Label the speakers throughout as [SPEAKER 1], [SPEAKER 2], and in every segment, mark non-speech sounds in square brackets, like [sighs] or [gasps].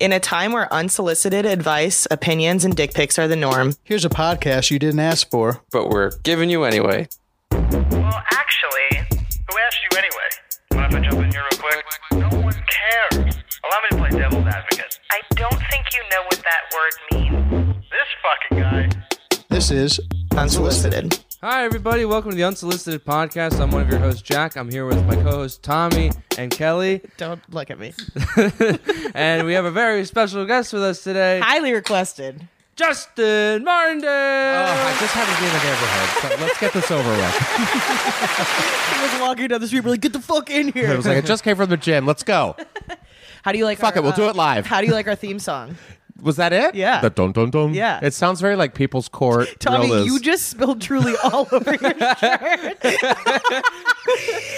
[SPEAKER 1] In a time where unsolicited advice, opinions, and dick pics are the norm,
[SPEAKER 2] Here's a podcast you didn't ask for.
[SPEAKER 3] but we're giving you anyway.
[SPEAKER 4] Well, actually, who asked you anyway? Mind if I jump in here real quick? No one cares. Allow me to play devil's advocate.
[SPEAKER 5] I don't think you know what that word means.
[SPEAKER 4] This fucking guy.
[SPEAKER 2] This is
[SPEAKER 1] unsolicited.
[SPEAKER 3] Hi, everybody. Welcome to the Unsolicited Podcast. I'm one of your hosts, Jack. I'm here with my co host, Tommy and Kelly.
[SPEAKER 1] Don't look at me.
[SPEAKER 3] and we have a very special guest with us today,
[SPEAKER 1] Highly requested.
[SPEAKER 3] Justin Martindale.
[SPEAKER 6] Oh, I just haven't been in the neighborhood, so let's get this over with.
[SPEAKER 1] He was walking down the street, we're like, get the fuck in
[SPEAKER 6] It
[SPEAKER 1] here.
[SPEAKER 6] was like, I just came from the gym. Let's go.
[SPEAKER 1] How do you like
[SPEAKER 6] Fuck
[SPEAKER 1] our,
[SPEAKER 6] it, we'll
[SPEAKER 1] uh,
[SPEAKER 6] do it live.
[SPEAKER 1] How do you like our theme song?
[SPEAKER 6] Was that [laughs] it?
[SPEAKER 1] Yeah.
[SPEAKER 6] The dun dun dun.
[SPEAKER 1] Yeah.
[SPEAKER 6] It sounds very like People's Court.
[SPEAKER 1] [laughs] Tommy,
[SPEAKER 6] realness.
[SPEAKER 1] you just spilled truly all over
[SPEAKER 6] [laughs]
[SPEAKER 1] your shirt. [laughs]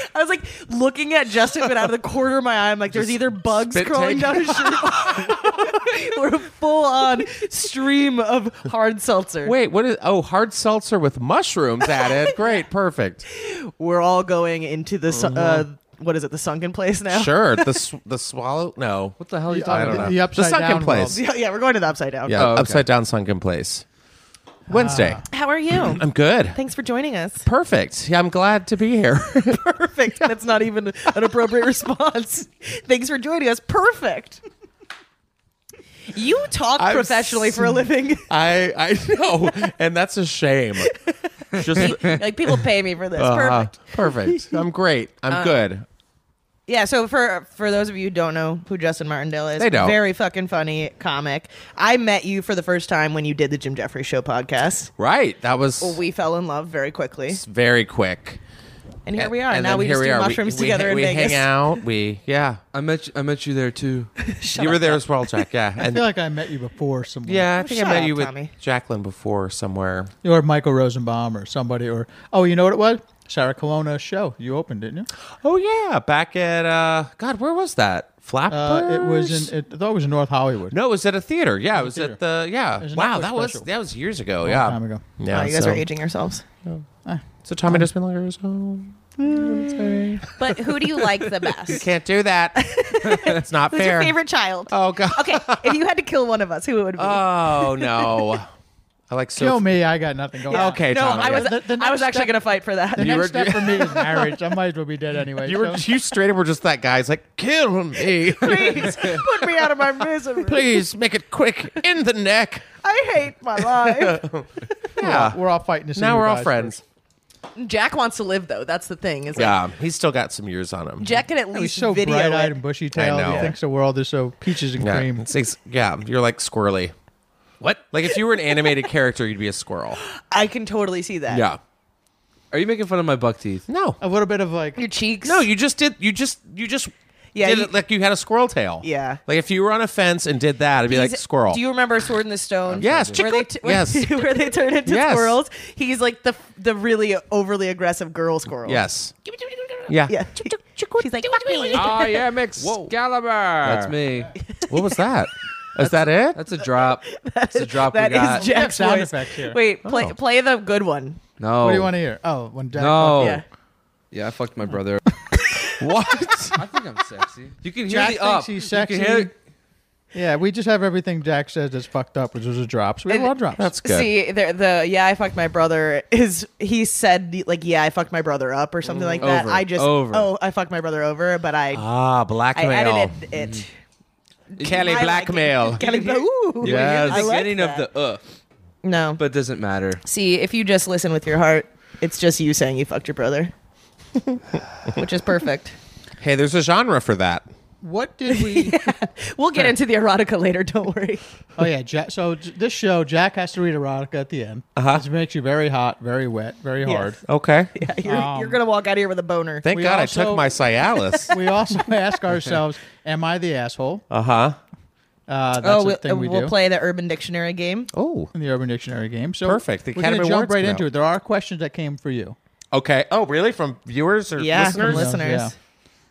[SPEAKER 1] I was like looking at Justin, but out of the corner of my eye, I'm like, there's either bugs
[SPEAKER 6] spit
[SPEAKER 1] crawling
[SPEAKER 6] take.
[SPEAKER 1] down
[SPEAKER 6] [laughs]
[SPEAKER 1] his shirt or a full on stream of hard seltzer.
[SPEAKER 6] Wait, what is? Oh, hard seltzer with mushrooms
[SPEAKER 1] [laughs]
[SPEAKER 6] added. Great, perfect.
[SPEAKER 1] We're all going into the, su- uh, what is it, the sunken place now?
[SPEAKER 6] Mm-hmm. Sure. The sw- the swallow. No.
[SPEAKER 3] What the hell are you
[SPEAKER 6] I
[SPEAKER 3] talking
[SPEAKER 6] don't
[SPEAKER 3] about?
[SPEAKER 6] know.
[SPEAKER 2] The upside
[SPEAKER 6] sunken
[SPEAKER 2] down
[SPEAKER 1] [laughs]
[SPEAKER 6] place.
[SPEAKER 1] Yeah, yeah, we're going to the upside down.
[SPEAKER 6] Yeah.
[SPEAKER 3] Oh, okay.
[SPEAKER 6] Upside down sunken place. Wednesday.
[SPEAKER 1] How are
[SPEAKER 6] [clears throat]
[SPEAKER 1] you?
[SPEAKER 6] Ah. I'm good.
[SPEAKER 1] Thanks for joining us.
[SPEAKER 6] Perfect. Yeah, I'm glad to be here.
[SPEAKER 1] [laughs]
[SPEAKER 6] [laughs]
[SPEAKER 1] Perfect. That's not even an appropriate response. [laughs] Thanks for joining us. Perfect. You talk
[SPEAKER 6] I'm
[SPEAKER 1] professionally for a
[SPEAKER 6] [laughs]
[SPEAKER 1] living. [laughs]
[SPEAKER 6] I I know, and that's a shame. Just
[SPEAKER 1] like people pay me for this.
[SPEAKER 6] uh,
[SPEAKER 1] Perfect.
[SPEAKER 6] perfect. I'm great. I'm
[SPEAKER 1] Uh,
[SPEAKER 6] good.
[SPEAKER 1] Yeah. So for for those of you who don't know who Justin Martindale is,
[SPEAKER 6] They don't.
[SPEAKER 1] very fucking funny comic. I met you for the first time when you did the Jim Jeffries Show podcast.
[SPEAKER 6] Right. That was
[SPEAKER 1] We fell in love very quickly,
[SPEAKER 6] very quick.
[SPEAKER 1] and here
[SPEAKER 6] And-
[SPEAKER 1] we are.
[SPEAKER 6] and
[SPEAKER 1] now
[SPEAKER 6] then
[SPEAKER 1] we
[SPEAKER 6] here
[SPEAKER 1] just do
[SPEAKER 6] are.
[SPEAKER 1] mushrooms
[SPEAKER 6] we,
[SPEAKER 1] together
[SPEAKER 6] we,
[SPEAKER 1] in
[SPEAKER 6] we
[SPEAKER 1] Vegas. Oh,
[SPEAKER 6] hang out. We yeah.
[SPEAKER 3] I met you, I met you there too.
[SPEAKER 6] you were there as well,
[SPEAKER 1] [laughs]
[SPEAKER 6] Jack. Yeah.
[SPEAKER 2] I
[SPEAKER 6] And
[SPEAKER 2] feel like I met you before somewhere.
[SPEAKER 6] yeah, I think
[SPEAKER 1] shut
[SPEAKER 6] I met
[SPEAKER 1] up,
[SPEAKER 6] you with
[SPEAKER 1] Tommy.
[SPEAKER 6] Jacqueline before somewhere.
[SPEAKER 2] Or Michael Rosenbaum or somebody or oh, you know what it was? Sarah Colonna show. You opened, didn't you?
[SPEAKER 6] Oh yeah, back at uh God, where was that? Flappers.
[SPEAKER 2] Uh, it was in it, I thought it was in North Hollywood.
[SPEAKER 6] No, it was at a theater. Yeah, it was
[SPEAKER 2] theater.
[SPEAKER 6] at the yeah.
[SPEAKER 2] was a
[SPEAKER 6] Wow,
[SPEAKER 2] Netflix
[SPEAKER 6] that was
[SPEAKER 2] special.
[SPEAKER 6] that was years
[SPEAKER 2] A
[SPEAKER 6] ago.
[SPEAKER 2] long
[SPEAKER 6] yeah.
[SPEAKER 2] time ago.
[SPEAKER 6] Yeah.
[SPEAKER 1] Wow, you guys
[SPEAKER 6] so,
[SPEAKER 1] are aging yourselves.
[SPEAKER 6] So Tommy just been like,
[SPEAKER 1] [laughs]
[SPEAKER 6] "Oh,
[SPEAKER 7] But who do you like the
[SPEAKER 6] [laughs]
[SPEAKER 7] best?
[SPEAKER 6] can't do that. it's not
[SPEAKER 1] Who's
[SPEAKER 6] fair.
[SPEAKER 1] your favorite child? [laughs]
[SPEAKER 6] Oh god.
[SPEAKER 1] okay, if you had to kill one of us, who would it be?
[SPEAKER 6] Oh no. I like so
[SPEAKER 2] Kill me, I got nothing going on.
[SPEAKER 6] Okay,
[SPEAKER 1] no,
[SPEAKER 6] Tommy.
[SPEAKER 1] I was
[SPEAKER 2] The- the
[SPEAKER 1] I was
[SPEAKER 2] next
[SPEAKER 1] actually
[SPEAKER 2] step-
[SPEAKER 1] gonna fight for that.
[SPEAKER 2] The
[SPEAKER 6] You
[SPEAKER 2] next
[SPEAKER 6] were- [laughs]
[SPEAKER 2] step for me is marriage. I might as well be dead anyway.
[SPEAKER 6] You were [laughs]
[SPEAKER 2] so-
[SPEAKER 6] you straight up were just that guy. It's like kill [laughs]
[SPEAKER 1] [laughs]
[SPEAKER 6] me,
[SPEAKER 1] Please put me out of my misery.
[SPEAKER 6] please make it quick in the neck.
[SPEAKER 1] I hate my life.
[SPEAKER 6] Yeah,
[SPEAKER 2] we're all fighting to see
[SPEAKER 6] now
[SPEAKER 2] who
[SPEAKER 6] we're all
[SPEAKER 2] dies
[SPEAKER 6] friends.
[SPEAKER 1] [laughs] Jack wants to live though. That's the thing. Is like,
[SPEAKER 6] Yeah, he's still got some years on him.
[SPEAKER 1] Jack can at
[SPEAKER 2] first. He's
[SPEAKER 1] least
[SPEAKER 2] so
[SPEAKER 1] video it.
[SPEAKER 2] bright-eyed and bushy-tailed.
[SPEAKER 6] know.
[SPEAKER 2] He thinks the world is so peaches and
[SPEAKER 6] yeah,
[SPEAKER 2] cream.
[SPEAKER 6] it's ex- yeah, you're like squirrely. What? Like if you were an animated character, you'd be a [laughs] squirrel.
[SPEAKER 1] I can totally see that.
[SPEAKER 6] Yeah.
[SPEAKER 3] Are you making fun of my buck
[SPEAKER 6] [laughs]
[SPEAKER 3] teeth?
[SPEAKER 6] No.
[SPEAKER 2] A little bit of
[SPEAKER 6] [laughs]
[SPEAKER 2] like
[SPEAKER 1] Your cheeks.
[SPEAKER 6] No, you just did. You just you just
[SPEAKER 1] Yeah,
[SPEAKER 6] did
[SPEAKER 1] you-
[SPEAKER 6] it like you had a squirrel tail.
[SPEAKER 1] Yeah.
[SPEAKER 6] Like if you were on a fence and did that, it'd be
[SPEAKER 1] He's-
[SPEAKER 6] like squirrel.
[SPEAKER 1] Do you remember Sword in the Stone?
[SPEAKER 6] Yes,
[SPEAKER 1] where they,
[SPEAKER 6] chicklet.
[SPEAKER 1] t- where- [laughs]
[SPEAKER 6] Yes.
[SPEAKER 1] where they turn into
[SPEAKER 6] Yes.
[SPEAKER 1] squirrels. He's like the the really overly aggressive girl squirrel.
[SPEAKER 6] yes. Yeah.
[SPEAKER 1] yeah. [laughs]
[SPEAKER 7] She's like, fuck me.
[SPEAKER 3] Oh yeah, Excalibur. That's me.
[SPEAKER 6] What was
[SPEAKER 1] [laughs]
[SPEAKER 6] that? Is that it?
[SPEAKER 3] That's a drop. That's a drop
[SPEAKER 1] That
[SPEAKER 3] we
[SPEAKER 1] is
[SPEAKER 2] We
[SPEAKER 3] got.
[SPEAKER 2] have
[SPEAKER 1] Jack's
[SPEAKER 2] sound
[SPEAKER 1] voice.
[SPEAKER 2] effects here.
[SPEAKER 1] Wait, play
[SPEAKER 6] Oh.
[SPEAKER 1] play the good one.
[SPEAKER 3] no.
[SPEAKER 2] What do you want to hear? Oh, when Jack
[SPEAKER 3] No.
[SPEAKER 1] Yeah.
[SPEAKER 3] Yeah, I fucked my brother.
[SPEAKER 6] what?
[SPEAKER 3] I think I'm sexy. You can hear
[SPEAKER 2] Jack
[SPEAKER 3] the
[SPEAKER 2] thinks
[SPEAKER 3] up.
[SPEAKER 2] he's
[SPEAKER 3] You can
[SPEAKER 2] sexy.
[SPEAKER 3] hear-
[SPEAKER 2] Yeah, we just have everything Jack says that's fucked up, which is a drop. So we have a lot of drops.
[SPEAKER 6] That's good.
[SPEAKER 1] See, the, the yeah, I fucked my brother is he said like yeah, I fucked my brother up or something like that.
[SPEAKER 3] Over.
[SPEAKER 1] I just
[SPEAKER 3] Over. Oh,
[SPEAKER 1] oh, I fucked my brother over, but I
[SPEAKER 6] Ah,
[SPEAKER 1] I
[SPEAKER 6] blackmail.
[SPEAKER 1] edited it.
[SPEAKER 6] Kelly
[SPEAKER 1] I like
[SPEAKER 2] [laughs]
[SPEAKER 6] blackmail.
[SPEAKER 1] Kelly, ooh,
[SPEAKER 3] You can hear
[SPEAKER 6] Yes.
[SPEAKER 3] the
[SPEAKER 1] I like
[SPEAKER 3] beginning
[SPEAKER 1] that.
[SPEAKER 3] of the uh,
[SPEAKER 1] no,
[SPEAKER 3] but it doesn't matter.
[SPEAKER 1] See, if you just listen with your heart, it's just you saying you fucked your
[SPEAKER 3] [laughs]
[SPEAKER 1] brother, which is perfect.
[SPEAKER 6] hey, there's a genre for that.
[SPEAKER 2] What did
[SPEAKER 6] [laughs]
[SPEAKER 2] we?
[SPEAKER 1] We'll get into the erotica later. Don't worry. [laughs]
[SPEAKER 2] oh yeah, Jack. So j- this show, Jack has to read erotica at the end. Uh-huh. This makes you very hot, very wet, very hard.
[SPEAKER 6] Okay.
[SPEAKER 1] Yeah, you're,
[SPEAKER 2] Um,
[SPEAKER 1] you're gonna walk out of here with a boner.
[SPEAKER 6] Thank
[SPEAKER 2] We
[SPEAKER 6] God I
[SPEAKER 2] also-
[SPEAKER 6] took my
[SPEAKER 2] [laughs]
[SPEAKER 6] Cialis.
[SPEAKER 2] We also ask ourselves, "Am I the asshole?"
[SPEAKER 6] uh huh.
[SPEAKER 2] Uh, that's
[SPEAKER 1] oh,
[SPEAKER 2] a
[SPEAKER 1] we,
[SPEAKER 2] thing we
[SPEAKER 1] will
[SPEAKER 2] do
[SPEAKER 1] play the Urban Dictionary game.
[SPEAKER 6] Oh.
[SPEAKER 2] in the Urban Dictionary game. So
[SPEAKER 6] Perfect. The
[SPEAKER 2] we're gonna
[SPEAKER 6] Academy
[SPEAKER 2] jump
[SPEAKER 6] Awards
[SPEAKER 2] right
[SPEAKER 6] come
[SPEAKER 2] into
[SPEAKER 6] out.
[SPEAKER 2] it. There are questions that came for you.
[SPEAKER 6] Okay. Oh, really? From viewers or
[SPEAKER 1] Yeah,
[SPEAKER 6] listeners?
[SPEAKER 1] from listeners.
[SPEAKER 2] Yeah.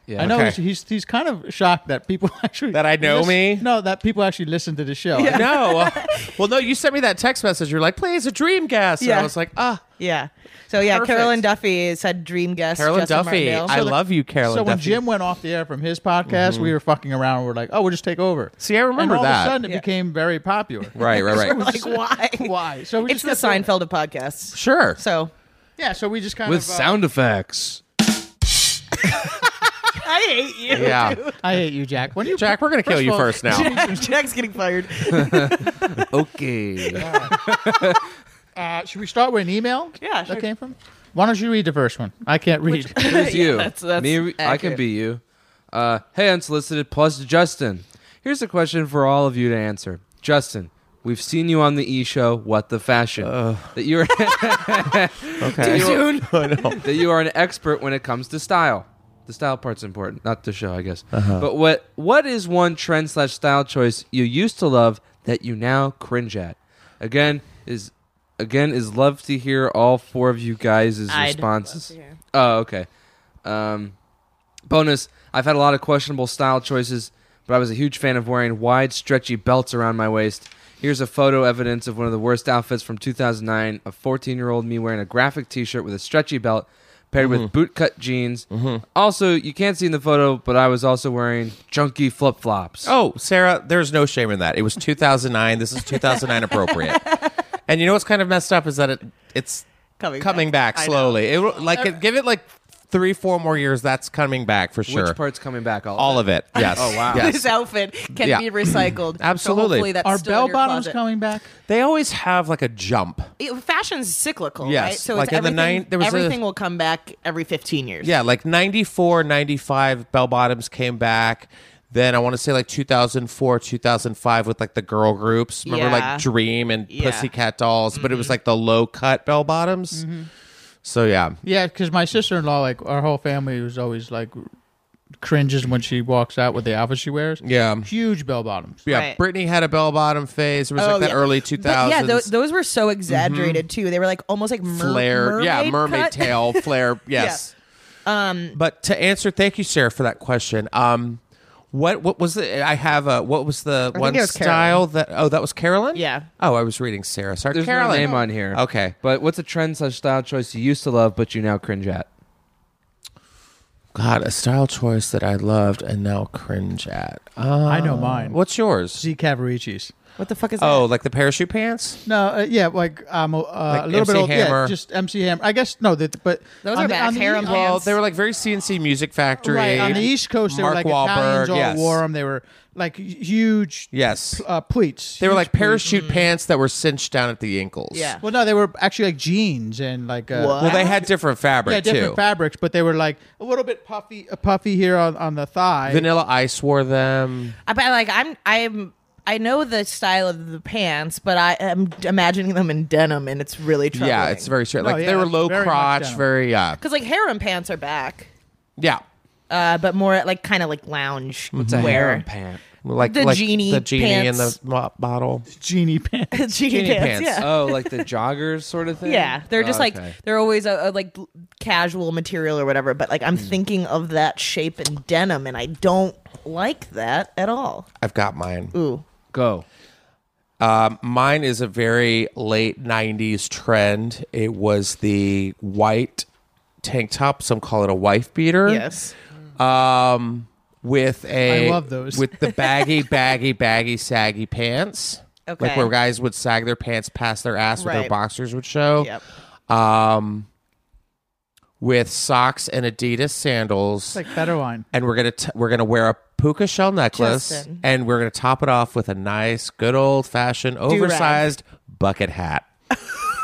[SPEAKER 3] Yeah.
[SPEAKER 2] I know
[SPEAKER 6] Okay.
[SPEAKER 2] he's, he's he's kind of shocked that people [laughs] actually
[SPEAKER 6] That I know
[SPEAKER 2] lis-
[SPEAKER 6] me?
[SPEAKER 2] No, that people actually listen to the show. [laughs]
[SPEAKER 6] No. well, no. You sent me that text message. You're like, "Play as a dream guest," and
[SPEAKER 1] Yeah.
[SPEAKER 6] I was like, "Ah,
[SPEAKER 1] Yeah. So yeah,
[SPEAKER 6] Perfect.
[SPEAKER 1] Carolyn Duffy is had dream guest.
[SPEAKER 6] Carolyn
[SPEAKER 1] Justin
[SPEAKER 6] Duffy.
[SPEAKER 1] Martindale.
[SPEAKER 6] I love you, Carolyn
[SPEAKER 2] so when
[SPEAKER 6] Duffy.
[SPEAKER 2] Jim went off the air from his podcast, we were fucking around. We were like, oh, we'll just take over.
[SPEAKER 6] See, I remember
[SPEAKER 2] and all
[SPEAKER 6] that.
[SPEAKER 2] of a sudden, it
[SPEAKER 1] Yeah.
[SPEAKER 2] became very popular.
[SPEAKER 6] right, right,
[SPEAKER 1] [laughs]
[SPEAKER 6] right.
[SPEAKER 1] like why?
[SPEAKER 6] [laughs]
[SPEAKER 2] Why? So we
[SPEAKER 1] it's the
[SPEAKER 2] just kept
[SPEAKER 1] Seinfeld of podcasts.
[SPEAKER 6] sure.
[SPEAKER 1] So
[SPEAKER 2] Yeah, so we just kind
[SPEAKER 3] with
[SPEAKER 2] of uh,
[SPEAKER 3] sound effects.
[SPEAKER 1] I hate you.
[SPEAKER 2] [laughs]
[SPEAKER 6] Yeah.
[SPEAKER 2] I hate you, Jack. When you
[SPEAKER 6] Jack, we're gonna kill you
[SPEAKER 2] of all-
[SPEAKER 6] first now.
[SPEAKER 1] [laughs] Jack's getting fired.
[SPEAKER 3] Okay.
[SPEAKER 2] uh, should we start with an email?
[SPEAKER 1] Yeah, sure.
[SPEAKER 2] that came from. Why don't you read the first one? I can't read.
[SPEAKER 1] [laughs]
[SPEAKER 3] Who's
[SPEAKER 1] Yeah,
[SPEAKER 3] you?
[SPEAKER 1] that's- that's
[SPEAKER 3] Me, I can
[SPEAKER 1] accurate.
[SPEAKER 3] be you. Uh, hey, unsolicited plus Justin. Here's a question for all of you to answer. Justin, we've seen you on the E Show. What the fashion? that [laughs] you are
[SPEAKER 6] Okay.
[SPEAKER 3] that you are an expert when it comes to style. The style part's important, not the show, I guess. But what what is one trend slash style choice you used to love that you now cringe at? Again is again is love to hear all four of you guys'
[SPEAKER 1] I'd
[SPEAKER 3] responses. Oh, okay. Um, bonus: I've had a lot of questionable style choices, but I was a huge fan of wearing wide, stretchy belts around my waist. Here's a photo evidence of one of the worst outfits from 2009: a 14-year-old me wearing a graphic T-shirt with a stretchy belt paired with
[SPEAKER 6] Mm-hmm.
[SPEAKER 3] bootcut jeans. Also, you can't see in the photo, but I was also wearing junky flip-flops.
[SPEAKER 6] Oh, Sarah, there's no shame in that. It was 2009. This is
[SPEAKER 2] [laughs]
[SPEAKER 6] 2009 appropriate. And you know what's kind of messed up is that it it's
[SPEAKER 1] Coming
[SPEAKER 6] coming,
[SPEAKER 1] back.
[SPEAKER 6] back,
[SPEAKER 1] I know.
[SPEAKER 6] slowly. It will- like it, give it like three, four more years. That's coming back for
[SPEAKER 3] which
[SPEAKER 6] sure.
[SPEAKER 3] part's coming back? All,
[SPEAKER 6] All of it. Yes.
[SPEAKER 3] Oh, wow.
[SPEAKER 1] [laughs]
[SPEAKER 6] Yes.
[SPEAKER 1] This outfit can
[SPEAKER 6] Yeah.
[SPEAKER 1] be
[SPEAKER 6] [clears throat]
[SPEAKER 1] recycled. So
[SPEAKER 6] Absolutely.
[SPEAKER 1] hopefully that's
[SPEAKER 2] Are
[SPEAKER 1] still in
[SPEAKER 2] bell
[SPEAKER 1] your
[SPEAKER 2] bottoms
[SPEAKER 1] closet.
[SPEAKER 2] coming back?
[SPEAKER 6] They always have like a jump.
[SPEAKER 1] It, fashion's cyclical,
[SPEAKER 6] Yes.
[SPEAKER 1] right? So
[SPEAKER 6] Like
[SPEAKER 1] it's
[SPEAKER 6] in the
[SPEAKER 1] everything,
[SPEAKER 6] nine- there was a-
[SPEAKER 1] everything will come back every 15 years.
[SPEAKER 6] Yeah, like 94, 95 bell bottoms came back. Then I want to say like 2004, 2005 with like the girl groups. Remember
[SPEAKER 1] Yeah.
[SPEAKER 6] like Dream and
[SPEAKER 1] Yeah. Mm-hmm.
[SPEAKER 6] Pussycat Dolls, but it was like the low cut bell bottoms. So yeah.
[SPEAKER 2] Yeah, because my sister in law, like our whole family, was always like cringes when she walks out with the outfit she wears.
[SPEAKER 6] Yeah.
[SPEAKER 2] huge bell bottoms.
[SPEAKER 6] Yeah,
[SPEAKER 1] Right.
[SPEAKER 6] Britney had a bell bottom phase. It was
[SPEAKER 1] Oh,
[SPEAKER 6] like that
[SPEAKER 1] yeah.
[SPEAKER 6] early
[SPEAKER 1] But
[SPEAKER 6] 2000s.
[SPEAKER 1] yeah, tho- those were so exaggerated too. They were like almost like mer-
[SPEAKER 6] flare. yeah, mermaid
[SPEAKER 1] cut.
[SPEAKER 2] [laughs]
[SPEAKER 6] tail flare. Yes. Um, but to answer, thank you, Sarah, for that question. Um, what what was it? I have a what was the one
[SPEAKER 1] it was
[SPEAKER 6] style that? Oh, that was Carolyn.
[SPEAKER 1] Yeah.
[SPEAKER 6] Oh, I was reading Sarah.
[SPEAKER 3] [laughs]
[SPEAKER 6] Sorry,
[SPEAKER 3] There's
[SPEAKER 6] Carolyn.
[SPEAKER 3] no name on here.
[SPEAKER 6] Okay.
[SPEAKER 3] But what's a trend slash style choice you used to love but you now cringe at?
[SPEAKER 6] God, a style choice that I loved and now cringe at. Uh,
[SPEAKER 2] I know mine.
[SPEAKER 6] what's yours?
[SPEAKER 2] Z Cavaricis.
[SPEAKER 1] What the fuck is
[SPEAKER 6] Oh, like the parachute pants.
[SPEAKER 2] No, uh, yeah, like um, uh, a little
[SPEAKER 6] MC
[SPEAKER 2] bit old, yeah,
[SPEAKER 6] Hammer.
[SPEAKER 2] just MC Hammer. I guess no, that but
[SPEAKER 1] Those
[SPEAKER 2] on
[SPEAKER 1] are
[SPEAKER 2] the,
[SPEAKER 1] back.
[SPEAKER 2] on the
[SPEAKER 1] Harem
[SPEAKER 2] E-
[SPEAKER 1] pants.
[SPEAKER 6] Well, they were like very CNC Music Factory.
[SPEAKER 2] right on the East Coast. They were like
[SPEAKER 6] Mark
[SPEAKER 2] Italians
[SPEAKER 6] Wahlberg,
[SPEAKER 2] all
[SPEAKER 6] yes.
[SPEAKER 2] wore them. They were like huge
[SPEAKER 6] Yes.
[SPEAKER 2] uh, pleats.
[SPEAKER 6] They were
[SPEAKER 2] Huge
[SPEAKER 6] like parachute pants that were cinched down at the ankles.
[SPEAKER 1] Yeah.
[SPEAKER 2] Well, no, they were actually like jeans and like uh,
[SPEAKER 1] What?
[SPEAKER 6] Well, they had different fabric
[SPEAKER 2] yeah, different
[SPEAKER 6] too.
[SPEAKER 2] fabrics, but they were like a little bit puffy, uh, puffy here on, on the thigh.
[SPEAKER 6] Vanilla Ice wore them.
[SPEAKER 1] I, but like I'm I'm I know the style of the pants, but I am imagining them in denim, and it's really troubling.
[SPEAKER 6] Yeah, it's very straight.
[SPEAKER 2] No,
[SPEAKER 6] Like
[SPEAKER 2] yeah,
[SPEAKER 6] they were
[SPEAKER 2] it's
[SPEAKER 6] low
[SPEAKER 2] very much
[SPEAKER 6] crotch,
[SPEAKER 2] down.
[SPEAKER 6] very yeah,
[SPEAKER 1] because like harem pants are back,
[SPEAKER 6] yeah,
[SPEAKER 1] uh, but more like kind of like lounge [laughs] wear.
[SPEAKER 3] pant.
[SPEAKER 6] like
[SPEAKER 1] The
[SPEAKER 6] like
[SPEAKER 1] genie
[SPEAKER 6] the genie in
[SPEAKER 1] pants.
[SPEAKER 6] the mo- bottle.
[SPEAKER 2] genie pants. [laughs]
[SPEAKER 1] Genie, pants,
[SPEAKER 6] pants.
[SPEAKER 1] yeah.
[SPEAKER 3] Oh, like the joggers sort of thing?
[SPEAKER 1] yeah, they're just
[SPEAKER 3] Okay.
[SPEAKER 1] like they're always a, a like casual material or whatever. But like I'm thinking of that shape in denim, and I don't like that at all.
[SPEAKER 6] I've got mine.
[SPEAKER 1] Ooh,
[SPEAKER 3] Go.
[SPEAKER 6] Mine is a very late '90s trend. It was the white tank top. Some call it a wife beater.
[SPEAKER 1] yes,
[SPEAKER 6] Um, with a
[SPEAKER 2] I love those.
[SPEAKER 6] with the baggy, baggy, baggy, saggy pants.
[SPEAKER 1] Okay.
[SPEAKER 6] Like where guys would sag their pants past their ass, where
[SPEAKER 1] Right.
[SPEAKER 6] their boxers would show.
[SPEAKER 1] yep.
[SPEAKER 6] um, with socks and Adidas
[SPEAKER 2] It's
[SPEAKER 6] sandals,
[SPEAKER 2] like Federline.
[SPEAKER 6] and we're gonna t- we're gonna wear a puka shell necklace,
[SPEAKER 1] Justin.
[SPEAKER 6] and we're gonna top it off with a nice, good old fashioned, oversized bucket hat.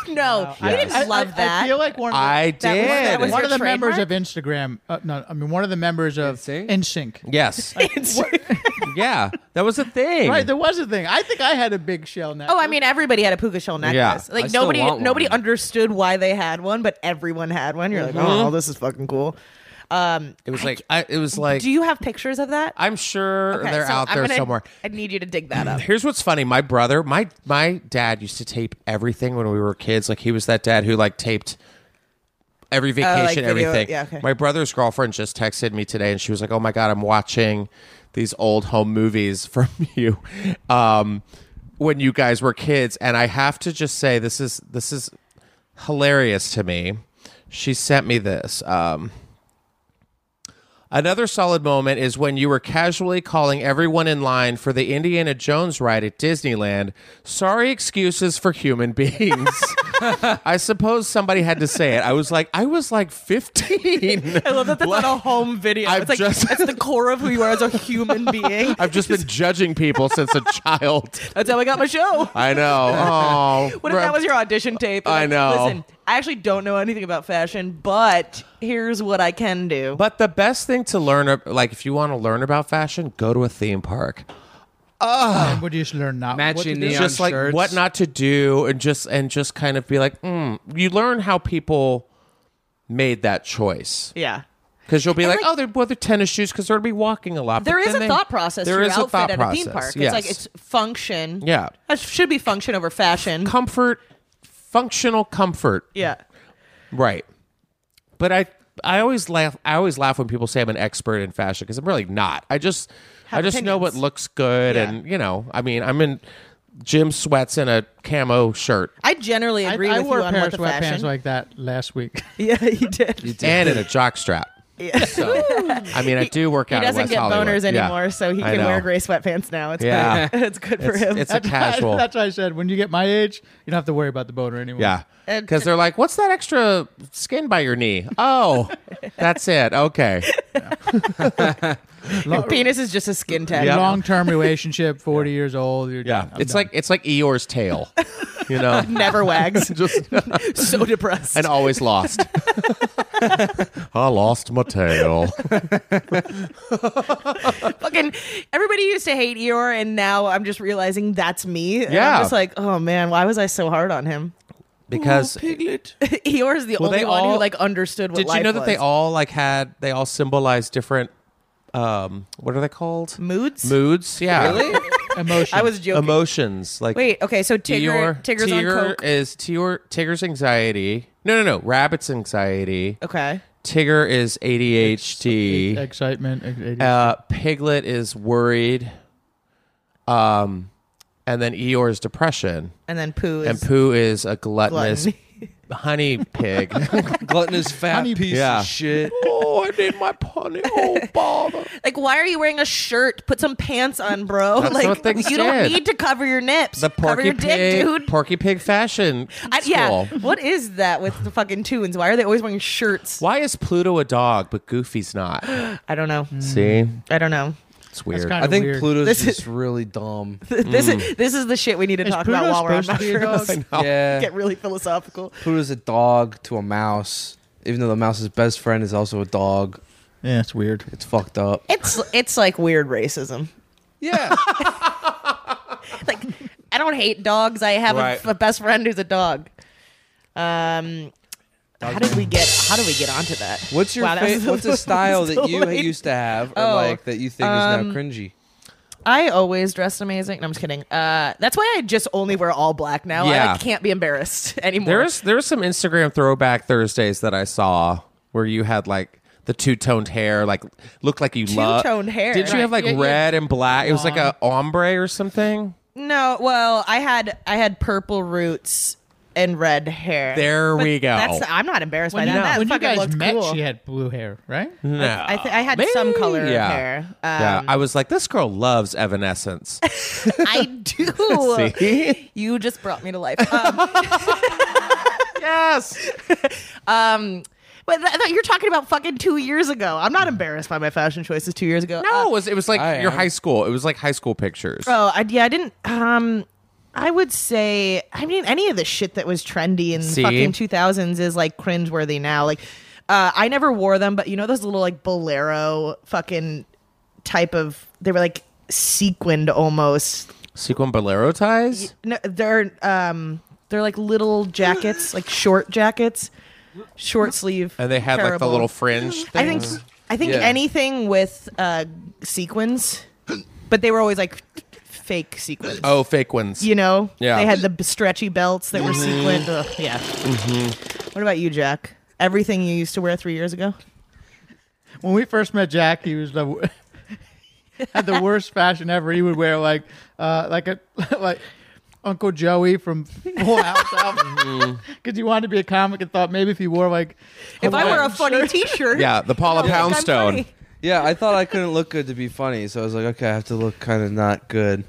[SPEAKER 1] No, I didn't love that. [laughs]
[SPEAKER 2] I feel like one of the,
[SPEAKER 6] I did.
[SPEAKER 1] That was- that was
[SPEAKER 2] one
[SPEAKER 1] your
[SPEAKER 2] of the members of
[SPEAKER 1] trademark?
[SPEAKER 2] Instagram. Uh, no, I mean one of the members of
[SPEAKER 3] NSYNC?
[SPEAKER 2] NSYNC.
[SPEAKER 1] [laughs]
[SPEAKER 6] yes, yeah, that was a thing.
[SPEAKER 2] Right, there was a thing. I think I had a big shell necklace.
[SPEAKER 1] Oh, I mean, everybody had a puka shell necklace.
[SPEAKER 6] Yeah.
[SPEAKER 1] like
[SPEAKER 3] I still
[SPEAKER 1] nobody,
[SPEAKER 3] want one.
[SPEAKER 1] nobody understood why they had one, but everyone had one. You're like,
[SPEAKER 6] Mm-hmm.
[SPEAKER 1] oh, this is fucking cool. Um,
[SPEAKER 6] it was like I, it was like
[SPEAKER 1] do you have pictures of that?
[SPEAKER 6] I'm sure
[SPEAKER 1] Okay,
[SPEAKER 6] they're
[SPEAKER 1] so
[SPEAKER 6] out
[SPEAKER 1] I'm
[SPEAKER 6] there
[SPEAKER 1] gonna-
[SPEAKER 7] [laughs]
[SPEAKER 6] somewhere.
[SPEAKER 1] I need you to dig that up.
[SPEAKER 6] Here's what's funny. My brother, my my dad used to tape everything when we were kids. Like he was that dad who like taped every vacation,
[SPEAKER 1] Oh, video-
[SPEAKER 6] everything.
[SPEAKER 1] yeah, okay.
[SPEAKER 6] My brother's girlfriend just texted me today, and she was like, "Oh my god, I'm watching these old home movies [laughs] from you." Um, when you guys were kids, and I have to just say, this is this is hilarious to me. She sent me this. Um, Another solid moment is when you were casually calling everyone in line for the Indiana Jones ride at Disneyland. Sorry, excuses for
[SPEAKER 1] [laughs]
[SPEAKER 6] human beings. I suppose somebody had to say it. I was like, I was like 15.
[SPEAKER 1] [laughs]
[SPEAKER 7] [laughs]
[SPEAKER 1] I love that that's
[SPEAKER 6] Like,
[SPEAKER 1] not a home video.
[SPEAKER 6] I've
[SPEAKER 1] it's like
[SPEAKER 6] just-
[SPEAKER 1] that's
[SPEAKER 6] [laughs]
[SPEAKER 1] the core of who you are as a human being.
[SPEAKER 6] I've just been judging people since
[SPEAKER 7] [laughs]
[SPEAKER 6] a child.
[SPEAKER 1] That's how I got my show.
[SPEAKER 6] [laughs] I know.
[SPEAKER 7] [laughs]
[SPEAKER 6] Oh,
[SPEAKER 1] What if that was your audition tape?
[SPEAKER 6] I know.
[SPEAKER 1] Listen, I actually don't know anything about fashion, but here's what I can do.
[SPEAKER 6] But the best thing to learn, ab- like if you want to learn about fashion, go to a theme park.
[SPEAKER 2] And would you just learn not what to
[SPEAKER 3] Matching
[SPEAKER 2] do?
[SPEAKER 3] neon
[SPEAKER 6] just like
[SPEAKER 3] shirts.
[SPEAKER 6] what not to do, and just and just kind of be like, mm. you learn how people made that choice
[SPEAKER 1] yeah.
[SPEAKER 6] because you'll be like,
[SPEAKER 7] like-
[SPEAKER 6] oh, they're well, they're tennis shoes because they're gonna be walking a lot.
[SPEAKER 7] There
[SPEAKER 6] But
[SPEAKER 7] is
[SPEAKER 6] then
[SPEAKER 7] a
[SPEAKER 6] they-
[SPEAKER 7] thought process
[SPEAKER 6] There
[SPEAKER 7] to your
[SPEAKER 6] is a
[SPEAKER 7] outfit
[SPEAKER 6] thought
[SPEAKER 7] at
[SPEAKER 6] process.
[SPEAKER 7] a theme park.
[SPEAKER 6] Yes.
[SPEAKER 7] It's like it's function.
[SPEAKER 6] yeah,
[SPEAKER 1] That should be function over fashion.
[SPEAKER 6] comfort, functional comfort,
[SPEAKER 1] yeah.
[SPEAKER 6] right? But I. I always laugh. I always laugh when people say I'm an expert in fashion because I'm really not. I just, I just know what
[SPEAKER 1] opinions.
[SPEAKER 6] looks good,
[SPEAKER 1] Yeah.
[SPEAKER 6] and you know, I mean, I'm in gym sweats and a camo shirt
[SPEAKER 1] I generally
[SPEAKER 2] I,
[SPEAKER 1] agree
[SPEAKER 2] I
[SPEAKER 1] with
[SPEAKER 2] wore
[SPEAKER 1] you
[SPEAKER 2] a
[SPEAKER 1] on
[SPEAKER 2] pair
[SPEAKER 1] what
[SPEAKER 2] of
[SPEAKER 1] the
[SPEAKER 2] sweatpants
[SPEAKER 1] fashion.
[SPEAKER 2] like that last week.
[SPEAKER 1] [laughs] [laughs] yeah, you did.
[SPEAKER 6] and in a jock strap. So, I mean, I do work
[SPEAKER 1] he
[SPEAKER 6] out. at
[SPEAKER 1] doesn't
[SPEAKER 6] West
[SPEAKER 1] get
[SPEAKER 6] Hollywood.
[SPEAKER 1] boners
[SPEAKER 6] Yeah.
[SPEAKER 1] anymore, so he
[SPEAKER 6] I
[SPEAKER 1] can
[SPEAKER 6] know.
[SPEAKER 1] wear gray sweatpants now. It's
[SPEAKER 6] Yeah.
[SPEAKER 1] good. [laughs] it's good for him.
[SPEAKER 6] It's a
[SPEAKER 2] [laughs]
[SPEAKER 6] casual.
[SPEAKER 2] That's why I said when you get my age, you don't have to worry about the boner anymore.
[SPEAKER 6] Yeah. Because they're like, what's that extra skin by your knee? Oh, that's it. Okay.
[SPEAKER 1] Your [laughs] penis is just a skin tag.
[SPEAKER 6] Yeah.
[SPEAKER 2] Long [laughs] term relationship, forty years old. You're
[SPEAKER 6] Yeah.
[SPEAKER 2] done. I'm
[SPEAKER 6] it's
[SPEAKER 2] done.
[SPEAKER 6] like it's like Eeyore's tail,
[SPEAKER 1] [laughs]
[SPEAKER 6] you know,
[SPEAKER 1] Never wags.
[SPEAKER 6] [laughs] just
[SPEAKER 1] so depressed.
[SPEAKER 6] and always lost. [laughs] I lost my tail.
[SPEAKER 1] Fucking everybody used to hate Eeyore, and now I'm just realizing that's me. And
[SPEAKER 6] Yeah.
[SPEAKER 1] I'm just like, oh man, why was I so hard on him? [laughs]
[SPEAKER 6] Because
[SPEAKER 1] Eeyore's the
[SPEAKER 6] Well,
[SPEAKER 1] only
[SPEAKER 6] they
[SPEAKER 1] one
[SPEAKER 6] all-
[SPEAKER 1] who like understood what
[SPEAKER 6] did
[SPEAKER 1] life
[SPEAKER 6] you know that they
[SPEAKER 1] was.
[SPEAKER 6] all like had they all symbolize different um what are they called?
[SPEAKER 1] moods?
[SPEAKER 6] Moods. Yeah. Really?
[SPEAKER 2] emotion.
[SPEAKER 1] I was joking.
[SPEAKER 6] Emotions. Like
[SPEAKER 7] Wait, okay, so Tigger,
[SPEAKER 6] Tior-
[SPEAKER 7] Tigger's
[SPEAKER 6] Tigger
[SPEAKER 7] on coke.
[SPEAKER 6] is Tior, Tigger's anxiety. No, no, no. Rabbit's anxiety.
[SPEAKER 1] okay.
[SPEAKER 6] Tigger is [laughs] ADHD.
[SPEAKER 2] excitement. ex- ADHD.
[SPEAKER 6] Uh, Piglet is worried. Um, and then Eeyore is depression.
[SPEAKER 1] And then poo is
[SPEAKER 6] And Pooh is a gluttonous
[SPEAKER 1] glutton.
[SPEAKER 6] honey pig.
[SPEAKER 3] gluttonous fat
[SPEAKER 2] Honey-
[SPEAKER 3] piece
[SPEAKER 6] Yeah.
[SPEAKER 3] of shit.
[SPEAKER 6] [laughs] oh, I need my pony. Oh, bother.
[SPEAKER 1] [laughs] like, why are you wearing a shirt? Put some pants on, bro.
[SPEAKER 6] That's
[SPEAKER 1] like,
[SPEAKER 6] what they
[SPEAKER 1] you
[SPEAKER 6] said.
[SPEAKER 1] don't need to cover your nips.
[SPEAKER 6] The
[SPEAKER 1] cover
[SPEAKER 6] Porky
[SPEAKER 1] your
[SPEAKER 6] Pig,
[SPEAKER 1] dick, dude.
[SPEAKER 6] Porky Pig fashion.
[SPEAKER 1] I- yeah.
[SPEAKER 6] school.
[SPEAKER 1] What is that with the fucking tunes? Why are they always wearing shirts?
[SPEAKER 6] Why is Pluto a dog but Goofy's
[SPEAKER 1] [gasps]
[SPEAKER 6] not?
[SPEAKER 1] I don't know.
[SPEAKER 6] See,
[SPEAKER 1] I don't know. [laughs]
[SPEAKER 6] it's weird.
[SPEAKER 2] kinda
[SPEAKER 3] I think
[SPEAKER 2] weird.
[SPEAKER 3] Pluto's
[SPEAKER 1] This is-
[SPEAKER 3] just really dumb.
[SPEAKER 1] [laughs] This is this is the shit we need to
[SPEAKER 2] Is
[SPEAKER 1] talk
[SPEAKER 2] Pluto
[SPEAKER 1] about while we're on
[SPEAKER 2] supposed to be a
[SPEAKER 1] mushrooms.
[SPEAKER 2] dog?
[SPEAKER 3] yeah.
[SPEAKER 1] Get really philosophical.
[SPEAKER 3] Pluto's a dog to a mouse, even though the mouse's best friend is also a dog.
[SPEAKER 2] yeah, it's weird.
[SPEAKER 3] It's fucked up.
[SPEAKER 1] It's it's like weird racism.
[SPEAKER 3] Yeah.
[SPEAKER 1] Like I don't hate dogs. I have
[SPEAKER 6] Right.
[SPEAKER 1] a, a best friend who's a dog. Um, how did we get how did we get onto that?
[SPEAKER 3] What's your
[SPEAKER 1] Wow, that
[SPEAKER 3] fa-
[SPEAKER 1] was- [laughs]
[SPEAKER 3] what's a style
[SPEAKER 1] was
[SPEAKER 3] that you
[SPEAKER 1] delayed.
[SPEAKER 3] used to have or
[SPEAKER 1] Oh, um,
[SPEAKER 3] like that you think is now cringy?
[SPEAKER 1] I always dressed amazing. No, I'm just kidding. Uh, that's why I just only wear all black now. I
[SPEAKER 6] Yeah.
[SPEAKER 1] like, can't be embarrassed [laughs] anymore.
[SPEAKER 6] There's there's some Instagram throwback Thursdays that I saw where you had like the two toned hair, like looked like you loved
[SPEAKER 1] Two-toned hair.
[SPEAKER 6] Did you have like
[SPEAKER 2] Right. Yeah, yeah.
[SPEAKER 6] red and black? It was like a ombre or something.
[SPEAKER 1] no, well, I had I had purple roots and red hair.
[SPEAKER 6] There
[SPEAKER 1] But
[SPEAKER 6] we go.
[SPEAKER 1] That's I'm not embarrassed by that. that
[SPEAKER 2] when you
[SPEAKER 1] fucking
[SPEAKER 2] guys
[SPEAKER 1] looked
[SPEAKER 2] met,
[SPEAKER 1] cool.
[SPEAKER 2] she had blue hair, right?
[SPEAKER 6] No.
[SPEAKER 1] I, th- I had some color
[SPEAKER 6] Oh, yeah.
[SPEAKER 1] of hair. Um,
[SPEAKER 6] yeah, I was like, this girl loves Evanescence.
[SPEAKER 1] [laughs] I do.
[SPEAKER 6] See?
[SPEAKER 1] You just brought me to
[SPEAKER 6] [laughs]
[SPEAKER 1] life. Um, [laughs]
[SPEAKER 6] yes.
[SPEAKER 1] Um, but th- th- you're talking about fucking two years ago. I'm not embarrassed by my fashion choices two years ago.
[SPEAKER 6] No,
[SPEAKER 1] Uh,
[SPEAKER 6] it was it was like
[SPEAKER 3] I
[SPEAKER 6] your
[SPEAKER 3] am.
[SPEAKER 6] high school. It was like high school pictures.
[SPEAKER 1] oh, I, yeah, I didn't. Um, I would say, I mean, any of the shit that was trendy in
[SPEAKER 6] See?
[SPEAKER 1] fucking 2000s is like cringeworthy now. Like, uh, I never wore them, but you know those little like bolero fucking type of. They were like sequined almost.
[SPEAKER 6] Sequin bolero ties.
[SPEAKER 1] No, they're um, they're like little jackets, like short jackets, short sleeve,
[SPEAKER 6] And they had like the
[SPEAKER 1] terrible. [gasps]
[SPEAKER 6] little fringe.
[SPEAKER 1] I
[SPEAKER 6] Thing.
[SPEAKER 1] think I think
[SPEAKER 3] Yeah.
[SPEAKER 1] anything with uh, sequins, but they were always like fake sequins.
[SPEAKER 6] Oh, fake ones.
[SPEAKER 1] You know,
[SPEAKER 6] Yeah. Mm-hmm.
[SPEAKER 1] They had the b- stretchy belts that were sequined. Ugh, yeah. What about you, Jack? Everything you used to wear three years ago?
[SPEAKER 2] When we first met Jack, he was [laughs] the had the worst fashion ever. He would wear [laughs] like uh, like a like Uncle Joey from Full House because he wanted to be a comic and thought maybe if he wore like
[SPEAKER 1] If I were a funny T-shirt,
[SPEAKER 6] Yeah, the Paula
[SPEAKER 1] I think I'm
[SPEAKER 6] Poundstone.
[SPEAKER 1] funny.
[SPEAKER 3] Yeah, I thought I couldn't look good to be funny, so I was like, okay, I have to look kind of not good.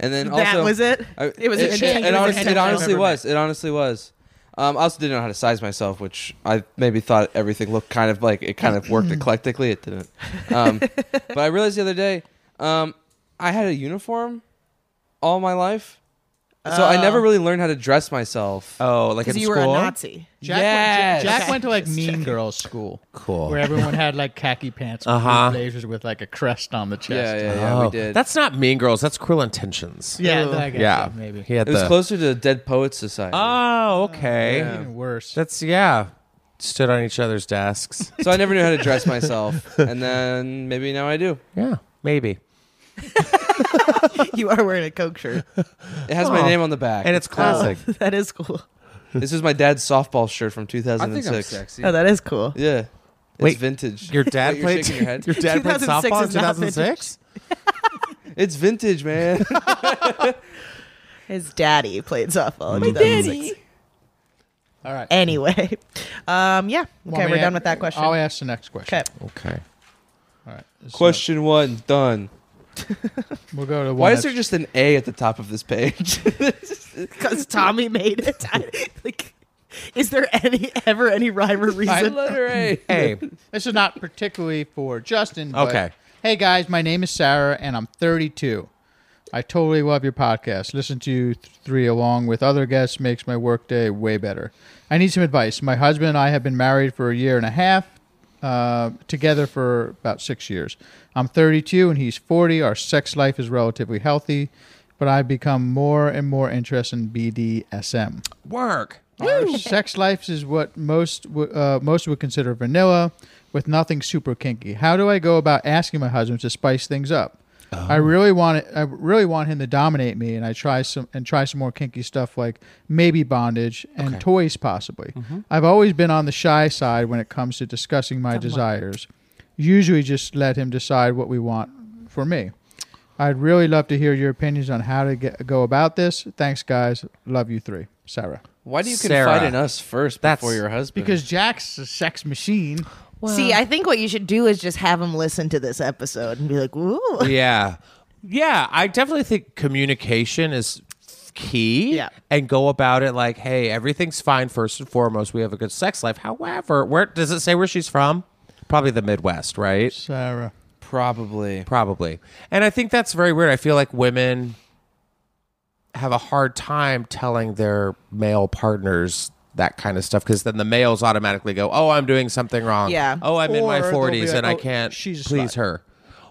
[SPEAKER 3] And then
[SPEAKER 1] That
[SPEAKER 3] also,
[SPEAKER 1] was it?
[SPEAKER 3] I-
[SPEAKER 1] It was
[SPEAKER 3] it,
[SPEAKER 1] a
[SPEAKER 3] it,
[SPEAKER 1] change. It
[SPEAKER 3] it
[SPEAKER 1] was
[SPEAKER 3] honest-
[SPEAKER 1] a
[SPEAKER 3] it
[SPEAKER 1] change.
[SPEAKER 3] honestly
[SPEAKER 1] Never
[SPEAKER 3] was. It honestly was. Um, I also didn't know how to size myself, which I maybe thought everything looked kind of like it kind
[SPEAKER 1] [laughs]
[SPEAKER 3] of worked eclectically. It didn't. Um, but I realized the other day, um, I had a uniform all my life, so I
[SPEAKER 1] Oh.
[SPEAKER 3] never really learned how to dress myself.
[SPEAKER 6] Oh, like in
[SPEAKER 1] because you
[SPEAKER 6] school.
[SPEAKER 1] were a Nazi.
[SPEAKER 2] Jack,
[SPEAKER 3] Yes.
[SPEAKER 2] went, Jack
[SPEAKER 1] Okay.
[SPEAKER 2] went to like Mean Girls school,
[SPEAKER 6] Cool.
[SPEAKER 2] where everyone had like khaki pants, with
[SPEAKER 6] Uh-huh.
[SPEAKER 2] blazers with like a crest on the chest.
[SPEAKER 3] yeah, yeah, yeah.
[SPEAKER 6] Oh,
[SPEAKER 3] we did.
[SPEAKER 6] That's not Mean Girls. That's Cruel Intentions.
[SPEAKER 2] yeah, then I guess
[SPEAKER 6] Yeah,
[SPEAKER 2] so, maybe
[SPEAKER 6] He had
[SPEAKER 3] it was
[SPEAKER 6] the-
[SPEAKER 3] closer to Dead Poets Society.
[SPEAKER 6] Oh, okay.
[SPEAKER 2] even worse.
[SPEAKER 6] That's yeah. Stood on each other's [laughs] desks.
[SPEAKER 3] So I never knew how to dress
[SPEAKER 6] [laughs]
[SPEAKER 3] myself, and then maybe now I do.
[SPEAKER 6] yeah, maybe.
[SPEAKER 1] [laughs] You are wearing a Coke shirt.
[SPEAKER 3] It has my
[SPEAKER 6] Aw.
[SPEAKER 3] name on the back,
[SPEAKER 6] [laughs] And it's [laughs] classic.
[SPEAKER 1] [laughs] that is cool.
[SPEAKER 3] [laughs] This is my dad's softball shirt from 2006.
[SPEAKER 1] Oh, that is cool.
[SPEAKER 3] Yeah. It's
[SPEAKER 6] Wait,
[SPEAKER 3] vintage.
[SPEAKER 6] [laughs] Your dad
[SPEAKER 3] Wait, you're
[SPEAKER 6] played
[SPEAKER 3] shaking your head?
[SPEAKER 6] dad played
[SPEAKER 1] 2006
[SPEAKER 6] softball in
[SPEAKER 1] is not [laughs]
[SPEAKER 6] 2006?
[SPEAKER 3] It's vintage, man.
[SPEAKER 1] His daddy played softball. In 2006.
[SPEAKER 2] All right.
[SPEAKER 1] Anyway, um, yeah. Okay,
[SPEAKER 2] Want
[SPEAKER 1] we're
[SPEAKER 2] me to-
[SPEAKER 1] done with that question. [laughs]
[SPEAKER 2] I'll ask the next question.
[SPEAKER 1] okay.
[SPEAKER 6] Okay.
[SPEAKER 2] All right. So
[SPEAKER 3] [laughs] Question one done.
[SPEAKER 2] We'll go to
[SPEAKER 3] Why
[SPEAKER 2] one
[SPEAKER 3] is there
[SPEAKER 2] that's-
[SPEAKER 3] just an A at the top of this
[SPEAKER 6] [laughs]
[SPEAKER 3] page?
[SPEAKER 1] Because Tommy made it. [laughs] I- like, is there any ever any rhyme or reason?
[SPEAKER 3] Letter [laughs] A.
[SPEAKER 6] Hey,
[SPEAKER 2] This is not particularly for Justin. but-
[SPEAKER 6] Okay.
[SPEAKER 2] Hey guys, my name is Sarah and I'm 32. I totally love your podcast. Listen to you th- three along with other guests makes my workday way better. I need some advice. My husband and I have been married for a year and a half, uh, together for about six years. I'm 32 and he's 40. Our sex life is relatively healthy, but I've become more and more interested in BDSM.
[SPEAKER 6] work.
[SPEAKER 2] Our sex life is what most w- uh, most would consider vanilla, with nothing super kinky. How do I go about asking my husband to spice things up? I really want it, I really want him to dominate me, and I try some and try some more kinky stuff like maybe bondage and toys possibly. I've always been on the shy side when it comes to discussing my desires. Usually, just let him decide what we want for me. I'd really love to hear your opinions on how to get, go about this. Thanks, guys. Love you three, Sarah.
[SPEAKER 3] Why do you
[SPEAKER 6] Sarah.
[SPEAKER 3] confide in us first
[SPEAKER 6] That's-
[SPEAKER 3] before your husband?
[SPEAKER 2] Because Jack's a sex machine.
[SPEAKER 1] See, I think what you should do is just have him listen to this episode and be like, "Ooh,
[SPEAKER 6] Yeah. Yeah, I definitely think communication is key.
[SPEAKER 1] Yeah.
[SPEAKER 6] And go about it like, hey, everything's fine first and foremost. We have a good sex life. However, where does it say where she's from? Probably the Midwest, right?
[SPEAKER 2] Sarah.
[SPEAKER 3] probably.
[SPEAKER 6] Probably. And I think that's very weird. I feel like women have a hard time telling their male partners that kind of stuff because then the males automatically go, "Oh, I'm doing something wrong.
[SPEAKER 1] Yeah.
[SPEAKER 6] Oh, I'm in my
[SPEAKER 2] Or they'll be
[SPEAKER 6] 40s and I
[SPEAKER 2] like, "Oh,
[SPEAKER 6] can't
[SPEAKER 2] she's a
[SPEAKER 6] please
[SPEAKER 2] slut."
[SPEAKER 6] her."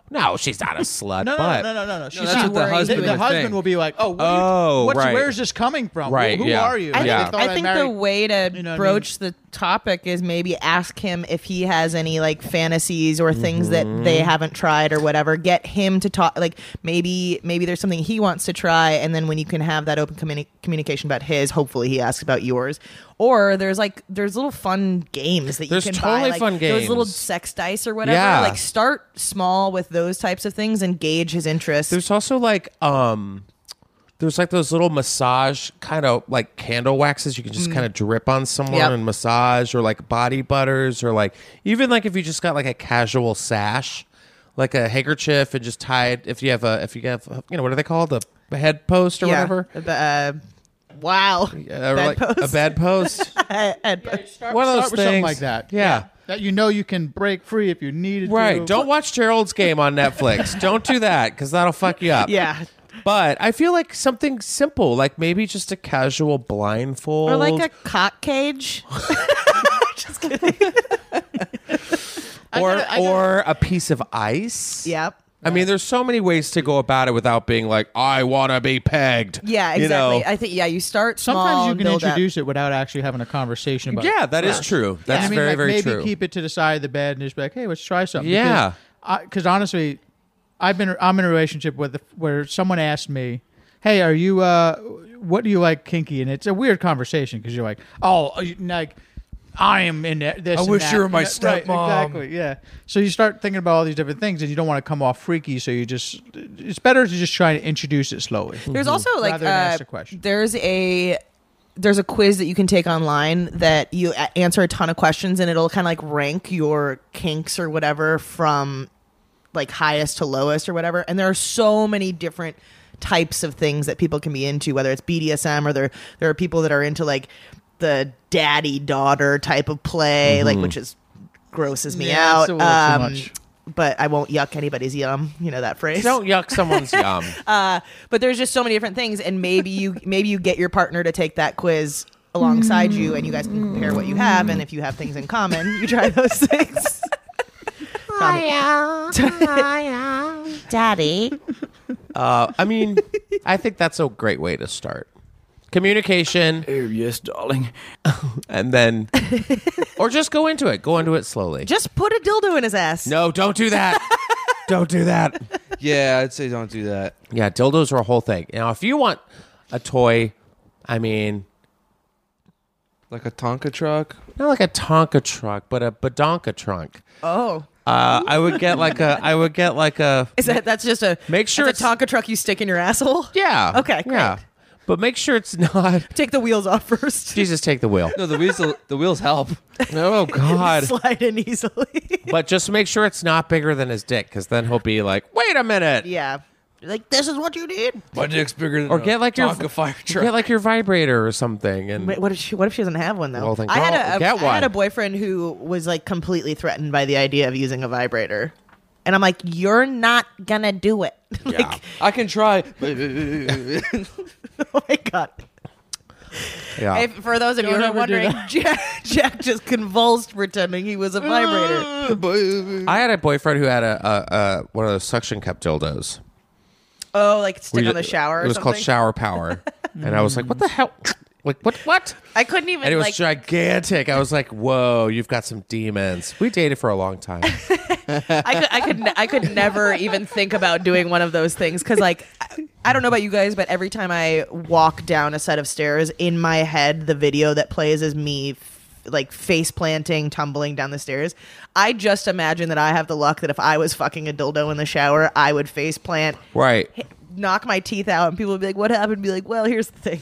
[SPEAKER 6] No, she's not a
[SPEAKER 2] [laughs]
[SPEAKER 6] slut.
[SPEAKER 2] No, no,
[SPEAKER 6] but
[SPEAKER 2] no, no, no, no. She's
[SPEAKER 3] that's what the
[SPEAKER 2] worried.
[SPEAKER 3] husband
[SPEAKER 2] The
[SPEAKER 3] would
[SPEAKER 2] husband
[SPEAKER 3] think.
[SPEAKER 2] will be like, "Oh, what are you-
[SPEAKER 6] Oh,
[SPEAKER 2] what's-
[SPEAKER 6] right.
[SPEAKER 2] Where's this coming from?
[SPEAKER 6] Right,
[SPEAKER 2] Who, who
[SPEAKER 6] yeah.
[SPEAKER 2] are you?
[SPEAKER 6] I
[SPEAKER 2] They
[SPEAKER 6] Yeah.
[SPEAKER 2] thought
[SPEAKER 7] I think the
[SPEAKER 2] married-
[SPEAKER 7] way to
[SPEAKER 2] You know what I
[SPEAKER 7] broach the topic
[SPEAKER 1] is maybe ask him if he has any like fantasies or things that they
[SPEAKER 6] Mm-hmm.
[SPEAKER 1] haven't tried or whatever. Get him to talk. Like maybe maybe there's something he wants to try, and then when you can have that open communi- communication about his, hopefully he asks about yours. Or there's like there's little fun games that
[SPEAKER 6] There's
[SPEAKER 1] you can buy,
[SPEAKER 6] totally
[SPEAKER 1] like,
[SPEAKER 6] fun
[SPEAKER 1] Those little
[SPEAKER 6] games.
[SPEAKER 1] sex dice or whatever.
[SPEAKER 6] Yeah.
[SPEAKER 1] Like start small with those types of things and gauge his interest.
[SPEAKER 6] There's also like um there's like those little massage kind of like candle waxes you can
[SPEAKER 2] Mm.
[SPEAKER 6] just kind of drip on someone
[SPEAKER 1] Yep.
[SPEAKER 6] and massage or like body butters or like even like if you just got like a casual sash like a handkerchief and just tie it if you have a if you have a- you know what are they called a head post or
[SPEAKER 1] Yeah.
[SPEAKER 6] whatever
[SPEAKER 1] Uh, wow.
[SPEAKER 6] Uh, or like a
[SPEAKER 1] Bedpost. [laughs]
[SPEAKER 6] bedpost one of
[SPEAKER 2] [laughs] Start
[SPEAKER 6] those
[SPEAKER 2] with
[SPEAKER 6] things
[SPEAKER 2] something like that.
[SPEAKER 6] yeah.
[SPEAKER 2] That you know you can break free if you needed to.
[SPEAKER 6] Right. Don't watch Gerald's game on Netflix. Don't do that because that'll fuck you
[SPEAKER 2] [laughs]
[SPEAKER 6] up.
[SPEAKER 1] Yeah.
[SPEAKER 6] But I feel like something simple, like maybe just a casual blindfold.
[SPEAKER 1] Or like a cock cage. Just kidding.
[SPEAKER 6] or or a piece of ice.
[SPEAKER 1] Yep.
[SPEAKER 6] I mean, there's so many ways to go about it without being like, I want to be pegged.
[SPEAKER 1] Yeah,
[SPEAKER 6] You know?
[SPEAKER 1] exactly. I think yeah, you start small.
[SPEAKER 2] Sometimes you
[SPEAKER 1] and
[SPEAKER 2] can
[SPEAKER 1] build up.
[SPEAKER 2] introduce it without actually having a conversation about.
[SPEAKER 6] yeah,
[SPEAKER 2] it.
[SPEAKER 6] that is true. That's
[SPEAKER 2] I mean,
[SPEAKER 6] very
[SPEAKER 2] like,
[SPEAKER 6] very
[SPEAKER 2] maybe
[SPEAKER 6] true.
[SPEAKER 2] keep it to the side of the bed and just be like, "Hey, let's try something."
[SPEAKER 6] Yeah.
[SPEAKER 2] Because honestly, I've been I'm in a relationship with where someone asked me, "Hey, are you uh, what do you uh, like kinky?" And it's a weird conversation because you're like, "Oh, you- like." I am in it- this.
[SPEAKER 8] I
[SPEAKER 2] and
[SPEAKER 8] wish
[SPEAKER 2] that.
[SPEAKER 8] you were my
[SPEAKER 2] Yeah, right,
[SPEAKER 8] stepmom.
[SPEAKER 2] exactly. Yeah. So you start thinking about all these different things, and you don't want to come off freaky. So you just, it's better to just try to introduce it slowly.
[SPEAKER 1] There's also like
[SPEAKER 2] Rather than
[SPEAKER 1] uh,
[SPEAKER 2] ask the question.
[SPEAKER 1] there's a there's a quiz that you can take online that you a- answer a ton of questions and it'll kind of like rank your kinks or whatever from like highest to lowest or whatever. And there are so many different types of things that people can be into, whether it's BDSM or there there are people that are into like the daddy daughter type of play, like which is grosses me
[SPEAKER 2] Yeah,
[SPEAKER 1] out. Um,
[SPEAKER 2] it's a little too much.
[SPEAKER 1] But I won't yuck anybody's yum. You know that phrase
[SPEAKER 6] Don't yuck someone's yum.
[SPEAKER 2] [laughs]
[SPEAKER 1] but there's just so many different things and maybe [laughs] you maybe you get your partner to take that quiz alongside you and you guys can compare what you have and if you have things in common you try [laughs] those things
[SPEAKER 7] Daddy.
[SPEAKER 6] Uh, I mean, I think that's a great way to start. Communication,
[SPEAKER 8] Here, yes, darling.
[SPEAKER 1] [laughs]
[SPEAKER 6] and then, or just go into it. Go into it slowly.
[SPEAKER 1] just put a dildo in his ass
[SPEAKER 6] no, don't
[SPEAKER 1] [laughs]
[SPEAKER 6] do that. don't do that.
[SPEAKER 3] Yeah, I'd say don't do that.
[SPEAKER 6] Yeah, dildos are a whole thing. Now, if you want a toy, I mean,
[SPEAKER 3] Like a Tonka truck.
[SPEAKER 6] not like a Tonka truck, but a Badonka trunk.
[SPEAKER 1] oh
[SPEAKER 6] Uh, I would get like a. I would get like a.
[SPEAKER 1] [laughs] is that that's just a
[SPEAKER 6] Make sure
[SPEAKER 1] that's a
[SPEAKER 6] it's-
[SPEAKER 1] Tonka truck you stick in your asshole
[SPEAKER 6] Yeah.
[SPEAKER 1] Okay, great.
[SPEAKER 6] Yeah, but make sure it's
[SPEAKER 1] [laughs]
[SPEAKER 6] not.
[SPEAKER 1] take the wheels off first
[SPEAKER 6] Jesus, take the wheel.
[SPEAKER 3] No, the wheels the wheels help.
[SPEAKER 6] [laughs] Oh [laughs] God.
[SPEAKER 1] slide in easily
[SPEAKER 6] But just make sure it's not bigger than his dick, because then he'll be like, "Wait a
[SPEAKER 1] [laughs]
[SPEAKER 6] minute."
[SPEAKER 1] yeah like this is what you did
[SPEAKER 3] [laughs] My dick's bigger than
[SPEAKER 6] Or
[SPEAKER 3] a
[SPEAKER 6] get like your
[SPEAKER 3] Tonka fire truck.
[SPEAKER 6] Get like your vibrator or something. And
[SPEAKER 1] Wait, what if she? What if she doesn't have one though?
[SPEAKER 6] Well, then
[SPEAKER 1] I had
[SPEAKER 6] go
[SPEAKER 1] a, a-
[SPEAKER 6] get
[SPEAKER 1] I
[SPEAKER 6] one.
[SPEAKER 1] had a boyfriend who was like completely threatened by the idea of using a vibrator, and I'm like, "You're not gonna do it." [laughs] like,
[SPEAKER 3] I can
[SPEAKER 6] [laughs]
[SPEAKER 3] try. [laughs]
[SPEAKER 1] [laughs] oh my god!
[SPEAKER 6] yeah.
[SPEAKER 7] If, for those of you who are wondering,
[SPEAKER 1] Jack, [laughs] Jack just convulsed pretending he was a vibrator. [laughs]
[SPEAKER 6] I had a boyfriend who had a, a, a one of those suction cup dildos.
[SPEAKER 1] Oh, like stick
[SPEAKER 6] We-
[SPEAKER 1] on the shower. Or
[SPEAKER 6] It was
[SPEAKER 1] something.
[SPEAKER 6] called
[SPEAKER 1] [laughs]
[SPEAKER 6] shower power, and I was like, "What the hell? Like what? What?"
[SPEAKER 7] I couldn't even
[SPEAKER 6] And it was
[SPEAKER 7] like.
[SPEAKER 6] gigantic. I was like, "Whoa, you've got some demons." We dated for a long time. [laughs]
[SPEAKER 7] I could, I could, ne- I
[SPEAKER 1] [laughs]
[SPEAKER 7] could never even think about doing one of those things because, like,
[SPEAKER 1] I- I don't know about you guys, but every time I walk down a set of stairs, in my head, the video that plays is me f- like face planting, tumbling down the stairs. I just imagine that I have the luck that if I was fucking a dildo in the shower, I would face plant,
[SPEAKER 6] right?
[SPEAKER 1] knock my teeth out, and people would be like, "What happened?" Be like, "Well, here's the thing."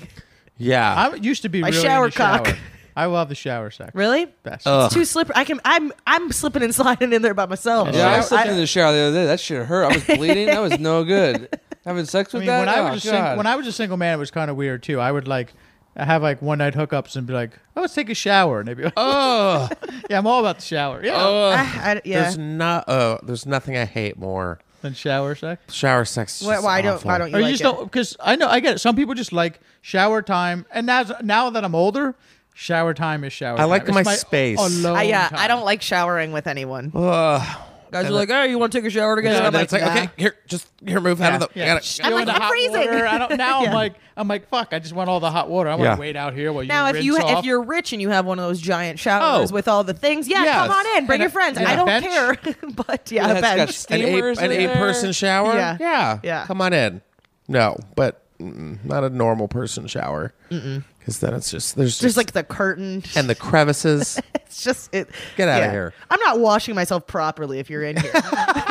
[SPEAKER 6] Yeah.
[SPEAKER 2] I used to be
[SPEAKER 1] My
[SPEAKER 2] really
[SPEAKER 1] shower
[SPEAKER 2] into shower.
[SPEAKER 1] cock.
[SPEAKER 2] I love the shower sex.
[SPEAKER 1] Really?
[SPEAKER 2] Best.
[SPEAKER 1] It's too slippery. I can. I'm. I'm slipping and [laughs] sliding in there by myself.
[SPEAKER 3] Yeah, I was
[SPEAKER 1] I-
[SPEAKER 3] slipped in the shower the other day. That shit hurt. I was bleeding. that was
[SPEAKER 2] [laughs]
[SPEAKER 3] no good. Having sex
[SPEAKER 2] I
[SPEAKER 3] with
[SPEAKER 2] mean,
[SPEAKER 3] that.
[SPEAKER 2] when I
[SPEAKER 3] oh,
[SPEAKER 2] was a sing-
[SPEAKER 3] God.
[SPEAKER 2] when I was a single man, it was kind of weird too. I would like have like one night hookups and be like, "Oh, let's take a shower," and they'd be like,
[SPEAKER 6] Oh,
[SPEAKER 2] [laughs] "Yeah, I'm all about the shower."
[SPEAKER 1] [laughs]
[SPEAKER 2] Yeah,
[SPEAKER 1] I- I- yeah.
[SPEAKER 6] there's not. Uh, there's nothing I hate more.
[SPEAKER 2] than shower sex.
[SPEAKER 6] Shower sex. Is
[SPEAKER 1] Why,
[SPEAKER 6] just
[SPEAKER 1] why don't?
[SPEAKER 6] awful.
[SPEAKER 1] Why don't you?
[SPEAKER 2] Or you
[SPEAKER 1] like
[SPEAKER 2] just
[SPEAKER 1] it?
[SPEAKER 2] don't because I know I get it. Some people just like shower time, and now now that I'm older, shower time is shower.
[SPEAKER 6] I like
[SPEAKER 2] time.
[SPEAKER 6] my
[SPEAKER 2] It's
[SPEAKER 6] space.
[SPEAKER 2] Alone
[SPEAKER 1] I, yeah,
[SPEAKER 2] time.
[SPEAKER 1] I don't like showering with anyone.
[SPEAKER 6] Ugh.
[SPEAKER 1] Guys are like, "Hey, you want to take a shower together?"
[SPEAKER 6] And
[SPEAKER 1] I'm
[SPEAKER 6] then it's like,
[SPEAKER 1] "Nah."
[SPEAKER 6] okay, here, just here, move out of the.
[SPEAKER 2] Yeah.
[SPEAKER 6] gotta-
[SPEAKER 2] I'm
[SPEAKER 7] like, I'm freezing.
[SPEAKER 2] I don't, now
[SPEAKER 1] [laughs]
[SPEAKER 2] I'm like, I'm like, fuck. I just want all the hot water. I want
[SPEAKER 6] Yeah.
[SPEAKER 2] to wait out here while you.
[SPEAKER 1] Now, if
[SPEAKER 2] rinse
[SPEAKER 1] you
[SPEAKER 2] off.
[SPEAKER 1] if you're rich and you have one of those giant showers
[SPEAKER 6] Oh.
[SPEAKER 1] with all the things, yeah,
[SPEAKER 6] Yes.
[SPEAKER 1] come on in, bring
[SPEAKER 2] And
[SPEAKER 1] your
[SPEAKER 2] a-
[SPEAKER 1] friends.
[SPEAKER 2] yeah.
[SPEAKER 1] I don't
[SPEAKER 2] Bench.
[SPEAKER 1] care, [laughs] but yeah, a
[SPEAKER 3] Yeah, it's got
[SPEAKER 1] bench.
[SPEAKER 6] an eight,
[SPEAKER 3] steamers
[SPEAKER 6] an
[SPEAKER 3] in
[SPEAKER 6] eight
[SPEAKER 3] there.
[SPEAKER 6] person shower.
[SPEAKER 1] Yeah.
[SPEAKER 6] yeah,
[SPEAKER 1] Yeah.
[SPEAKER 6] Come on in. No, but mm, not a normal person shower. Because then it's just there's
[SPEAKER 1] There's
[SPEAKER 6] just
[SPEAKER 1] like the curtain. [laughs]
[SPEAKER 6] and the crevices.
[SPEAKER 1] It's just it.
[SPEAKER 6] Get outta here.
[SPEAKER 1] I'm not washing myself properly if you're in here. [laughs]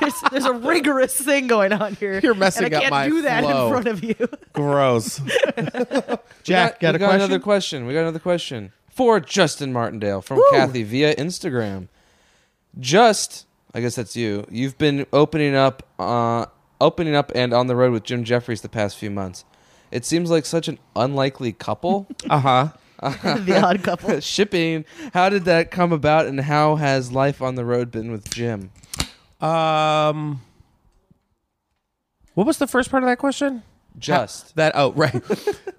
[SPEAKER 1] there's, there's a rigorous thing going on here.
[SPEAKER 6] You're messing
[SPEAKER 1] and I
[SPEAKER 6] up
[SPEAKER 1] can't
[SPEAKER 6] my
[SPEAKER 1] do that
[SPEAKER 6] flow.
[SPEAKER 1] in front of you.
[SPEAKER 6] [laughs] Gross.
[SPEAKER 2] Jack,
[SPEAKER 3] we
[SPEAKER 2] got,
[SPEAKER 3] got,
[SPEAKER 2] a
[SPEAKER 3] we got
[SPEAKER 2] question?
[SPEAKER 3] another question. We got another question for Justin Martindale from Kathy via Instagram. Just, I guess that's you. You've been opening up, uh, opening up, and on the road with Jim Jeffries the past few months. It seems like such an
[SPEAKER 2] [laughs]
[SPEAKER 3] unlikely couple. [laughs]
[SPEAKER 6] Uh huh.
[SPEAKER 1] the odd couple.
[SPEAKER 3] Shipping. How did that come about, and how has life on the road been with Jim?
[SPEAKER 6] Um, what was the first part of that question?
[SPEAKER 3] Just.
[SPEAKER 6] That oh right,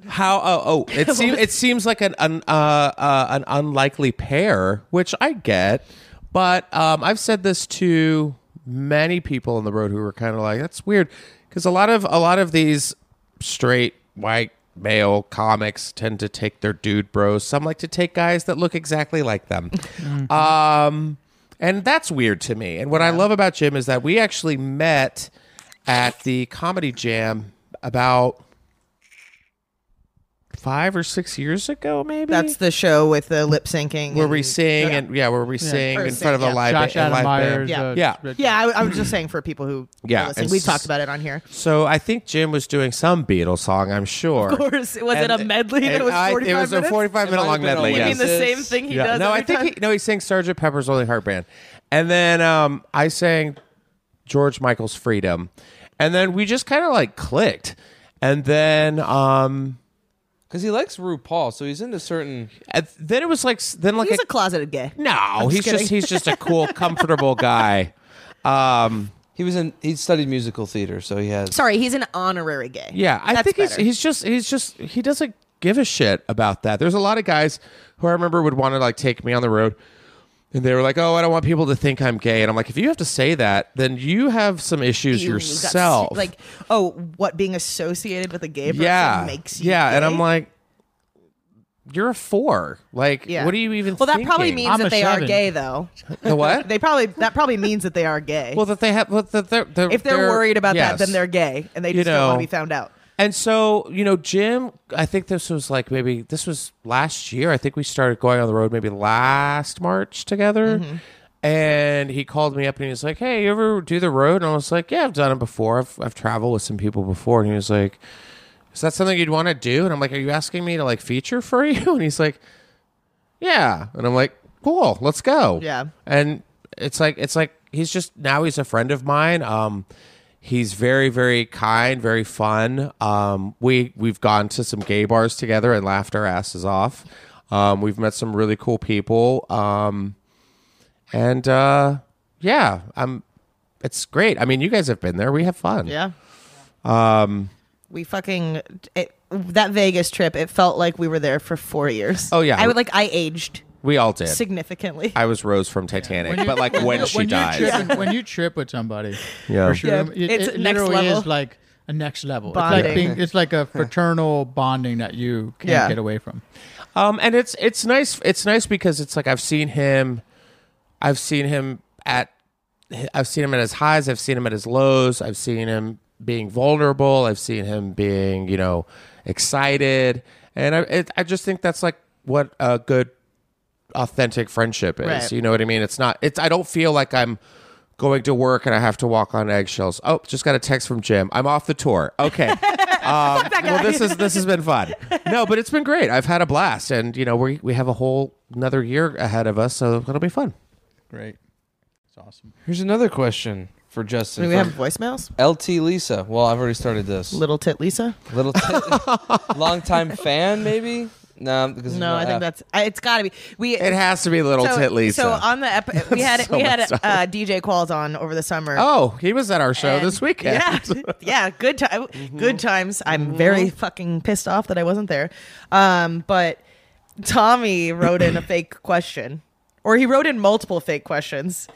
[SPEAKER 6] how oh oh [laughs] it seems it seems like an an uh, uh, an unlikely pair, which I get, but um, I've said this to many people on the road who were kind of like that's weird because a lot of a lot of these straight white male comics tend to take their dude bros. Some like to take guys that look exactly like them. Um, and that's weird to me. And what I love about Jim is that we actually met at the comedy jam about five or six years ago,
[SPEAKER 1] [laughs]
[SPEAKER 6] maybe.
[SPEAKER 1] That's the show with the lip syncing.
[SPEAKER 6] where we
[SPEAKER 1] and-
[SPEAKER 6] sing and yeah, where we sing
[SPEAKER 1] Or
[SPEAKER 6] in
[SPEAKER 1] sing,
[SPEAKER 6] front of a
[SPEAKER 1] yeah.
[SPEAKER 6] live,
[SPEAKER 2] Josh
[SPEAKER 6] a live
[SPEAKER 2] Adam
[SPEAKER 6] band.
[SPEAKER 2] Myers.
[SPEAKER 1] Yeah.
[SPEAKER 2] uh,
[SPEAKER 6] Yeah.
[SPEAKER 2] Rich-
[SPEAKER 1] Yeah, I, I was just saying for people who
[SPEAKER 6] Yeah,
[SPEAKER 1] yeah, listen,
[SPEAKER 6] and
[SPEAKER 1] we
[SPEAKER 6] s-
[SPEAKER 1] talked about it on [laughs] here.
[SPEAKER 6] So I think Jim was doing some Beatles song, I'm sure.
[SPEAKER 7] Of course, was
[SPEAKER 6] And-
[SPEAKER 7] it a medley
[SPEAKER 6] and
[SPEAKER 7] that was
[SPEAKER 6] I-
[SPEAKER 7] forty-five
[SPEAKER 6] it was a
[SPEAKER 7] minutes?
[SPEAKER 6] 45 minute
[SPEAKER 3] It might
[SPEAKER 6] long
[SPEAKER 3] have been a
[SPEAKER 6] medley.
[SPEAKER 7] You
[SPEAKER 6] Yes.
[SPEAKER 7] mean the
[SPEAKER 3] Yes.
[SPEAKER 7] same thing he
[SPEAKER 6] Yeah.
[SPEAKER 7] does?
[SPEAKER 6] No, I
[SPEAKER 7] every
[SPEAKER 6] think
[SPEAKER 7] time?
[SPEAKER 6] he, no, he sang Sgt. Pepper's Lonely Heart Band, and then um, I sang George Michael's Freedom, and then we just kind of like clicked, and then um,
[SPEAKER 3] Because he likes RuPaul, so he's into certain.
[SPEAKER 6] and then it was like s- then like
[SPEAKER 1] He's
[SPEAKER 6] a-
[SPEAKER 1] a closeted gay.
[SPEAKER 6] [laughs] no, he's
[SPEAKER 1] kidding.
[SPEAKER 6] just he's just a
[SPEAKER 1] [laughs]
[SPEAKER 6] cool, comfortable guy. Um,
[SPEAKER 3] He was in. He studied musical theater, so he has.
[SPEAKER 1] Sorry, he's an honorary gay.
[SPEAKER 6] yeah, I
[SPEAKER 1] That's
[SPEAKER 6] think he's
[SPEAKER 1] better.
[SPEAKER 6] he's just he's just he doesn't give a shit about that. There's a lot of guys who I remember would want to like take me on the road. And they were like, "Oh, I don't want people to think I'm gay." And I'm like, "If you have to say that, then you have some issues
[SPEAKER 1] You got s-
[SPEAKER 6] yourself."
[SPEAKER 1] like, oh, what being associated with a gay person
[SPEAKER 6] yeah
[SPEAKER 1] makes you.
[SPEAKER 6] yeah and i'm
[SPEAKER 1] gay?
[SPEAKER 6] like you're a four like
[SPEAKER 1] Yeah.
[SPEAKER 6] what do you even
[SPEAKER 1] Well, that probably
[SPEAKER 6] thinking?
[SPEAKER 1] means
[SPEAKER 2] I'm a
[SPEAKER 1] that they
[SPEAKER 2] seven.
[SPEAKER 1] are gay, though.
[SPEAKER 6] the what
[SPEAKER 1] They probably that probably means that they are gay.
[SPEAKER 6] well that they have well, that they're, they're,
[SPEAKER 1] if they're, worried about
[SPEAKER 6] yes.
[SPEAKER 1] that, then they're gay, and they
[SPEAKER 6] You
[SPEAKER 1] just don't want
[SPEAKER 6] know.
[SPEAKER 1] to be found out.
[SPEAKER 6] and so you know jim i think this was like maybe this was last year i think we started going on the road maybe last march together
[SPEAKER 1] Mm-hmm.
[SPEAKER 6] and he called me up and he was like hey you ever do the road and i was like yeah i've done it before i've, I've traveled with some people before and he was like is that something you'd want to do? And I'm like, are you asking me to like feature for [laughs] you? And he's like, yeah. And I'm like, cool, let's go.
[SPEAKER 1] Yeah.
[SPEAKER 6] And it's like, it's like, he's just, now he's a friend of mine. Um, he's very, very kind, very fun. Um, we, we've gone to some gay bars together and laughed our asses off. Um, we've met some really cool people. Um, and, uh, yeah, I'm, it's great. I mean, you guys have been there. We have fun.
[SPEAKER 1] Yeah. Um,
[SPEAKER 6] Um,
[SPEAKER 1] we fucking it, that Vegas trip. It felt like we were there for four years.
[SPEAKER 6] Oh, yeah.
[SPEAKER 1] I would like I aged
[SPEAKER 6] We all did.
[SPEAKER 1] significantly.
[SPEAKER 6] I was Rose from Titanic, but like when, she
[SPEAKER 2] when
[SPEAKER 6] dies.
[SPEAKER 2] You
[SPEAKER 6] [laughs]
[SPEAKER 2] trip, when you trip with somebody,
[SPEAKER 6] Yeah.
[SPEAKER 2] for sure,
[SPEAKER 1] Yeah,
[SPEAKER 2] it,
[SPEAKER 7] it's
[SPEAKER 2] it
[SPEAKER 7] next
[SPEAKER 2] literally is
[SPEAKER 7] level.
[SPEAKER 2] like a next level. It's
[SPEAKER 1] Bonding.
[SPEAKER 2] like, being, it's
[SPEAKER 6] [laughs]
[SPEAKER 2] like a fraternal bonding that you can't
[SPEAKER 1] Yeah.
[SPEAKER 2] get away from.
[SPEAKER 6] Um, and it's it's nice. It's nice because it's like I've seen him, I've seen him at, I've seen him at his highs. I've seen him at his lows. I've seen him being vulnerable. I've seen him being you know excited, and I it, I just think that's like what a good authentic friendship is.
[SPEAKER 1] Right.
[SPEAKER 6] You know what I mean? It's not. It's I don't feel like I'm going to work and I have to walk on eggshells. Oh, just got a text from Jim. I'm off the tour. Okay. Um, well, this is this has been [laughs] fun. No, but it's been great. I've had a blast, and you know we we have a whole another year ahead of us, so it'll be fun.
[SPEAKER 2] Great. It's awesome.
[SPEAKER 3] Here's another question for Justin.
[SPEAKER 1] Do
[SPEAKER 6] [laughs]
[SPEAKER 1] we have
[SPEAKER 3] from
[SPEAKER 1] voicemails?
[SPEAKER 3] LT Lisa. Well, I've already started this.
[SPEAKER 1] Little tit Lisa.
[SPEAKER 3] Little
[SPEAKER 1] [laughs]
[SPEAKER 3] long time fan, maybe. No, because there's
[SPEAKER 1] No, I think
[SPEAKER 3] F.
[SPEAKER 1] that's I, it's got to be we.
[SPEAKER 6] It has to be little
[SPEAKER 1] so,
[SPEAKER 6] tit Lisa.
[SPEAKER 1] So on the ep- we
[SPEAKER 6] [laughs]
[SPEAKER 1] had
[SPEAKER 6] So
[SPEAKER 1] we had
[SPEAKER 6] messed up.
[SPEAKER 1] uh, DJ Qualls on over the summer.
[SPEAKER 6] oh, he was at our show
[SPEAKER 1] And-
[SPEAKER 6] this weekend. Mm-hmm.
[SPEAKER 1] Yeah, [laughs] yeah, good time, good times. I'm very fucking pissed off that I wasn't there. Um, but Tommy wrote
[SPEAKER 6] [coughs]
[SPEAKER 1] in a fake question, or he wrote in multiple fake questions,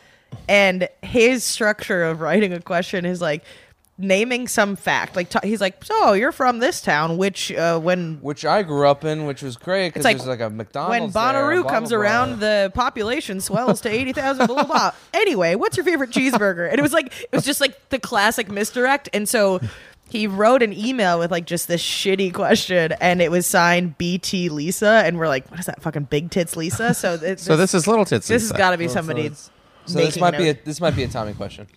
[SPEAKER 1] and his structure of writing a question is like naming some fact. Like to- he's like, so you're from this town, which uh, when
[SPEAKER 3] which I grew up in, which was great because
[SPEAKER 1] It's like
[SPEAKER 3] there's like a McDonald's.
[SPEAKER 1] when
[SPEAKER 3] there,
[SPEAKER 1] Bonnaroo
[SPEAKER 3] blah,
[SPEAKER 1] comes
[SPEAKER 3] blah, blah.
[SPEAKER 1] around, the population swells to eighty thousand. Blah blah blah.
[SPEAKER 3] [laughs]
[SPEAKER 1] Anyway, what's your favorite cheeseburger? And it was like it was just like the classic misdirect. And so he wrote an email with like just this shitty question, and it was signed BT Lisa, and we're like, what is that fucking big tits Lisa? So
[SPEAKER 3] [laughs]
[SPEAKER 1] it,
[SPEAKER 6] [laughs] So this is little tits.
[SPEAKER 1] this has
[SPEAKER 6] Lisa.
[SPEAKER 1] got to be somebody.
[SPEAKER 3] it's- so this
[SPEAKER 1] making
[SPEAKER 3] might be a
[SPEAKER 1] note.
[SPEAKER 3] this might be a
[SPEAKER 1] [laughs]
[SPEAKER 3] Tommy question.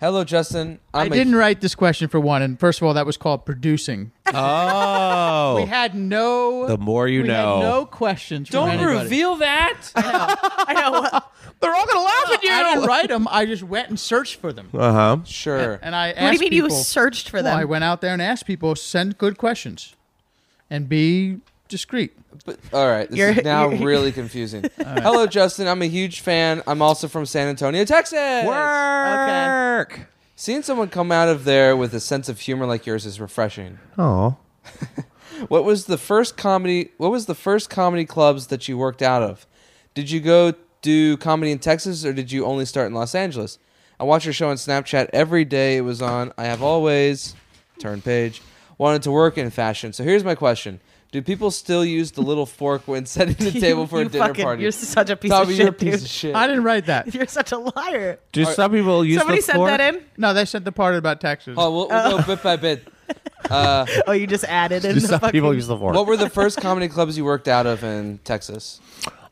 [SPEAKER 3] Hello, Justin.
[SPEAKER 2] I'm
[SPEAKER 3] I'm
[SPEAKER 2] I
[SPEAKER 3] a-
[SPEAKER 2] did not write this question for one. And first of all, that was called producing. we
[SPEAKER 1] [laughs]
[SPEAKER 6] Oh,
[SPEAKER 2] had no.
[SPEAKER 6] the more you
[SPEAKER 2] we
[SPEAKER 6] know.
[SPEAKER 2] Had no questions. from
[SPEAKER 3] Don't
[SPEAKER 2] anybody.
[SPEAKER 3] reveal that.
[SPEAKER 1] I
[SPEAKER 2] [laughs]
[SPEAKER 1] know. What,
[SPEAKER 6] They're all gonna laugh
[SPEAKER 1] Oh,
[SPEAKER 6] at you.
[SPEAKER 2] I didn't write them. I just went and searched for them.
[SPEAKER 6] uh huh.
[SPEAKER 3] [laughs] sure.
[SPEAKER 1] [laughs]
[SPEAKER 2] And I asked
[SPEAKER 1] what do you mean
[SPEAKER 2] people,
[SPEAKER 1] you searched for
[SPEAKER 2] Well, I
[SPEAKER 1] them?
[SPEAKER 2] went out there and asked people send good questions, and be discreet.
[SPEAKER 3] But, all right, this
[SPEAKER 1] You're-
[SPEAKER 3] is now
[SPEAKER 1] [laughs] you're-
[SPEAKER 3] really confusing. Hello, Justin. I'm a huge fan. I'm also from San Antonio, Texas.
[SPEAKER 6] Work.
[SPEAKER 3] Seeing someone come out of there with a sense of humor like yours is refreshing.
[SPEAKER 6] Oh.
[SPEAKER 3] [laughs] What was the first comedy? What was the first comedy clubs that you worked out of? Did you go do comedy in Texas, or did you only start in Los Angeles? I watch your show on Snapchat every day. It was on. I have always turn page wanted to work in fashion. So here's my question: Do people still use the little fork when setting the
[SPEAKER 1] [laughs]
[SPEAKER 3] table for
[SPEAKER 1] You
[SPEAKER 3] a dinner
[SPEAKER 1] fucking-
[SPEAKER 3] party?
[SPEAKER 1] You're such a piece
[SPEAKER 3] Tommy,
[SPEAKER 1] of
[SPEAKER 3] you're a
[SPEAKER 1] shit,
[SPEAKER 3] piece
[SPEAKER 1] dude. [laughs]
[SPEAKER 3] of shit.
[SPEAKER 2] I didn't write that.
[SPEAKER 1] You're such a liar.
[SPEAKER 6] Do some people use
[SPEAKER 1] Somebody
[SPEAKER 6] the
[SPEAKER 1] sent that in.
[SPEAKER 6] Oh.
[SPEAKER 2] No, they sent the part about taxes.
[SPEAKER 3] Oh, we'll, we'll go bit by bit.
[SPEAKER 1] oh, you just added in
[SPEAKER 6] Just
[SPEAKER 1] the
[SPEAKER 6] some
[SPEAKER 1] fucking.
[SPEAKER 6] people use the fork.
[SPEAKER 3] What were the first comedy clubs you worked out of in Texas?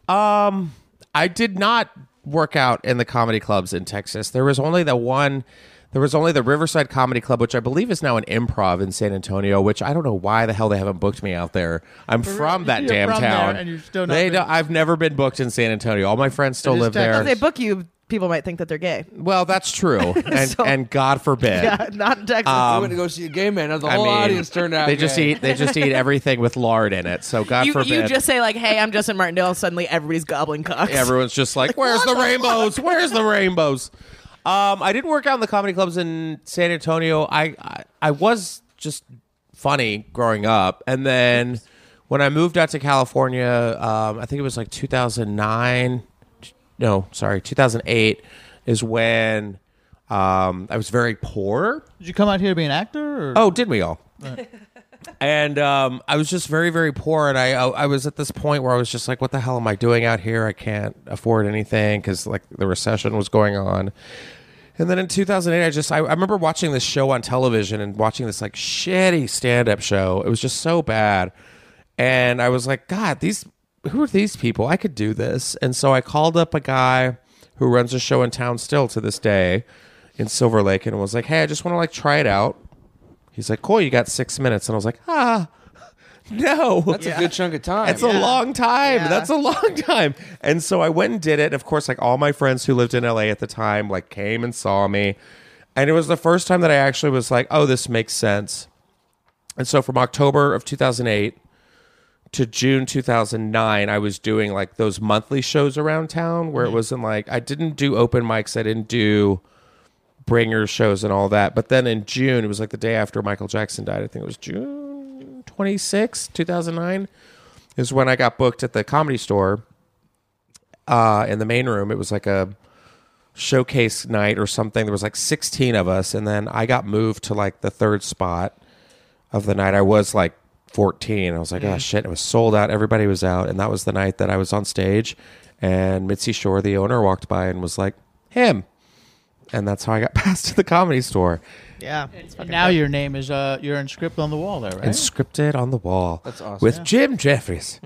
[SPEAKER 6] Um, I did not work out in the comedy clubs in Texas. There was only the one. There was only the Riverside Comedy Club, which I believe is now an improv in San Antonio. Which I don't know why the hell they haven't booked me out there. I'm from that
[SPEAKER 2] you're
[SPEAKER 6] damn
[SPEAKER 2] from there
[SPEAKER 6] town.
[SPEAKER 2] and you're still not
[SPEAKER 6] they
[SPEAKER 2] been-
[SPEAKER 6] don't- I've never been booked in San Antonio. All my friends still
[SPEAKER 2] It is
[SPEAKER 6] live there.
[SPEAKER 2] Texas.
[SPEAKER 7] They book you, people might think that they're gay. [laughs]
[SPEAKER 6] Well, that's true, and
[SPEAKER 7] So-
[SPEAKER 6] and God forbid.
[SPEAKER 7] Yeah, not in Texas.
[SPEAKER 6] Ah,
[SPEAKER 3] we went to go see a gay man. and The
[SPEAKER 6] Um, I
[SPEAKER 3] whole
[SPEAKER 6] mean,
[SPEAKER 3] audience turned out.
[SPEAKER 6] They just
[SPEAKER 3] gay.
[SPEAKER 6] eat. They just eat everything with lard in it. So God
[SPEAKER 7] you,
[SPEAKER 6] forbid.
[SPEAKER 7] you just say like, "Hey, I'm Justin Martindale." and Suddenly, everybody's gobbling cocks.
[SPEAKER 6] Everyone's just like, "Where's the rainbows? Where's the rainbows?" Um, I did work out in the comedy clubs in San Antonio. I I, I was just funny growing up, and then when I moved out to California, um, I think it was like 2009. No, sorry, 2008 is when um, I was very poor.
[SPEAKER 2] Did you come out here to be an actor? Or?
[SPEAKER 6] Oh, did we all? and um, I was just very, very poor, and I, I I was at this point where I was just like, "What the hell am I doing out here? I can't afford anything because like the recession was going on." And then in 2008, I just I, I remember watching this show on television and watching this like shitty stand up show. It was just so bad, and I was like, "God, these who are these people? I could do this." And so I called up a guy who runs a show in town still to this day in Silver Lake, and was like, "Hey, I just want to like try it out." He's like, "Cool, you got six minutes," and I was like, "Ah, [laughs] no,
[SPEAKER 3] That's a good chunk of time.
[SPEAKER 6] that's a long time. That's a long [laughs] time. And so I went and did it. And of course, like all my friends who lived in LA at the time, like came and saw me. And it was the first time that I actually was like, oh, this makes sense. And so from October of 2008 to June 2009, I was doing like those monthly shows around town where it wasn't like, I didn't do open mics. I didn't do bringer shows and all that. But then in June, it was like the day after Michael Jackson died. I think it was June 26, 2009 is when I got booked at the comedy store uh, in the main room. It was like a showcase night or something. There was like 16 of us. And then I got moved to like the third spot of the night. I was like 14. I was like,
[SPEAKER 3] Mm.
[SPEAKER 6] oh shit. It was sold out. Everybody was out. And that was the night that I was on stage. And Mitzi Shore, the owner, walked by and was like, him. And that's how I got [laughs] passed to the comedy store.
[SPEAKER 1] yeah.
[SPEAKER 2] And now your name is uh, you're in script on the wall there, right?
[SPEAKER 6] And scripted on the wall.
[SPEAKER 3] That's awesome. Mm-hmm.
[SPEAKER 6] With Jim Jeffries.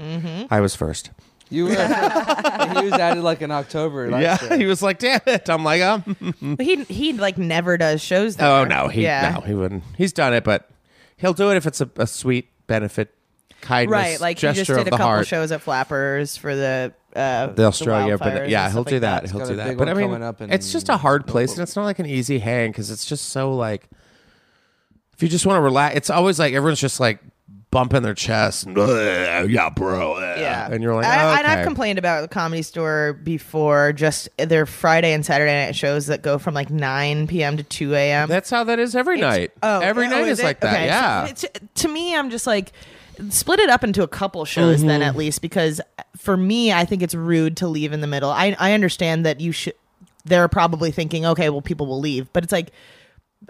[SPEAKER 6] I was first.
[SPEAKER 3] [laughs] You were. he was added like in October. Last
[SPEAKER 6] yeah, [laughs]
[SPEAKER 3] year.
[SPEAKER 6] he was like, "Damn it!" I'm like, um,
[SPEAKER 1] He he like never does shows. There.
[SPEAKER 6] [laughs] "Oh no, he
[SPEAKER 1] yeah.
[SPEAKER 6] no, he wouldn't. He's done it, but he'll do it if it's a, a sweet benefit, kindness,
[SPEAKER 1] Right, like he
[SPEAKER 6] gesture
[SPEAKER 1] just did
[SPEAKER 6] of
[SPEAKER 1] a
[SPEAKER 6] the
[SPEAKER 1] couple
[SPEAKER 6] heart."
[SPEAKER 1] shows at Flappers for the uh,
[SPEAKER 6] the Australia,
[SPEAKER 1] wildfires
[SPEAKER 6] but
[SPEAKER 1] and
[SPEAKER 6] yeah,
[SPEAKER 1] stuff
[SPEAKER 6] he'll
[SPEAKER 1] like
[SPEAKER 6] do that.
[SPEAKER 3] Got
[SPEAKER 6] He'll
[SPEAKER 3] a
[SPEAKER 6] do
[SPEAKER 3] big
[SPEAKER 6] that. But I
[SPEAKER 3] one
[SPEAKER 6] mean,
[SPEAKER 3] coming up in
[SPEAKER 6] it's just a hard place, and it's not like an easy hang because it's just so like if you just want to relax, it's always like everyone's just like bumping their chest. And, "Ugh, yeah, bro. ugh."
[SPEAKER 1] Yeah,
[SPEAKER 6] uh, and you're like,
[SPEAKER 1] I, and
[SPEAKER 6] "Okay."
[SPEAKER 1] I've complained about the Comedy Store before. Just their Friday and Saturday night shows that go from like 9 p.m. to 2 a.m.
[SPEAKER 6] That's how that is every night.
[SPEAKER 1] Oh,
[SPEAKER 6] every
[SPEAKER 1] oh,
[SPEAKER 6] night is
[SPEAKER 1] it?
[SPEAKER 6] like that.
[SPEAKER 1] Okay, so
[SPEAKER 6] yeah.
[SPEAKER 1] it's- to me, I'm just like split it up into a couple shows
[SPEAKER 6] Mm-hmm.
[SPEAKER 1] then at least because for me, I think it's rude to leave in the middle. I I understand that you should. They're probably thinking, okay, well, people will leave, but it's like.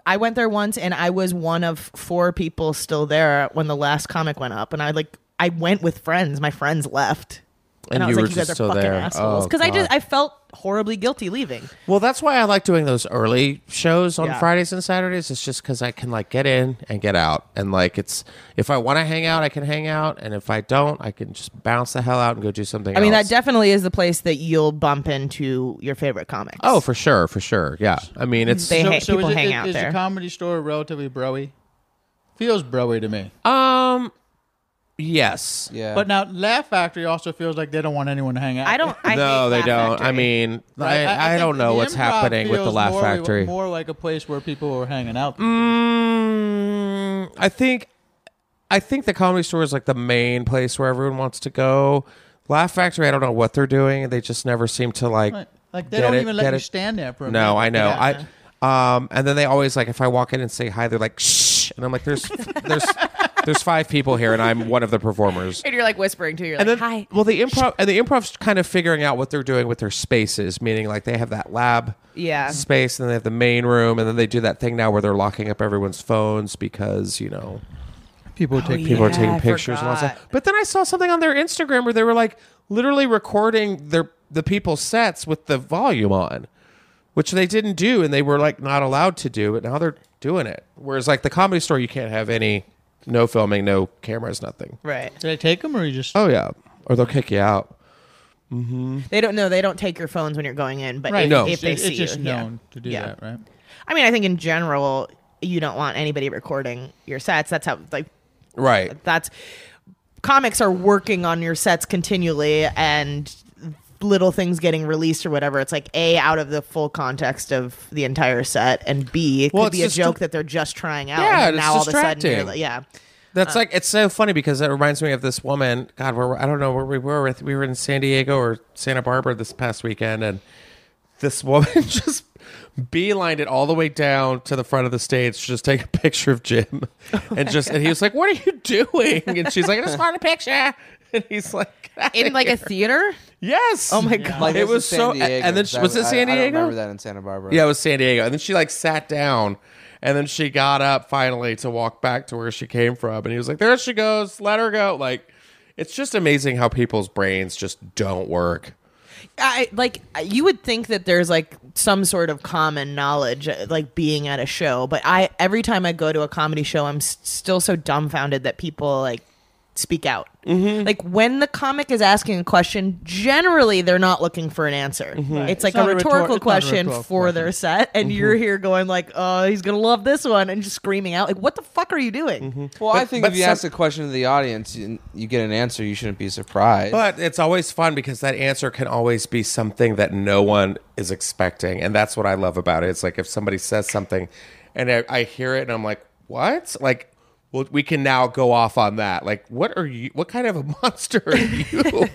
[SPEAKER 1] I went there once and I was one of four people still there when the last comic went up, and I like I went with friends. My friends left,
[SPEAKER 6] And
[SPEAKER 1] I was
[SPEAKER 6] you
[SPEAKER 1] like,
[SPEAKER 6] were
[SPEAKER 1] "You guys
[SPEAKER 6] just
[SPEAKER 1] are
[SPEAKER 6] still
[SPEAKER 1] fucking
[SPEAKER 6] there.
[SPEAKER 1] assholes,"
[SPEAKER 6] Oh,
[SPEAKER 1] because I just
[SPEAKER 6] God.
[SPEAKER 1] I felt horribly guilty leaving.
[SPEAKER 6] Well, that's why I like doing those early shows on
[SPEAKER 1] Yeah.
[SPEAKER 6] Fridays and Saturdays. It's just because I can like get in and get out, and like it's if I want to hang out, I can hang out, and if I don't, I can just bounce the hell out and go do something.
[SPEAKER 1] I mean, that
[SPEAKER 6] else.
[SPEAKER 1] definitely is the place that you'll bump into your favorite comics.
[SPEAKER 6] Oh, for sure, for sure. Yeah, I mean, it's
[SPEAKER 1] They ha-
[SPEAKER 2] is
[SPEAKER 1] people
[SPEAKER 2] it-
[SPEAKER 1] hang
[SPEAKER 2] is-
[SPEAKER 1] out
[SPEAKER 2] is
[SPEAKER 1] there.
[SPEAKER 2] the comedy store relatively broy? Feels broy to me.
[SPEAKER 6] um, yes,
[SPEAKER 3] Yeah.
[SPEAKER 2] But now Laugh Factory also feels like they don't want anyone to hang out.
[SPEAKER 1] I don't. I
[SPEAKER 6] no,
[SPEAKER 1] hate
[SPEAKER 6] they
[SPEAKER 1] Laugh
[SPEAKER 6] don't.
[SPEAKER 1] Factory.
[SPEAKER 6] I mean,
[SPEAKER 2] Right?
[SPEAKER 6] I, I,
[SPEAKER 2] think
[SPEAKER 6] don't know
[SPEAKER 2] the
[SPEAKER 6] what's
[SPEAKER 2] improv
[SPEAKER 6] happening with the
[SPEAKER 2] feels
[SPEAKER 6] Laugh
[SPEAKER 2] more,
[SPEAKER 6] Factory.
[SPEAKER 2] More like a place where people are hanging out.
[SPEAKER 6] Mm, I think I think the comedy store is like the main place where everyone wants to go. Laugh Factory, I don't know what they're doing. They just never seem to like
[SPEAKER 2] Right. Like they
[SPEAKER 6] get
[SPEAKER 2] don't
[SPEAKER 6] it,
[SPEAKER 2] even let
[SPEAKER 6] get
[SPEAKER 2] you
[SPEAKER 6] it.
[SPEAKER 2] stand there for a
[SPEAKER 6] No,
[SPEAKER 2] minute.
[SPEAKER 6] I know.
[SPEAKER 2] Yeah.
[SPEAKER 6] I um and then they always like if I walk in and say hi, they're like shh and I'm like there's there's there's five people here and I'm one of the performers.
[SPEAKER 7] and you're like whispering to, you're like,
[SPEAKER 6] And then,
[SPEAKER 7] "Hi."
[SPEAKER 6] well, the improv and the improv's kind of figuring out what they're doing with their spaces, meaning like they have that lab
[SPEAKER 1] Yeah.
[SPEAKER 6] space, and then they have the main room, and then they do that thing now where they're locking up everyone's phones because you know
[SPEAKER 2] people take
[SPEAKER 6] people
[SPEAKER 1] Oh, Yeah,
[SPEAKER 6] are taking
[SPEAKER 1] I
[SPEAKER 6] pictures and all that.
[SPEAKER 1] forgot.
[SPEAKER 6] But then I saw something on their Instagram where they were like literally recording their the people's sets with the volume on, which they didn't do, and they were like not allowed to do. But now they're doing it. Whereas like the comedy store, you can't have any, no filming, no cameras, nothing.
[SPEAKER 1] Right.
[SPEAKER 2] Did I take them or you just?
[SPEAKER 6] Oh yeah, or they'll kick you out.
[SPEAKER 1] They don't know. They don't take your phones when you're going in, but
[SPEAKER 2] right.
[SPEAKER 1] if,
[SPEAKER 6] No.
[SPEAKER 1] if they
[SPEAKER 2] it's
[SPEAKER 1] see
[SPEAKER 2] just
[SPEAKER 1] you, yeah.
[SPEAKER 2] known to do
[SPEAKER 1] Yeah.
[SPEAKER 2] that, right?
[SPEAKER 1] I mean, I think in general, you don't want anybody recording your sets. That's how like
[SPEAKER 6] Right.
[SPEAKER 1] that's comics are working on your sets continually and little things getting released or whatever it's like a out of the full context of the entire set and b it
[SPEAKER 6] Well,
[SPEAKER 1] could
[SPEAKER 6] it's
[SPEAKER 1] be a
[SPEAKER 6] just
[SPEAKER 1] joke
[SPEAKER 6] di-
[SPEAKER 1] that they're just trying out
[SPEAKER 6] Yeah,
[SPEAKER 1] and
[SPEAKER 6] it's
[SPEAKER 1] now all of a sudden you're
[SPEAKER 6] distracting.
[SPEAKER 1] like, yeah
[SPEAKER 6] That's like it's so funny because it reminds me of this woman. God, where I don't know where we were. I think We were in San Diego or Santa Barbara this past weekend, and this [laughs] woman just beelined it all the way down to the front of the stage to just take a picture of [laughs] Jim, and just and he was like, "What are you doing?" And she's like, "I just want a picture." And he's like, "Get outta
[SPEAKER 7] in
[SPEAKER 1] [laughs]
[SPEAKER 7] like
[SPEAKER 6] here."
[SPEAKER 7] a theater.
[SPEAKER 6] yes, oh my
[SPEAKER 3] Yeah. Like, this
[SPEAKER 6] it was
[SPEAKER 3] is San
[SPEAKER 6] so.
[SPEAKER 3] Diego,
[SPEAKER 6] and then
[SPEAKER 3] 'cause
[SPEAKER 6] she- was
[SPEAKER 3] I-
[SPEAKER 6] it San
[SPEAKER 3] I- I don't
[SPEAKER 6] Diego?
[SPEAKER 3] remember that in Santa Barbara.
[SPEAKER 6] Yeah, it was San Diego. And then she like sat down and then she got up finally to walk back to where she came from. And he was like, There she goes, let her go. Like, it's just amazing how people's brains just don't work.
[SPEAKER 1] I like you would think that there's like some sort of common knowledge uh, like being at a show, but I every time I go to a comedy show, I'm s- still so dumbfounded that people like speak out.
[SPEAKER 2] Mm-hmm.
[SPEAKER 1] Like when the comic is asking a question, generally they're not looking for an answer. It's like
[SPEAKER 2] Mm-hmm. It's not
[SPEAKER 1] a
[SPEAKER 2] a rhetor-
[SPEAKER 1] rhetorical
[SPEAKER 2] it's not a
[SPEAKER 1] question
[SPEAKER 2] rhetorical
[SPEAKER 1] for
[SPEAKER 2] question. Mm-hmm.
[SPEAKER 1] their set, and you're here going like, "Oh, he's gonna love this one," and just screaming out like, "What the fuck are you doing?"
[SPEAKER 2] Mm-hmm.
[SPEAKER 3] Well, I think
[SPEAKER 6] but
[SPEAKER 3] if you
[SPEAKER 6] some-
[SPEAKER 3] ask a question to the audience, you, you get an answer. You shouldn't be surprised.
[SPEAKER 6] But it's always fun because that answer can always be something that no one is expecting. And that's what I love about it. It's like if somebody says something and I, I hear it and I'm like, what? Like, well, we can now go off on that. Like, what are you? What kind of a [laughs] monster are you?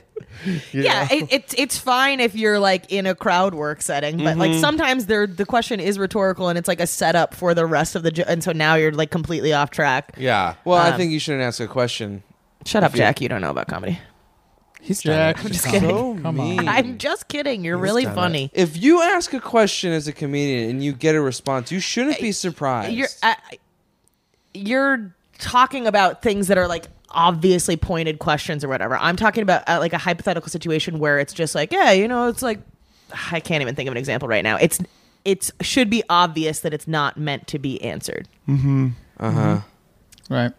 [SPEAKER 1] yeah, it, it's it's fine if you're like in a crowd work setting, but like sometimes there the question is rhetorical and it's like a setup for the rest of the jo- and so now you're like completely off track.
[SPEAKER 6] yeah.
[SPEAKER 3] well, I think you shouldn't ask a question.
[SPEAKER 1] Shut up, Jack. You don't know about comedy.
[SPEAKER 3] He's
[SPEAKER 2] Jack,
[SPEAKER 3] done it.
[SPEAKER 2] just
[SPEAKER 3] so
[SPEAKER 2] kidding. Come on.
[SPEAKER 3] mean.
[SPEAKER 1] I'm just kidding. You're really
[SPEAKER 6] done it.
[SPEAKER 1] funny.
[SPEAKER 3] if you ask a question as a comedian and you get a response, you shouldn't be surprised.
[SPEAKER 1] You're I, I- you're talking about things that are like obviously pointed questions or whatever. I'm talking about uh, like a hypothetical situation where it's just like, yeah, you know, it's like I can't even think of an example right now. It's it's should be obvious that it's not meant to be answered.
[SPEAKER 3] uh huh.
[SPEAKER 2] Right.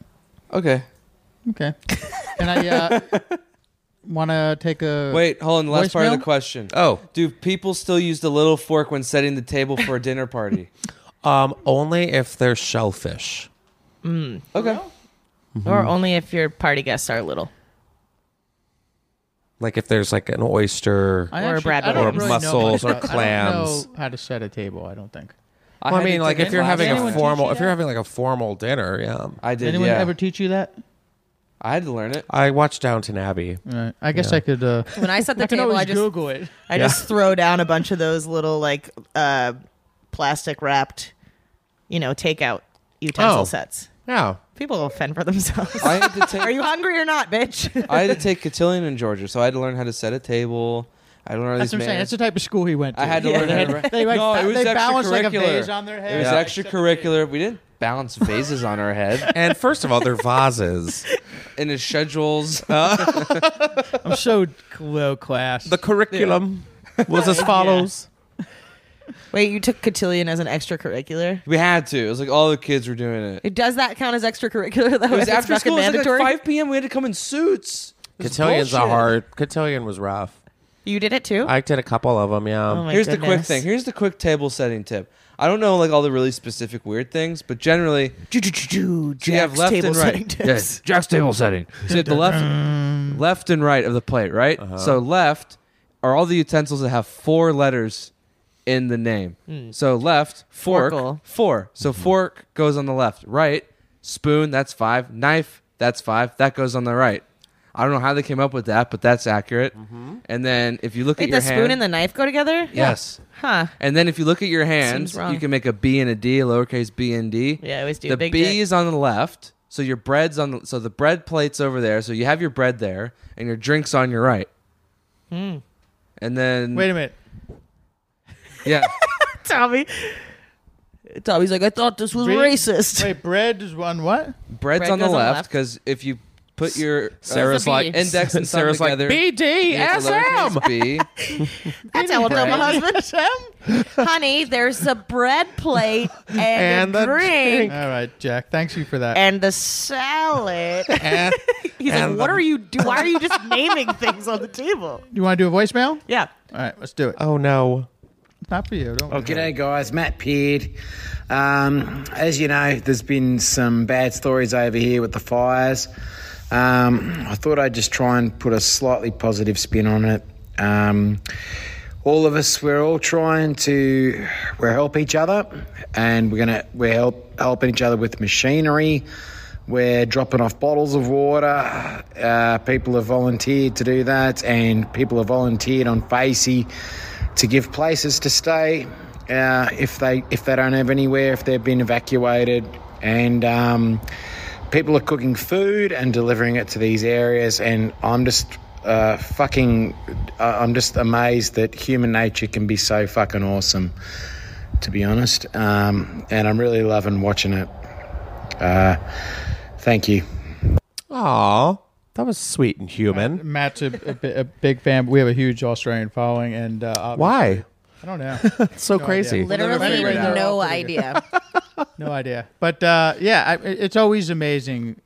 [SPEAKER 3] Okay.
[SPEAKER 2] Okay. And I [laughs] uh, want to take a
[SPEAKER 3] Wait, hold on. The last part of the
[SPEAKER 2] Voicemail?
[SPEAKER 3] question.
[SPEAKER 6] Oh.
[SPEAKER 3] Do people still use the little fork when setting the table for a
[SPEAKER 2] [laughs]
[SPEAKER 3] dinner party?
[SPEAKER 6] Um, only if they're shellfish.
[SPEAKER 3] Okay. Mm.
[SPEAKER 1] Or only if your party guests are little.
[SPEAKER 6] Like if there's like an oyster.
[SPEAKER 2] I
[SPEAKER 1] or a Brad
[SPEAKER 2] I don't
[SPEAKER 6] Williams.
[SPEAKER 2] really know how to
[SPEAKER 6] Mussels or
[SPEAKER 2] set- I
[SPEAKER 6] clams.
[SPEAKER 2] don't know how to set a table? I don't think.
[SPEAKER 3] I,
[SPEAKER 6] Well, I
[SPEAKER 3] had
[SPEAKER 6] mean,
[SPEAKER 3] to
[SPEAKER 6] like
[SPEAKER 3] take
[SPEAKER 6] if you're
[SPEAKER 3] class
[SPEAKER 6] having
[SPEAKER 3] on
[SPEAKER 6] a
[SPEAKER 3] it.
[SPEAKER 6] formal, if you're having like a formal dinner, yeah.
[SPEAKER 3] I did.
[SPEAKER 2] Anyone
[SPEAKER 3] yeah.
[SPEAKER 2] ever teach you that?
[SPEAKER 3] I had to learn
[SPEAKER 2] [laughs]
[SPEAKER 3] it.
[SPEAKER 6] I watched Downton Abbey.
[SPEAKER 2] Right. I guess I could. Uh,
[SPEAKER 1] When I set the
[SPEAKER 2] I can
[SPEAKER 1] table,
[SPEAKER 2] always
[SPEAKER 1] I just
[SPEAKER 2] Google it.
[SPEAKER 1] I just throw down a bunch of those little like uh, plastic wrapped, you know, takeout utensil
[SPEAKER 6] Oh.
[SPEAKER 1] sets.
[SPEAKER 6] Yeah.
[SPEAKER 1] People will fend for themselves.
[SPEAKER 3] I had to take.
[SPEAKER 1] [laughs] are you hungry or not,
[SPEAKER 3] [laughs]
[SPEAKER 1] bitch?
[SPEAKER 3] I had to take cotillion in Georgia, so I had to learn how to set a table. I don't know
[SPEAKER 2] That's what I'm saying. That's the type of school he went to.
[SPEAKER 3] I had to
[SPEAKER 2] [laughs]
[SPEAKER 3] learn how to.
[SPEAKER 2] They, like,
[SPEAKER 3] no, it
[SPEAKER 2] ba-
[SPEAKER 3] was
[SPEAKER 2] they balanced, like, a
[SPEAKER 3] extracurricular.
[SPEAKER 2] vase on their head.
[SPEAKER 3] It was
[SPEAKER 2] Yeah.
[SPEAKER 3] extracurricular. We didn't
[SPEAKER 2] [laughs]
[SPEAKER 3] bounce vases on our head
[SPEAKER 6] And first of all, they're vases.
[SPEAKER 3] in the schedules.
[SPEAKER 2] [laughs]
[SPEAKER 3] Uh,
[SPEAKER 2] I'm so low class.
[SPEAKER 6] The curriculum was as follows.
[SPEAKER 1] Wait, you took cotillion as an extracurricular?
[SPEAKER 3] We had to. It was like all the kids were doing it. It
[SPEAKER 1] Does that count as extracurricular [laughs] though? if
[SPEAKER 3] was
[SPEAKER 1] it's
[SPEAKER 3] after
[SPEAKER 1] fucking
[SPEAKER 3] school. It was like at
[SPEAKER 1] mandatory?
[SPEAKER 3] 5 p.m. We had to come in suits. It was
[SPEAKER 6] Cotillions are
[SPEAKER 3] bullshit.
[SPEAKER 6] hard. Cotillion was rough.
[SPEAKER 1] You did it too.
[SPEAKER 6] I did a couple of them. Yeah.
[SPEAKER 1] Oh my
[SPEAKER 3] Here's the quick
[SPEAKER 1] goodness.
[SPEAKER 3] thing. Here's the quick table setting tip. I don't know like all the really specific weird things, but generally so you have
[SPEAKER 1] Jack's
[SPEAKER 3] left
[SPEAKER 1] table
[SPEAKER 3] and
[SPEAKER 1] setting
[SPEAKER 3] right.
[SPEAKER 1] tips.
[SPEAKER 3] Yes, Jack's table setting. So you have the left, left and right of the plate, right? So left are all the utensils that have four letters in the name. So left fork
[SPEAKER 1] Hmm. Forkle.
[SPEAKER 3] four. So fork goes on the left. Right spoon that's five. Knife that's five. That goes on the right. I don't know how they came up with that, but that's accurate. And then if you look
[SPEAKER 1] Wait,
[SPEAKER 3] at
[SPEAKER 1] the
[SPEAKER 3] your
[SPEAKER 1] spoon
[SPEAKER 3] hand,
[SPEAKER 1] and the knife go together?
[SPEAKER 3] yes.
[SPEAKER 1] Huh.
[SPEAKER 3] And then if you look at your hands,
[SPEAKER 1] wrong.
[SPEAKER 3] you can make a B and a D, a lowercase b and d.
[SPEAKER 1] Yeah, I always do.
[SPEAKER 3] The
[SPEAKER 1] Big
[SPEAKER 3] B
[SPEAKER 1] dick.
[SPEAKER 3] is on the left, so your bread's on. The, so the bread plate's over there. So you have your bread there, and your drinks on your right.
[SPEAKER 1] Hmm.
[SPEAKER 3] And then
[SPEAKER 2] Wait a minute.
[SPEAKER 3] yeah,
[SPEAKER 1] Tommy. Tommy's like, I thought this was
[SPEAKER 2] Really?
[SPEAKER 1] racist.
[SPEAKER 2] Wait, bread is one what?
[SPEAKER 3] bread's
[SPEAKER 1] Bread
[SPEAKER 3] on the
[SPEAKER 1] goes on the
[SPEAKER 3] left
[SPEAKER 1] left.
[SPEAKER 3] because if you Put your uh,
[SPEAKER 6] Sarah's
[SPEAKER 7] a
[SPEAKER 6] like
[SPEAKER 7] B.
[SPEAKER 3] index and thumb
[SPEAKER 6] Sarah's like
[SPEAKER 3] together. It's a
[SPEAKER 2] [laughs]
[SPEAKER 6] BDSM.
[SPEAKER 3] lowercase B.
[SPEAKER 1] That's how I tell my husband.
[SPEAKER 7] Honey, there's a bread plate and,
[SPEAKER 6] And
[SPEAKER 7] a
[SPEAKER 6] the
[SPEAKER 7] drink.
[SPEAKER 6] drink.
[SPEAKER 2] All right, Jack. Thanks you for that.
[SPEAKER 1] and the
[SPEAKER 2] [laughs]
[SPEAKER 1] salad.
[SPEAKER 6] And-
[SPEAKER 1] [laughs] He's
[SPEAKER 6] and
[SPEAKER 1] like, what
[SPEAKER 6] the-
[SPEAKER 1] are you doing? Why are you just
[SPEAKER 2] [laughs]
[SPEAKER 1] naming things on the table?
[SPEAKER 2] you want to do a voicemail?
[SPEAKER 1] Yeah.
[SPEAKER 2] All right, let's do it.
[SPEAKER 6] Oh no.
[SPEAKER 2] Not for you. Don't.
[SPEAKER 8] Oh, g'day, guys. Matt Peard. Um, as you know, there's been some bad stories over here with the fires. Um, I thought I'd just try and put a slightly positive spin on it. Um, all of us, we're all trying to we help each other, and we're gonna we're help, helping each other with machinery. We're dropping off bottles of water. Uh, people have volunteered to do that, and people have volunteered on Facey to give places to stay uh, if they if they don't have anywhere if they've been evacuated and um, people are cooking food and delivering it to these areas and I'm just uh, fucking I- I'm just amazed that human nature can be so fucking awesome to be honest um, and I'm really loving watching it uh, thank you
[SPEAKER 6] Aw. That was sweet and human.
[SPEAKER 2] Matt's a, a bi- a big fan. We have a huge Australian following, and uh, obvi-
[SPEAKER 6] Why?
[SPEAKER 2] I don't know,
[SPEAKER 6] It's so crazy.
[SPEAKER 2] idea.
[SPEAKER 7] Literally
[SPEAKER 2] Anyway, they're
[SPEAKER 7] no
[SPEAKER 2] all pretty
[SPEAKER 7] idea.
[SPEAKER 2] no idea. But uh, yeah, I, it- it's always amazing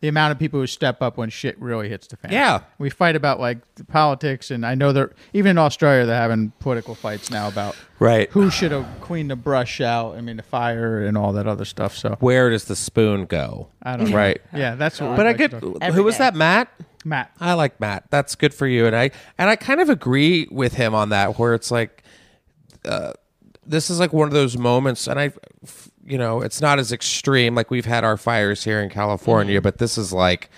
[SPEAKER 2] the amount of people who step up when shit really hits the fan.
[SPEAKER 6] Yeah.
[SPEAKER 2] we fight about like the politics, and I know they're even in Australia they're having political fights now about
[SPEAKER 6] Right.
[SPEAKER 2] who should have cleaned the brush out. I mean, the fire and all that other stuff. So
[SPEAKER 6] Where does the spoon go?
[SPEAKER 2] I don't know.
[SPEAKER 6] Right.
[SPEAKER 2] Yeah, that's what.
[SPEAKER 6] But
[SPEAKER 2] we'd
[SPEAKER 6] I
[SPEAKER 2] like to
[SPEAKER 6] could.
[SPEAKER 2] talk-
[SPEAKER 6] Who was that, Matt?
[SPEAKER 2] Matt.
[SPEAKER 6] I like Matt. That's good for you. And I and I kind of agree with him on that. Where it's like, uh, this is like one of those moments, and I, f- you know, it's not as extreme. Like we've had our fires here in California, but this is like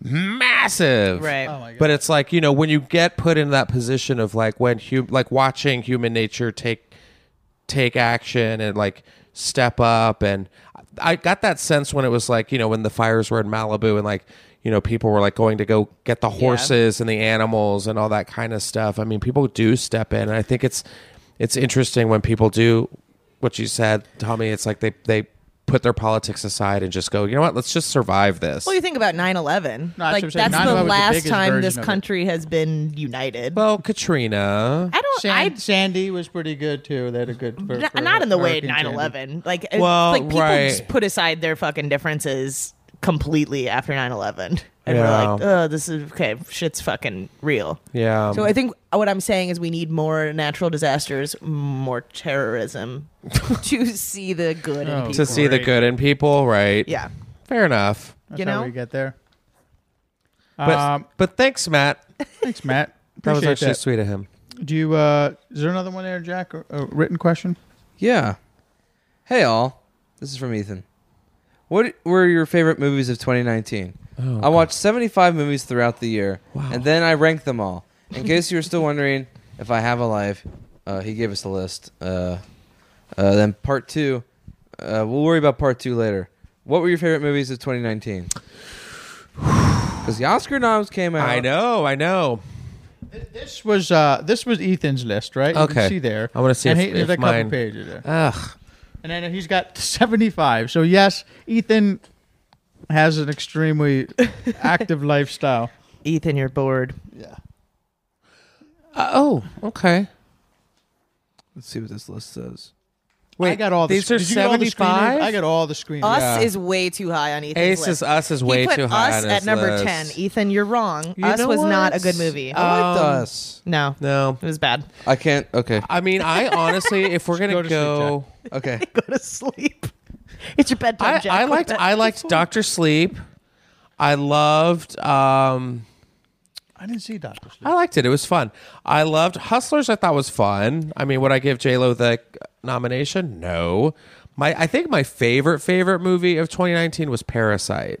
[SPEAKER 6] massive.
[SPEAKER 1] Right. Oh my
[SPEAKER 6] But it's like you know when you get put in that position of like when hum- like watching human nature take take action and like step up and I got that sense when it was like you know when the fires were in Malibu and like you know people were like going to go get the horses and the animals and all that kind of stuff. I mean people do step in and I think it's it's interesting when people do what you said, Tommy. It's like they they put their politics aside and just go, you know what? Let's just survive this.
[SPEAKER 1] Well, you think about 9 11.
[SPEAKER 2] No, that's what
[SPEAKER 1] Like,
[SPEAKER 2] I'm saying.
[SPEAKER 1] that's
[SPEAKER 2] 9/11 was
[SPEAKER 1] the
[SPEAKER 2] the
[SPEAKER 1] last
[SPEAKER 2] biggest
[SPEAKER 1] time
[SPEAKER 2] version
[SPEAKER 1] this
[SPEAKER 2] of it.
[SPEAKER 1] country has been united.
[SPEAKER 6] Well, Katrina.
[SPEAKER 1] I don't.
[SPEAKER 2] San-
[SPEAKER 1] I
[SPEAKER 2] Sandy was pretty good too. They had a good. for-
[SPEAKER 1] N-
[SPEAKER 2] for
[SPEAKER 1] not in the way
[SPEAKER 2] Hurricane Sandy.
[SPEAKER 1] 9-11 like, it's
[SPEAKER 6] Well,
[SPEAKER 1] like people
[SPEAKER 6] right.
[SPEAKER 1] just put aside their fucking differences completely after 9-11 and
[SPEAKER 6] Yeah.
[SPEAKER 1] we're like oh this is okay shit's fucking real
[SPEAKER 6] Yeah.
[SPEAKER 1] so i think what i'm saying is we need more natural disasters more
[SPEAKER 6] [laughs]
[SPEAKER 1] terrorism to see the good in
[SPEAKER 2] Oh.
[SPEAKER 1] people
[SPEAKER 6] to see the
[SPEAKER 2] Right.
[SPEAKER 6] good in people, right?
[SPEAKER 1] yeah
[SPEAKER 6] Fair enough.
[SPEAKER 2] That's
[SPEAKER 1] you
[SPEAKER 2] how
[SPEAKER 1] know
[SPEAKER 2] we get there.
[SPEAKER 6] But,
[SPEAKER 2] um,
[SPEAKER 6] but thanks, Matt.
[SPEAKER 2] thanks, Matt.
[SPEAKER 6] That was
[SPEAKER 2] Appreciate
[SPEAKER 6] actually sweet of him.
[SPEAKER 2] Do you? Uh, is there another one there, Jack? Or a written question?
[SPEAKER 3] Yeah. Hey all, this is from Ethan. What were your favorite movies of 2019? I watched 75 movies throughout the year, and then I ranked them all. In case you were still wondering if I have a life, uh, he gave us the list. Uh, uh, then part two, uh, we'll worry about part two later. What were your favorite movies of [sighs] 2019? Because the Oscar noms came
[SPEAKER 2] Uh,
[SPEAKER 3] out.
[SPEAKER 6] I know, I know.
[SPEAKER 2] This was uh, this was Ethan's list, right? You can
[SPEAKER 6] Okay.
[SPEAKER 2] see there.
[SPEAKER 6] I wanna see
[SPEAKER 2] and
[SPEAKER 6] if-
[SPEAKER 2] he, there's
[SPEAKER 6] if
[SPEAKER 2] a couple
[SPEAKER 6] mine-
[SPEAKER 2] pages there,
[SPEAKER 6] Ugh.
[SPEAKER 2] and then he's got 75. So yes, Ethan has
[SPEAKER 1] [laughs]
[SPEAKER 2] an extremely active lifestyle.
[SPEAKER 1] ethan you're bored
[SPEAKER 6] Uh, oh, okay.
[SPEAKER 3] Let's see what this list says.
[SPEAKER 2] I got all the
[SPEAKER 6] these are
[SPEAKER 2] did you get all the screeners?
[SPEAKER 6] 75?
[SPEAKER 2] I got all the screeners.
[SPEAKER 1] us
[SPEAKER 6] Yeah.
[SPEAKER 1] is way too high on ethan's
[SPEAKER 6] Ace
[SPEAKER 1] list.
[SPEAKER 6] is us is
[SPEAKER 1] He
[SPEAKER 6] way
[SPEAKER 1] put
[SPEAKER 6] too high.
[SPEAKER 1] us
[SPEAKER 6] on
[SPEAKER 1] at
[SPEAKER 6] his
[SPEAKER 1] number
[SPEAKER 6] list.
[SPEAKER 1] 10 ethan you're wrong
[SPEAKER 6] You
[SPEAKER 1] us
[SPEAKER 6] know
[SPEAKER 1] was not
[SPEAKER 6] what?
[SPEAKER 1] a good movie
[SPEAKER 3] I liked
[SPEAKER 6] Um,
[SPEAKER 3] us.
[SPEAKER 1] no
[SPEAKER 6] No.
[SPEAKER 1] it was
[SPEAKER 6] [laughs]
[SPEAKER 1] bad
[SPEAKER 3] I can't. Okay.
[SPEAKER 6] I
[SPEAKER 2] [laughs]
[SPEAKER 6] mean, I honestly, if we're gonna
[SPEAKER 2] Go
[SPEAKER 6] go,
[SPEAKER 2] to sleep,
[SPEAKER 6] [laughs]
[SPEAKER 3] Okay.
[SPEAKER 1] go to sleep [laughs] it's your bedtime
[SPEAKER 6] I,
[SPEAKER 1] Jack.
[SPEAKER 6] I
[SPEAKER 1] Go to
[SPEAKER 6] liked
[SPEAKER 1] bed.
[SPEAKER 6] I liked Doctor Sleep. I loved um
[SPEAKER 2] I didn't see Doctor Sleep.
[SPEAKER 6] I liked it. It was fun. I loved Hustlers. I thought was fun. I mean, would I give J Lo the nomination? No. My I think my favorite favorite movie of 2019 was Parasite.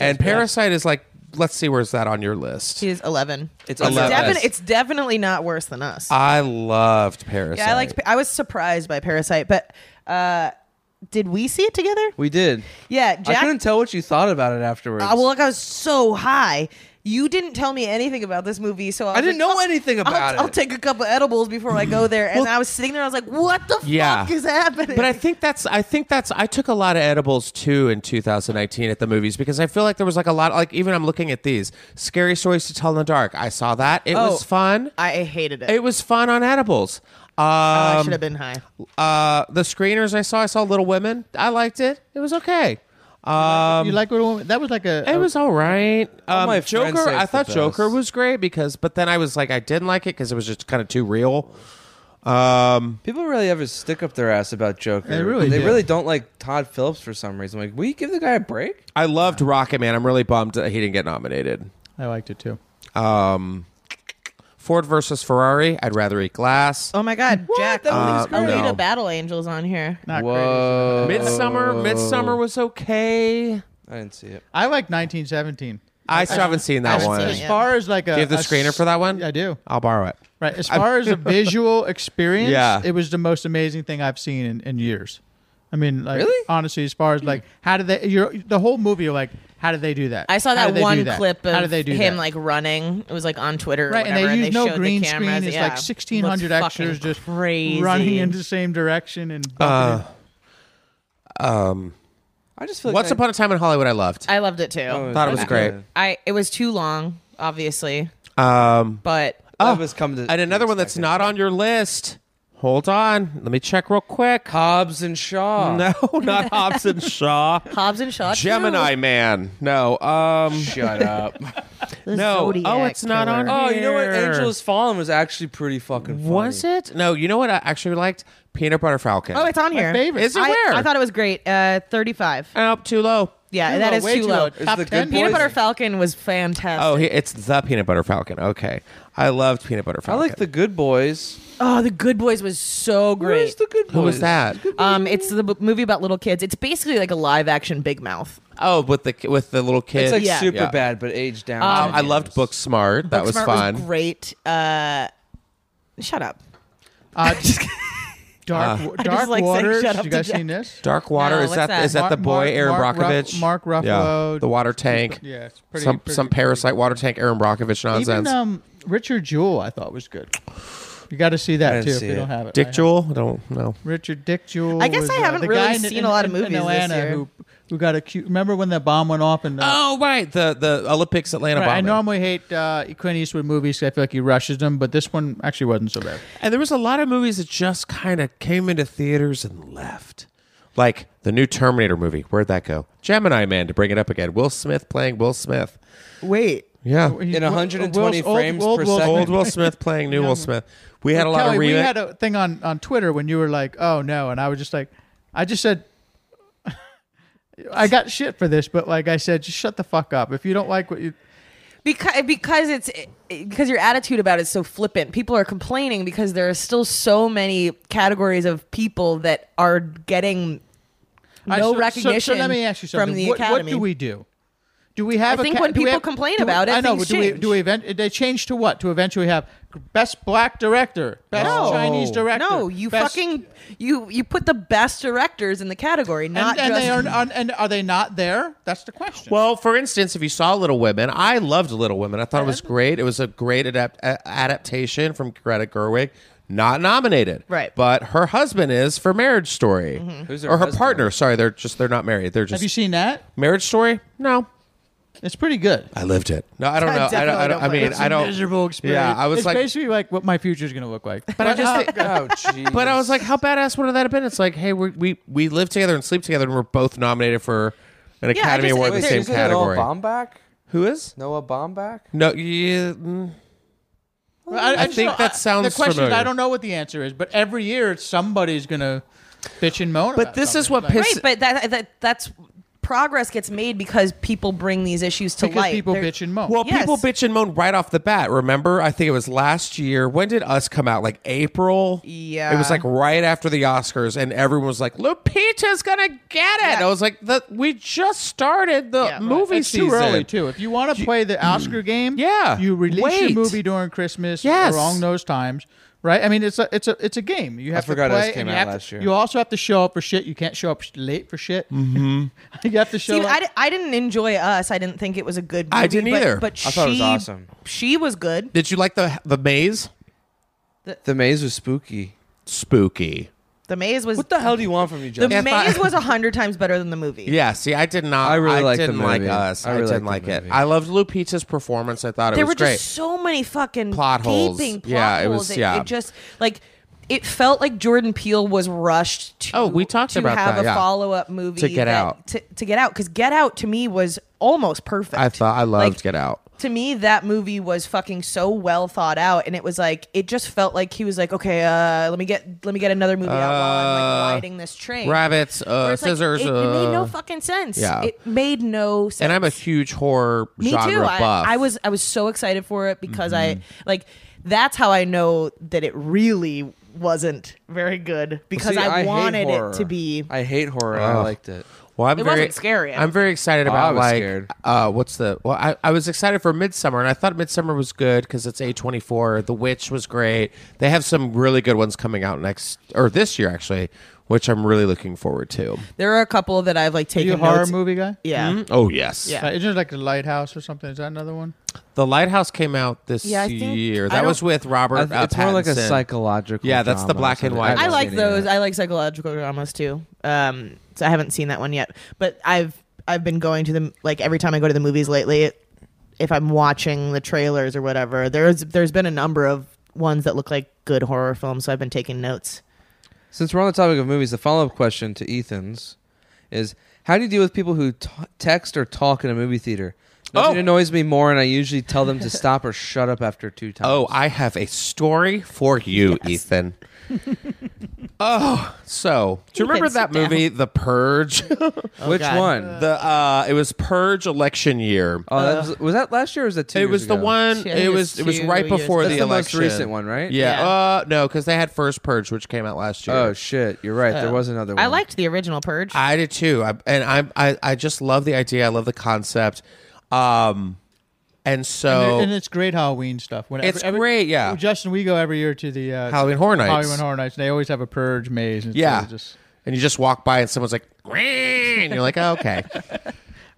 [SPEAKER 6] and Parasite is like, let's see, where's that on your list?
[SPEAKER 1] She is 11.
[SPEAKER 3] It's
[SPEAKER 1] It's,
[SPEAKER 6] 11.
[SPEAKER 1] defi- it's definitely not worse than us.
[SPEAKER 6] I loved Parasite.
[SPEAKER 1] yeah, I liked. I was surprised by Parasite, but uh, Did we see it together?
[SPEAKER 3] We did.
[SPEAKER 1] Yeah, Jack.
[SPEAKER 3] I couldn't tell what you thought about it afterwards.
[SPEAKER 1] Uh, well, look, I was so high. You didn't tell me anything about this movie, so I, was like,
[SPEAKER 3] didn't know
[SPEAKER 1] "I'll-
[SPEAKER 3] anything
[SPEAKER 1] I'll-
[SPEAKER 3] about
[SPEAKER 1] I'll,
[SPEAKER 3] it."
[SPEAKER 1] take a couple edibles before I go there, and I was sitting there. I was like, "What the
[SPEAKER 6] Yeah.
[SPEAKER 1] fuck is happening?"
[SPEAKER 6] But I think that's I think that's I took a lot of edibles too in 2019 at the movies because I feel like there was like a lot like even I'm looking at these scary stories to tell in the dark. I saw that it
[SPEAKER 1] Oh.
[SPEAKER 6] was fun.
[SPEAKER 1] I hated it.
[SPEAKER 6] It was fun on edibles.
[SPEAKER 1] Oh, I
[SPEAKER 6] Um,
[SPEAKER 1] should have been high.
[SPEAKER 6] uh, the screeners I saw, I saw Little Women. I liked it. It was okay.
[SPEAKER 1] Um,
[SPEAKER 2] you like Little Women? That was like a.
[SPEAKER 6] It was all right. Um,
[SPEAKER 3] Oh. my friends
[SPEAKER 6] Joker.
[SPEAKER 3] say it's
[SPEAKER 6] I
[SPEAKER 3] the
[SPEAKER 6] thought Joker
[SPEAKER 3] best.
[SPEAKER 6] was great because, but then I was like, I didn't like it because it was just kind of too real. Um,
[SPEAKER 3] People really ever stick up their ass about Joker.
[SPEAKER 2] They really
[SPEAKER 3] they
[SPEAKER 2] do.
[SPEAKER 3] really don't like Todd Phillips for some reason. Like, will you give the guy a break?
[SPEAKER 6] I loved Rocket Man. I'm really bummed that he didn't get nominated.
[SPEAKER 2] I liked it too.
[SPEAKER 6] Um, Ford versus Ferrari. I'd rather eat glass.
[SPEAKER 1] Oh my god, Jack!
[SPEAKER 3] That
[SPEAKER 2] uh,
[SPEAKER 3] movie's
[SPEAKER 6] great.
[SPEAKER 1] Alita
[SPEAKER 6] no.
[SPEAKER 1] Battle Angels on here.
[SPEAKER 2] Not great.
[SPEAKER 3] Whoa!
[SPEAKER 6] Midsummer. Midsummer was okay.
[SPEAKER 3] I didn't see it.
[SPEAKER 2] I like 1917.
[SPEAKER 6] I still haven't seen that
[SPEAKER 1] haven't
[SPEAKER 6] one.
[SPEAKER 1] seen it
[SPEAKER 2] As
[SPEAKER 1] Yeah.
[SPEAKER 2] far as like a.
[SPEAKER 6] Do you have the
[SPEAKER 2] a
[SPEAKER 6] screener
[SPEAKER 2] s-
[SPEAKER 6] for that one?
[SPEAKER 2] I do.
[SPEAKER 6] I'll borrow it.
[SPEAKER 2] Right. As far
[SPEAKER 6] [laughs]
[SPEAKER 2] as a visual experience,
[SPEAKER 6] Yeah.
[SPEAKER 2] it was the most amazing thing I've seen in, in years. I mean, like,
[SPEAKER 3] Really?
[SPEAKER 2] honestly, as far as like,
[SPEAKER 6] Hmm.
[SPEAKER 2] how did they, you're, the whole movie, you're like, how did they do that?
[SPEAKER 7] I saw
[SPEAKER 2] How
[SPEAKER 7] that
[SPEAKER 2] did they do
[SPEAKER 7] one clip of
[SPEAKER 2] how did they do
[SPEAKER 7] him
[SPEAKER 2] that?
[SPEAKER 7] like running. It was like on Twitter, or
[SPEAKER 2] right,
[SPEAKER 7] whatever,
[SPEAKER 2] and they use no
[SPEAKER 7] showed the
[SPEAKER 2] green
[SPEAKER 7] cameras.
[SPEAKER 2] screen. It's
[SPEAKER 7] Yeah.
[SPEAKER 2] like 1,600
[SPEAKER 7] Looks
[SPEAKER 2] actors
[SPEAKER 7] fucking
[SPEAKER 2] just
[SPEAKER 7] crazy.
[SPEAKER 2] running in the same direction
[SPEAKER 6] Uh,
[SPEAKER 2] and bumping.
[SPEAKER 6] [laughs]
[SPEAKER 3] I just feel like
[SPEAKER 6] Once
[SPEAKER 3] I-
[SPEAKER 6] upon a time in Hollywood, I loved.
[SPEAKER 7] I loved it too.
[SPEAKER 3] Oh,
[SPEAKER 6] thought it was
[SPEAKER 3] okay. [laughs]
[SPEAKER 6] great.
[SPEAKER 7] I it was too long, obviously,
[SPEAKER 6] Um,
[SPEAKER 7] but
[SPEAKER 3] Love has come to
[SPEAKER 6] and another one that's
[SPEAKER 3] expected.
[SPEAKER 6] not on your list. Hold on, let me check real quick.
[SPEAKER 3] Hobbs and [laughs] Shaw.
[SPEAKER 6] [laughs] No, not Hobbs and [laughs] Shaw.
[SPEAKER 7] Hobbs and Shaw. too.
[SPEAKER 6] Gemini Man. No. Um
[SPEAKER 3] Shut
[SPEAKER 6] [laughs]
[SPEAKER 3] up.
[SPEAKER 6] no. Oh,
[SPEAKER 1] Zodiac
[SPEAKER 6] it's not on.
[SPEAKER 1] killer.
[SPEAKER 3] oh, you know what?
[SPEAKER 6] here.
[SPEAKER 3] Angel's Fallen was actually pretty fucking funny.
[SPEAKER 6] Was it? No, you know what I actually liked? Peanut Butter Falcon.
[SPEAKER 1] Oh, it's on here.
[SPEAKER 2] favorite.
[SPEAKER 6] Is it
[SPEAKER 1] I,
[SPEAKER 6] where?
[SPEAKER 1] I thought it was great. Uh, Thirty-five.
[SPEAKER 6] up too low.
[SPEAKER 1] Yeah,
[SPEAKER 2] Too
[SPEAKER 1] that
[SPEAKER 2] low,
[SPEAKER 1] is
[SPEAKER 2] way
[SPEAKER 1] too
[SPEAKER 2] too
[SPEAKER 1] low.
[SPEAKER 2] low.
[SPEAKER 3] It's
[SPEAKER 2] Top
[SPEAKER 3] the
[SPEAKER 2] 10?
[SPEAKER 3] good
[SPEAKER 2] Peanut
[SPEAKER 3] boys.
[SPEAKER 7] Peanut Butter Falcon was fantastic.
[SPEAKER 6] Oh, he, it's the Peanut Butter Falcon. Okay. I loved Peanut Butter
[SPEAKER 3] I
[SPEAKER 6] Falcon.
[SPEAKER 3] like the Good Boys.
[SPEAKER 7] Oh, The Good Boys was so
[SPEAKER 3] Where's
[SPEAKER 7] great.
[SPEAKER 3] the Good Boys?
[SPEAKER 6] Who was that?
[SPEAKER 7] Um, it's the b- movie about little kids. It's basically like a live action Big Mouth.
[SPEAKER 6] Oh, with the with the little kid.
[SPEAKER 3] It's like
[SPEAKER 7] Yeah.
[SPEAKER 3] super
[SPEAKER 6] Yeah.
[SPEAKER 3] bad, but aged down.
[SPEAKER 6] Um,
[SPEAKER 3] 10
[SPEAKER 6] I loved
[SPEAKER 3] years.
[SPEAKER 6] Book Smart. That was
[SPEAKER 7] Smart
[SPEAKER 6] fun.
[SPEAKER 7] Was great. Uh, shut up.
[SPEAKER 2] Uh,
[SPEAKER 6] [laughs] Uh.
[SPEAKER 2] Dark, Wa- Dark
[SPEAKER 7] like saying
[SPEAKER 2] Waters.
[SPEAKER 7] shut up
[SPEAKER 2] Did you
[SPEAKER 7] to
[SPEAKER 2] guys
[SPEAKER 7] Jack.
[SPEAKER 2] seen this?
[SPEAKER 6] Dark Water.
[SPEAKER 7] No,
[SPEAKER 6] is
[SPEAKER 7] what's
[SPEAKER 6] that
[SPEAKER 7] that?
[SPEAKER 6] is that the
[SPEAKER 2] Mark-
[SPEAKER 6] boy
[SPEAKER 2] Mark-
[SPEAKER 6] Aaron
[SPEAKER 2] Mark Ruff-
[SPEAKER 6] Brockovich?
[SPEAKER 2] Mark Ruffalo.
[SPEAKER 6] Yeah. The water tank.
[SPEAKER 2] Yeah, it's pretty.
[SPEAKER 6] some
[SPEAKER 2] pretty-
[SPEAKER 6] some parasite water tank Aaron Brockovich
[SPEAKER 2] Even
[SPEAKER 6] nonsense.
[SPEAKER 2] um, Richard Jewell, I thought was good. You got to see
[SPEAKER 3] I
[SPEAKER 2] that
[SPEAKER 3] didn't
[SPEAKER 2] too if
[SPEAKER 3] see
[SPEAKER 2] you
[SPEAKER 3] it.
[SPEAKER 2] don't have it. I
[SPEAKER 6] Dick
[SPEAKER 2] have-
[SPEAKER 6] Jewell? I don't know.
[SPEAKER 2] Richard Dick Jewell.
[SPEAKER 1] I guess
[SPEAKER 2] was,
[SPEAKER 1] I
[SPEAKER 2] uh,
[SPEAKER 1] haven't
[SPEAKER 2] the
[SPEAKER 1] really
[SPEAKER 2] guy in-
[SPEAKER 1] seen
[SPEAKER 2] in-
[SPEAKER 1] a lot of
[SPEAKER 2] in- in
[SPEAKER 1] movies this
[SPEAKER 2] Atlanta
[SPEAKER 1] year.
[SPEAKER 2] Who, who got accused? Remember when that bomb went off and. Uh,
[SPEAKER 6] Oh right, the the Olympics Atlanta
[SPEAKER 2] Right, I
[SPEAKER 6] bombing.
[SPEAKER 2] normally hate uh, Clint Eastwood movies 'cause I feel like he rushes them, but this one actually wasn't so bad.
[SPEAKER 6] and there was a lot of movies that just kind of came into theaters and left. Like the new Terminator movie. Where'd that go? Gemini Man to bring it up again. Will Smith playing Will Smith.
[SPEAKER 1] Wait,
[SPEAKER 6] Yeah.
[SPEAKER 2] He's-
[SPEAKER 3] In 120
[SPEAKER 2] Will's- old-
[SPEAKER 3] frames
[SPEAKER 2] old
[SPEAKER 3] per
[SPEAKER 2] Will-
[SPEAKER 3] second.
[SPEAKER 6] Old Will Smith
[SPEAKER 2] [laughs]
[SPEAKER 6] playing new Will Smith. We had a lot
[SPEAKER 2] Kelly,
[SPEAKER 6] of
[SPEAKER 2] we
[SPEAKER 6] remake.
[SPEAKER 2] had a thing on, on Twitter when you were like, "Oh no," and I was just like, "I just said." [laughs] I got shit for this, but like I said, just shut the fuck up. If you don't like what you,
[SPEAKER 7] because because it's because your attitude about it is so flippant. People are complaining because there are still so many categories of people that are getting
[SPEAKER 2] I-
[SPEAKER 7] no
[SPEAKER 2] so-
[SPEAKER 7] recognition
[SPEAKER 2] So, so let me ask you something.
[SPEAKER 7] from the
[SPEAKER 2] what, what
[SPEAKER 7] academy.
[SPEAKER 2] do we do? Do we have?
[SPEAKER 7] I think
[SPEAKER 2] a ca-
[SPEAKER 7] when
[SPEAKER 2] do we
[SPEAKER 7] people
[SPEAKER 2] have-
[SPEAKER 7] complain
[SPEAKER 2] do we-
[SPEAKER 7] about it,
[SPEAKER 2] I know.
[SPEAKER 7] things
[SPEAKER 2] but do we
[SPEAKER 7] change.
[SPEAKER 2] do we event? They change to what? To eventually have best black director, best
[SPEAKER 1] No.
[SPEAKER 2] Chinese director.
[SPEAKER 7] no, you
[SPEAKER 2] best-
[SPEAKER 7] fucking you you put the best directors in the category, not
[SPEAKER 2] And, and
[SPEAKER 7] just
[SPEAKER 2] they are, are and are they not there? That's the question.
[SPEAKER 6] Well, for instance, if you saw Little Women, I loved Little Women. I thought it was great. It was a great adapt- a- adaptation from Greta Gerwig. Not nominated,
[SPEAKER 7] Right.
[SPEAKER 6] But her husband is for Marriage Story,
[SPEAKER 3] Who's her
[SPEAKER 6] or her
[SPEAKER 3] husband?
[SPEAKER 6] partner. Sorry, they're just they're not married. They're
[SPEAKER 2] have
[SPEAKER 6] just
[SPEAKER 2] you seen that?
[SPEAKER 6] Marriage Story. No,
[SPEAKER 2] It's pretty good.
[SPEAKER 6] I lived it. No, I don't know. I, don't,
[SPEAKER 7] definitely
[SPEAKER 6] I, don't,
[SPEAKER 7] don't
[SPEAKER 6] I
[SPEAKER 7] blame
[SPEAKER 6] mean, I don't.
[SPEAKER 2] Miserable experience.
[SPEAKER 6] Yeah, I was
[SPEAKER 2] it's
[SPEAKER 6] like-
[SPEAKER 2] basically like what my future is going to look
[SPEAKER 7] [laughs]
[SPEAKER 2] like.
[SPEAKER 6] But I just,
[SPEAKER 3] [laughs]
[SPEAKER 6] think-
[SPEAKER 3] Oh, jeez.
[SPEAKER 6] but I was like, how badass would that have been? It's like, hey, we we we live together and sleep together, and we're both nominated for an
[SPEAKER 7] I
[SPEAKER 6] Academy
[SPEAKER 7] just-
[SPEAKER 6] Award in
[SPEAKER 7] wait,
[SPEAKER 6] the same
[SPEAKER 3] is it Noah
[SPEAKER 6] category.
[SPEAKER 3] Baumbach?
[SPEAKER 6] Who is?
[SPEAKER 3] Noah Baumbach?
[SPEAKER 6] No, yeah, mm,
[SPEAKER 2] Well, I, just
[SPEAKER 6] think
[SPEAKER 2] don't-
[SPEAKER 6] that sounds
[SPEAKER 2] the question. is,
[SPEAKER 6] familiar.
[SPEAKER 2] I don't know what the answer is, but every year somebody's gonna bitch and moan.
[SPEAKER 6] but
[SPEAKER 2] about
[SPEAKER 6] this is
[SPEAKER 2] something.
[SPEAKER 6] what
[SPEAKER 2] Like,
[SPEAKER 6] pisses.
[SPEAKER 7] right. But that, that that's progress gets made because people bring these issues to
[SPEAKER 2] because
[SPEAKER 7] light.
[SPEAKER 2] people
[SPEAKER 7] They're-
[SPEAKER 2] bitch and moan.
[SPEAKER 6] Well,
[SPEAKER 7] Yes.
[SPEAKER 6] people bitch and moan right off the bat. Remember, I think it was last year. When did Us come out? Like April.
[SPEAKER 1] Yeah.
[SPEAKER 6] it was like right after the Oscars, and everyone was like, "Lupita's gonna get it." I was like, "The we just started the
[SPEAKER 1] Yeah.
[SPEAKER 6] movie
[SPEAKER 2] it's
[SPEAKER 6] season."
[SPEAKER 2] too early too. If you want to play the Oscar game,
[SPEAKER 6] Yeah.
[SPEAKER 2] you release your
[SPEAKER 6] Wait.
[SPEAKER 2] movie during Christmas
[SPEAKER 6] Yes.
[SPEAKER 2] along those times, right? I mean, it's a it's a it's a game. You have
[SPEAKER 3] forgot
[SPEAKER 2] to play.
[SPEAKER 3] this came
[SPEAKER 2] and you
[SPEAKER 3] out
[SPEAKER 2] have to-
[SPEAKER 3] last year.
[SPEAKER 2] You also have to show up for shit. You can't show up sh- late for shit. Mm-hmm. [laughs] you have to show
[SPEAKER 1] See,
[SPEAKER 2] up.
[SPEAKER 1] I, di- I didn't enjoy Us. I didn't think it was a good movie.
[SPEAKER 6] I didn't
[SPEAKER 1] but-
[SPEAKER 6] either.
[SPEAKER 1] But she,
[SPEAKER 3] I thought it was awesome.
[SPEAKER 1] She was good.
[SPEAKER 6] Did you like the the maze?
[SPEAKER 3] The maze was spooky.
[SPEAKER 6] Spooky.
[SPEAKER 1] The Maze was.
[SPEAKER 3] What the hell do you want from me,
[SPEAKER 1] The
[SPEAKER 3] Justin?
[SPEAKER 6] Yeah,
[SPEAKER 1] Maze
[SPEAKER 6] but- [laughs]
[SPEAKER 1] was a hundred times better than the movie.
[SPEAKER 6] Yeah, see, I did not.
[SPEAKER 3] I really liked the
[SPEAKER 6] didn't like
[SPEAKER 3] movie.
[SPEAKER 6] us.
[SPEAKER 3] I
[SPEAKER 6] I,
[SPEAKER 3] really
[SPEAKER 6] didn't
[SPEAKER 3] liked
[SPEAKER 6] like
[SPEAKER 3] the
[SPEAKER 6] it.
[SPEAKER 3] movie.
[SPEAKER 6] I loved Lupita's performance. I thought it
[SPEAKER 1] there
[SPEAKER 6] was
[SPEAKER 1] were
[SPEAKER 6] great.
[SPEAKER 1] just so many fucking
[SPEAKER 6] Plot holes.
[SPEAKER 1] gaping plot
[SPEAKER 6] Yeah, it
[SPEAKER 1] holes.
[SPEAKER 6] was- yeah.
[SPEAKER 1] It, just like it felt like Jordan Peele was rushed to.
[SPEAKER 6] Oh, we talked
[SPEAKER 1] to
[SPEAKER 6] about
[SPEAKER 1] have
[SPEAKER 6] that,
[SPEAKER 1] a
[SPEAKER 6] yeah.
[SPEAKER 1] follow up movie
[SPEAKER 6] To Get
[SPEAKER 1] that-
[SPEAKER 6] Out.
[SPEAKER 1] to, to get out because Get Out to me was almost perfect.
[SPEAKER 6] I thought I loved
[SPEAKER 1] Like,
[SPEAKER 6] Get Out.
[SPEAKER 1] to me that movie was fucking so well thought out and it was like it just felt like he was like okay uh let me get let me get another movie out while i'm
[SPEAKER 6] Uh,
[SPEAKER 1] like riding this train
[SPEAKER 6] Rabbits,
[SPEAKER 1] Where
[SPEAKER 6] uh,
[SPEAKER 1] it's like,
[SPEAKER 6] scissors.
[SPEAKER 1] it, it made
[SPEAKER 6] uh,
[SPEAKER 1] no fucking sense
[SPEAKER 6] yeah.
[SPEAKER 1] it made no sense
[SPEAKER 6] and I'm a huge horror
[SPEAKER 1] me
[SPEAKER 6] genre
[SPEAKER 1] too I,
[SPEAKER 6] buff.
[SPEAKER 1] I was i was so excited for it because i
[SPEAKER 3] Mm-hmm.
[SPEAKER 1] like that's how i know that it really wasn't very good because
[SPEAKER 3] See,
[SPEAKER 1] i
[SPEAKER 3] hate
[SPEAKER 1] wanted
[SPEAKER 3] horror.
[SPEAKER 1] it to be
[SPEAKER 3] I hate horror. and I
[SPEAKER 6] Ugh.
[SPEAKER 3] liked it.
[SPEAKER 6] Well, I'm
[SPEAKER 1] It
[SPEAKER 6] very,
[SPEAKER 1] wasn't scary.
[SPEAKER 6] I'm very excited about
[SPEAKER 3] Oh, was
[SPEAKER 6] like
[SPEAKER 3] scared.
[SPEAKER 6] uh, what's the well? I, I was excited for Midsummer, and I thought Midsummer was good because it's A24. The Witch was great. They have some really good ones coming out next or this year actually, which I'm really looking forward to.
[SPEAKER 1] there are a couple that i've like
[SPEAKER 2] Are
[SPEAKER 1] taken
[SPEAKER 2] you a horror
[SPEAKER 1] notes-
[SPEAKER 2] movie guy?
[SPEAKER 1] yeah
[SPEAKER 3] hmm?
[SPEAKER 6] Oh yes,
[SPEAKER 1] Yeah.
[SPEAKER 2] Uh, isn't it like the Lighthouse or something? Is that another one?
[SPEAKER 6] The Lighthouse came out this
[SPEAKER 1] Yeah, I think-
[SPEAKER 6] year.
[SPEAKER 1] I
[SPEAKER 6] That
[SPEAKER 1] don't-
[SPEAKER 6] was with Robert.
[SPEAKER 3] I th-
[SPEAKER 6] uh,
[SPEAKER 3] it's more like a
[SPEAKER 6] Pattinson.
[SPEAKER 3] psychological.
[SPEAKER 6] Yeah, that's the
[SPEAKER 3] drama or
[SPEAKER 6] black and
[SPEAKER 3] something.
[SPEAKER 6] white
[SPEAKER 3] haven't
[SPEAKER 1] I
[SPEAKER 6] one.
[SPEAKER 1] like
[SPEAKER 3] seen it yet.
[SPEAKER 1] those. I like psychological dramas too. Um, so I haven't seen that one yet, but I've I've been going to them like every time I go to the movies lately. if I'm watching the trailers or whatever, there's there's been a number of ones that look like good horror films, so I've been taking notes.
[SPEAKER 3] Since we're on the topic of movies, the follow-up question to Ethan's is: How do you deal with people who t- text or talk in a movie theater? Nothing
[SPEAKER 6] Oh.
[SPEAKER 3] annoys me more, and I usually tell them to stop or shut up after two times.
[SPEAKER 6] Oh, I have a story for you,
[SPEAKER 1] [laughs]
[SPEAKER 6] Ethan. oh, so do
[SPEAKER 1] You
[SPEAKER 6] you
[SPEAKER 1] can
[SPEAKER 6] remember that
[SPEAKER 1] sit down.
[SPEAKER 6] movie,
[SPEAKER 1] [laughs]
[SPEAKER 6] The Purge?
[SPEAKER 3] which
[SPEAKER 9] God.
[SPEAKER 3] one?
[SPEAKER 6] The uh, it was Purge election year.
[SPEAKER 3] oh, that was, was that last year? or Was that two?
[SPEAKER 6] it
[SPEAKER 3] years
[SPEAKER 6] was the
[SPEAKER 3] ago?
[SPEAKER 6] one.
[SPEAKER 1] Shit,
[SPEAKER 6] it
[SPEAKER 1] it
[SPEAKER 6] was
[SPEAKER 1] was
[SPEAKER 6] it was
[SPEAKER 1] two
[SPEAKER 6] right
[SPEAKER 1] years
[SPEAKER 6] before
[SPEAKER 3] That's
[SPEAKER 6] the,
[SPEAKER 3] the most
[SPEAKER 6] election.
[SPEAKER 3] recent one, right?
[SPEAKER 6] Yeah.
[SPEAKER 1] Yeah.
[SPEAKER 6] Uh, no, because they had First Purge, which came out last year.
[SPEAKER 3] Oh shit! You're right. There was another one.
[SPEAKER 9] I liked the original Purge.
[SPEAKER 6] I did too. I, and I, I I just love the idea. I love the concept. Um, and so
[SPEAKER 2] and it's great Halloween stuff. When
[SPEAKER 6] Oh. It's great, yeah.
[SPEAKER 2] Justin, we go every year to the uh,
[SPEAKER 6] Halloween Horror Nights.
[SPEAKER 2] Halloween Horror Nights. And they always have a purge maze. And it's
[SPEAKER 6] yeah.
[SPEAKER 2] really just-
[SPEAKER 6] and you just walk by and someone's like, "Grrrr," and you're like, oh,
[SPEAKER 3] [laughs]
[SPEAKER 6] okay.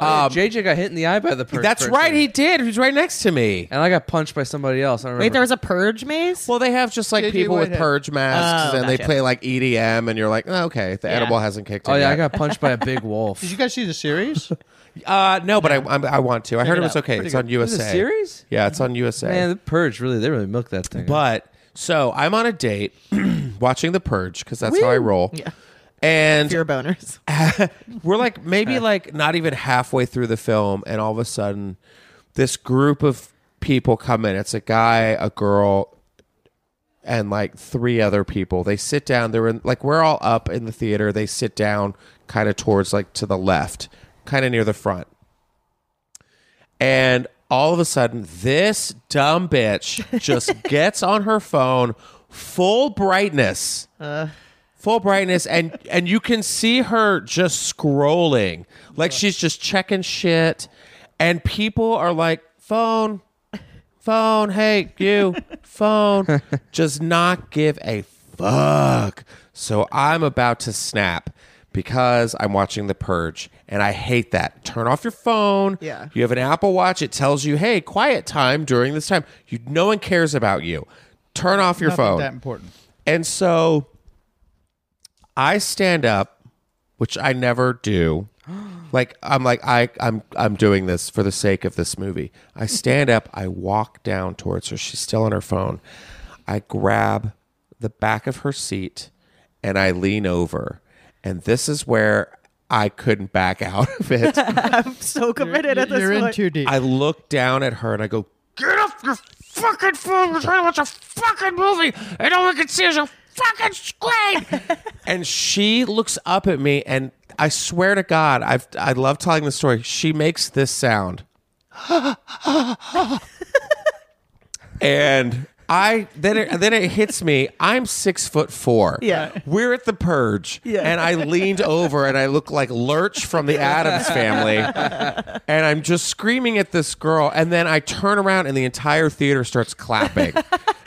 [SPEAKER 3] Um, JJ got hit in the eye by the. Per-
[SPEAKER 6] That's
[SPEAKER 3] person.
[SPEAKER 6] right. He did. He's right next to me.
[SPEAKER 3] and I got punched by somebody else. I don't
[SPEAKER 9] Wait,
[SPEAKER 3] remember.
[SPEAKER 9] there was a Purge maze.
[SPEAKER 6] Well, they have just like
[SPEAKER 2] JJ
[SPEAKER 6] people with
[SPEAKER 2] Whitehead.
[SPEAKER 6] purge masks,
[SPEAKER 9] Oh,
[SPEAKER 6] and they
[SPEAKER 9] gotcha.
[SPEAKER 6] play like EDM, and you're like, oh, okay, the edible hasn't kicked.
[SPEAKER 3] Oh
[SPEAKER 6] in
[SPEAKER 3] yeah, I [laughs]
[SPEAKER 6] yet.
[SPEAKER 3] got punched by a big wolf.
[SPEAKER 2] Did you guys see the series?
[SPEAKER 6] Uh, no, but I, I'm- I want to. I heard it,
[SPEAKER 2] it
[SPEAKER 6] was
[SPEAKER 2] out.
[SPEAKER 6] okay. it's on
[SPEAKER 3] Is
[SPEAKER 6] USA.
[SPEAKER 3] it a series?
[SPEAKER 6] Yeah, it's on USA.
[SPEAKER 3] Man, the purge really they really milked that thing.
[SPEAKER 6] but so I'm on a date [clears throat] watching The Purge because that's how I roll. Yeah. And
[SPEAKER 9] Your boners.
[SPEAKER 6] we're like maybe like not even halfway through the film, and all of a sudden, this group of people come in. It's a guy, a girl, and like three other people. They sit down. They're in like we're all up in the theater. They sit down, kind of towards like to the left, kind of near the front. And all of a sudden, this dumb bitch just gets on her phone, full brightness full brightness and and you can see her just scrolling like she's just checking shit and people are like phone phone hey you phone just not give a fuck so i'm about to snap because i'm watching the purge and i hate that turn off your phone
[SPEAKER 9] Yeah.
[SPEAKER 6] you have an apple watch it tells you hey quiet time during this time you no one cares about you turn off your
[SPEAKER 2] Not
[SPEAKER 6] phone
[SPEAKER 2] that important.
[SPEAKER 6] and so I stand up, which I never do. Like I'm like I I'm I'm doing this for the sake of this movie. I stand up, I walk down towards her. She's still on her phone. I grab the back of her seat and I lean over. And this is where I couldn't back out of it.
[SPEAKER 9] So committed at this
[SPEAKER 2] You're in
[SPEAKER 9] point.
[SPEAKER 2] too deep.
[SPEAKER 6] I look down at her and I go, "Get off your fucking phone! We're trying to watch a fucking movie, and all we can see is a fucking screen." and she looks up at me, and I swear to God, I've I love telling the story. She makes this sound, and I then it, then it hits me. I'm six foot four.
[SPEAKER 1] Yeah.
[SPEAKER 6] we're at the purge.
[SPEAKER 1] Yeah.
[SPEAKER 6] and I leaned over and I look like Lurch from the Adams Family, and I'm just screaming at this girl. And then I turn around and the entire theater starts
[SPEAKER 7] [laughs]
[SPEAKER 6] clapping,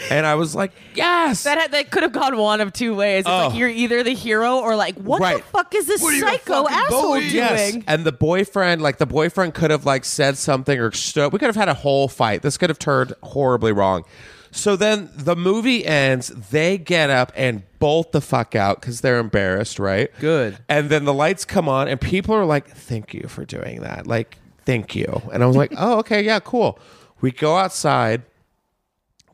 [SPEAKER 6] and I was like, "Yes,
[SPEAKER 7] That, had, that could have gone one of two ways. It's
[SPEAKER 6] Oh.
[SPEAKER 7] like you're either the hero or like, what
[SPEAKER 6] Right.
[SPEAKER 7] the fuck is this psycho asshole doing?
[SPEAKER 6] And the boyfriend, like the boyfriend could have like said something or stood. We could have had a whole fight. This could have turned horribly wrong. So then the movie ends. They get up and bolt the fuck out because they're embarrassed, right?
[SPEAKER 3] Good.
[SPEAKER 6] And then the lights come on and people are like, thank you for doing that. Like, thank you. And I was like, oh, okay, yeah, cool. We go outside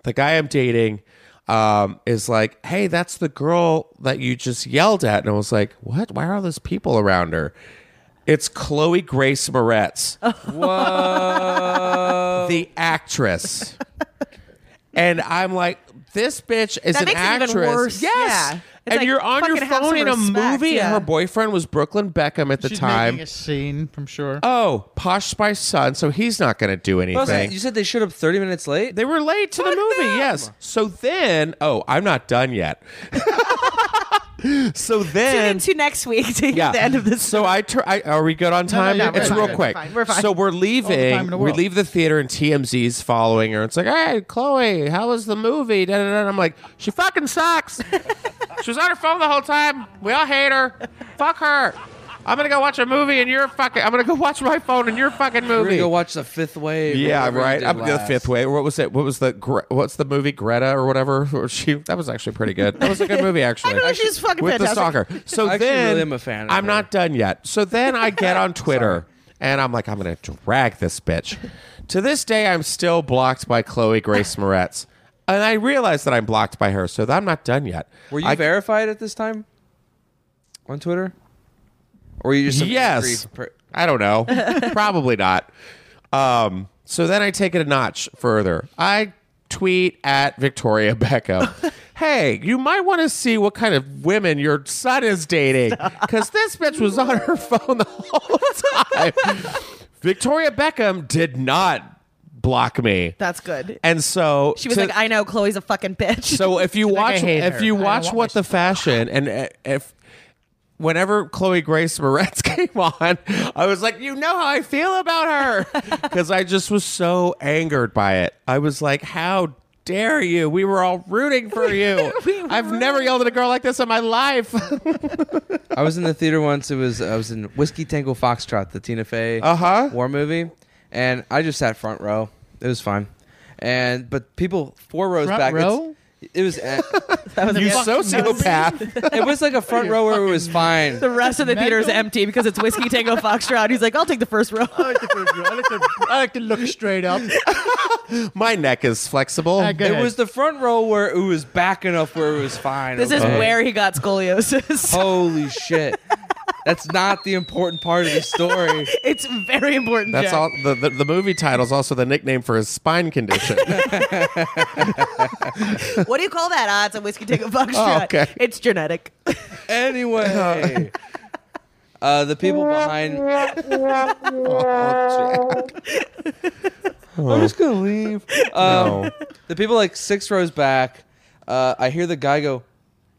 [SPEAKER 6] the guy I'm dating um, is like, hey, that's the girl that you just yelled at. And I was like, what? Why are all those people around her? It's Chloe Grace
[SPEAKER 7] [laughs]
[SPEAKER 6] Moretz,
[SPEAKER 3] Whoa.
[SPEAKER 6] the actress. and I'm like, this bitch is
[SPEAKER 7] That
[SPEAKER 6] an
[SPEAKER 7] makes it even
[SPEAKER 6] actress.
[SPEAKER 7] worse.
[SPEAKER 6] Yes.
[SPEAKER 7] Yeah. It's
[SPEAKER 6] And
[SPEAKER 7] like,
[SPEAKER 6] you're on your
[SPEAKER 7] fucking have
[SPEAKER 6] phone
[SPEAKER 7] some
[SPEAKER 6] in a
[SPEAKER 7] respect,
[SPEAKER 6] movie, and
[SPEAKER 7] yeah.
[SPEAKER 6] her boyfriend was Brooklyn Beckham at the
[SPEAKER 2] She's
[SPEAKER 6] time.
[SPEAKER 2] making a scene, I'm sure.
[SPEAKER 6] oh, Posh Spice son, so he's not going to do anything.
[SPEAKER 3] You said they showed up 30 minutes late?
[SPEAKER 6] They were late to the movie, yes. So then, oh, I'm not done yet. [laughs] so
[SPEAKER 7] Tune
[SPEAKER 6] then,
[SPEAKER 7] into next week
[SPEAKER 6] [laughs]
[SPEAKER 7] to
[SPEAKER 6] yeah.
[SPEAKER 7] the end of this.
[SPEAKER 6] So I, tur- I are we good on time?
[SPEAKER 2] no, no, we're
[SPEAKER 6] it's
[SPEAKER 2] fine,
[SPEAKER 6] real
[SPEAKER 2] we're
[SPEAKER 6] quick.
[SPEAKER 2] fine, we're fine.
[SPEAKER 6] So we're
[SPEAKER 2] time in
[SPEAKER 6] leaving.
[SPEAKER 2] the
[SPEAKER 6] We
[SPEAKER 2] world.
[SPEAKER 6] leave the theater, and TMZ's following her. It's like, hey, Chloe, how was the movie? Da, da, da. And I'm like, she
[SPEAKER 2] [laughs]
[SPEAKER 6] fucking sucks. she was on her phone the whole time. We all hate her. Fuck her. I'm gonna go watch a movie, and you're fucking. I'm gonna go watch my phone, and you're fucking movie.
[SPEAKER 3] We're going to go watch The Fifth Wave. or
[SPEAKER 6] Yeah,
[SPEAKER 3] whatever you
[SPEAKER 6] right.
[SPEAKER 3] did
[SPEAKER 6] I'm the
[SPEAKER 3] last.
[SPEAKER 6] fifth wave. What was it? What was the Gre- what's the movie Greta or whatever? Or she that was actually pretty good. That was a
[SPEAKER 3] [laughs]
[SPEAKER 6] good movie actually.
[SPEAKER 7] know, she's fucking
[SPEAKER 6] with the stalker.
[SPEAKER 7] fantastic.
[SPEAKER 6] So
[SPEAKER 3] I actually
[SPEAKER 6] then
[SPEAKER 3] really am a fan of
[SPEAKER 6] I'm
[SPEAKER 3] her.
[SPEAKER 6] not done yet. So then I
[SPEAKER 3] [laughs]
[SPEAKER 6] get on Twitter and I'm like I'm going to drag this bitch. to this day I'm still blocked by Chloe Grace Moretz. And I realize that I'm blocked by her, so I'm not done yet.
[SPEAKER 3] Were you
[SPEAKER 6] I,
[SPEAKER 3] verified at this time on Twitter? Or were you just some
[SPEAKER 6] yes.
[SPEAKER 3] angry per-
[SPEAKER 6] I don't
[SPEAKER 7] [laughs]
[SPEAKER 6] know. Probably not. Um, so then I take it a notch further. I tweet at Victoria
[SPEAKER 7] [laughs]
[SPEAKER 6] Beckham. Hey, you might want to see what kind of women your son is dating because this bitch was on
[SPEAKER 7] [laughs]
[SPEAKER 6] her phone the whole time. Victoria Beckham did not block me.
[SPEAKER 7] That's good.
[SPEAKER 6] And so
[SPEAKER 7] She was like, I know Chloe's a fucking
[SPEAKER 6] [laughs]
[SPEAKER 7] bitch.
[SPEAKER 6] so if you watch
[SPEAKER 2] hate
[SPEAKER 6] if
[SPEAKER 2] her.
[SPEAKER 6] you
[SPEAKER 2] I don't
[SPEAKER 6] watch
[SPEAKER 2] want
[SPEAKER 6] what the fashion and uh, if whenever Chloe Grace Moretz [laughs] came on, I was like, you know how I feel about
[SPEAKER 2] [laughs]
[SPEAKER 6] her because I just was so angered by it. I was like, how dare you? We were all
[SPEAKER 2] [laughs]
[SPEAKER 6] rooting for you.
[SPEAKER 7] we were
[SPEAKER 6] I've never yelled at a girl like this in my life.
[SPEAKER 3] I was in the theater once. It was I was in Whiskey Tango Foxtrot, the Tina Fey
[SPEAKER 6] Uh-huh.
[SPEAKER 3] war movie, and I just sat front row. It was fine, and but people four rows
[SPEAKER 2] Front
[SPEAKER 3] back. it's-
[SPEAKER 2] row?
[SPEAKER 3] It was
[SPEAKER 2] [laughs]
[SPEAKER 3] it
[SPEAKER 6] you
[SPEAKER 2] fucking
[SPEAKER 6] [laughs]
[SPEAKER 2] [laughs]
[SPEAKER 6] sociopath.
[SPEAKER 3] was like a front row where it was fine.
[SPEAKER 7] [laughs] the rest of the theater is empty because it's Whiskey Tango Foxtrot. He's like, I'll take the first row.
[SPEAKER 2] I, like to, I, like to, I like to look straight [laughs] up.
[SPEAKER 6] my neck is flexible.
[SPEAKER 2] I get-
[SPEAKER 3] It was the front row where it was back enough where it was fine.
[SPEAKER 7] This is
[SPEAKER 3] okay?
[SPEAKER 7] where he got scoliosis.
[SPEAKER 3] Oh. holy shit. That's not the important part of the story.
[SPEAKER 7] [laughs] It's very important.
[SPEAKER 6] That's
[SPEAKER 7] Jack.
[SPEAKER 6] all. The, the, the movie title is also the nickname for his spine
[SPEAKER 2] [laughs]
[SPEAKER 6] condition.
[SPEAKER 7] What do you call that? Ah, it's a whiskey tango foxtrot.
[SPEAKER 6] Oh, okay.
[SPEAKER 7] It's genetic. [laughs]
[SPEAKER 3] Anyway, [laughs] uh, the people behind. I'm just gonna leave. Um, The people like six rows back. Uh, I hear the guy go,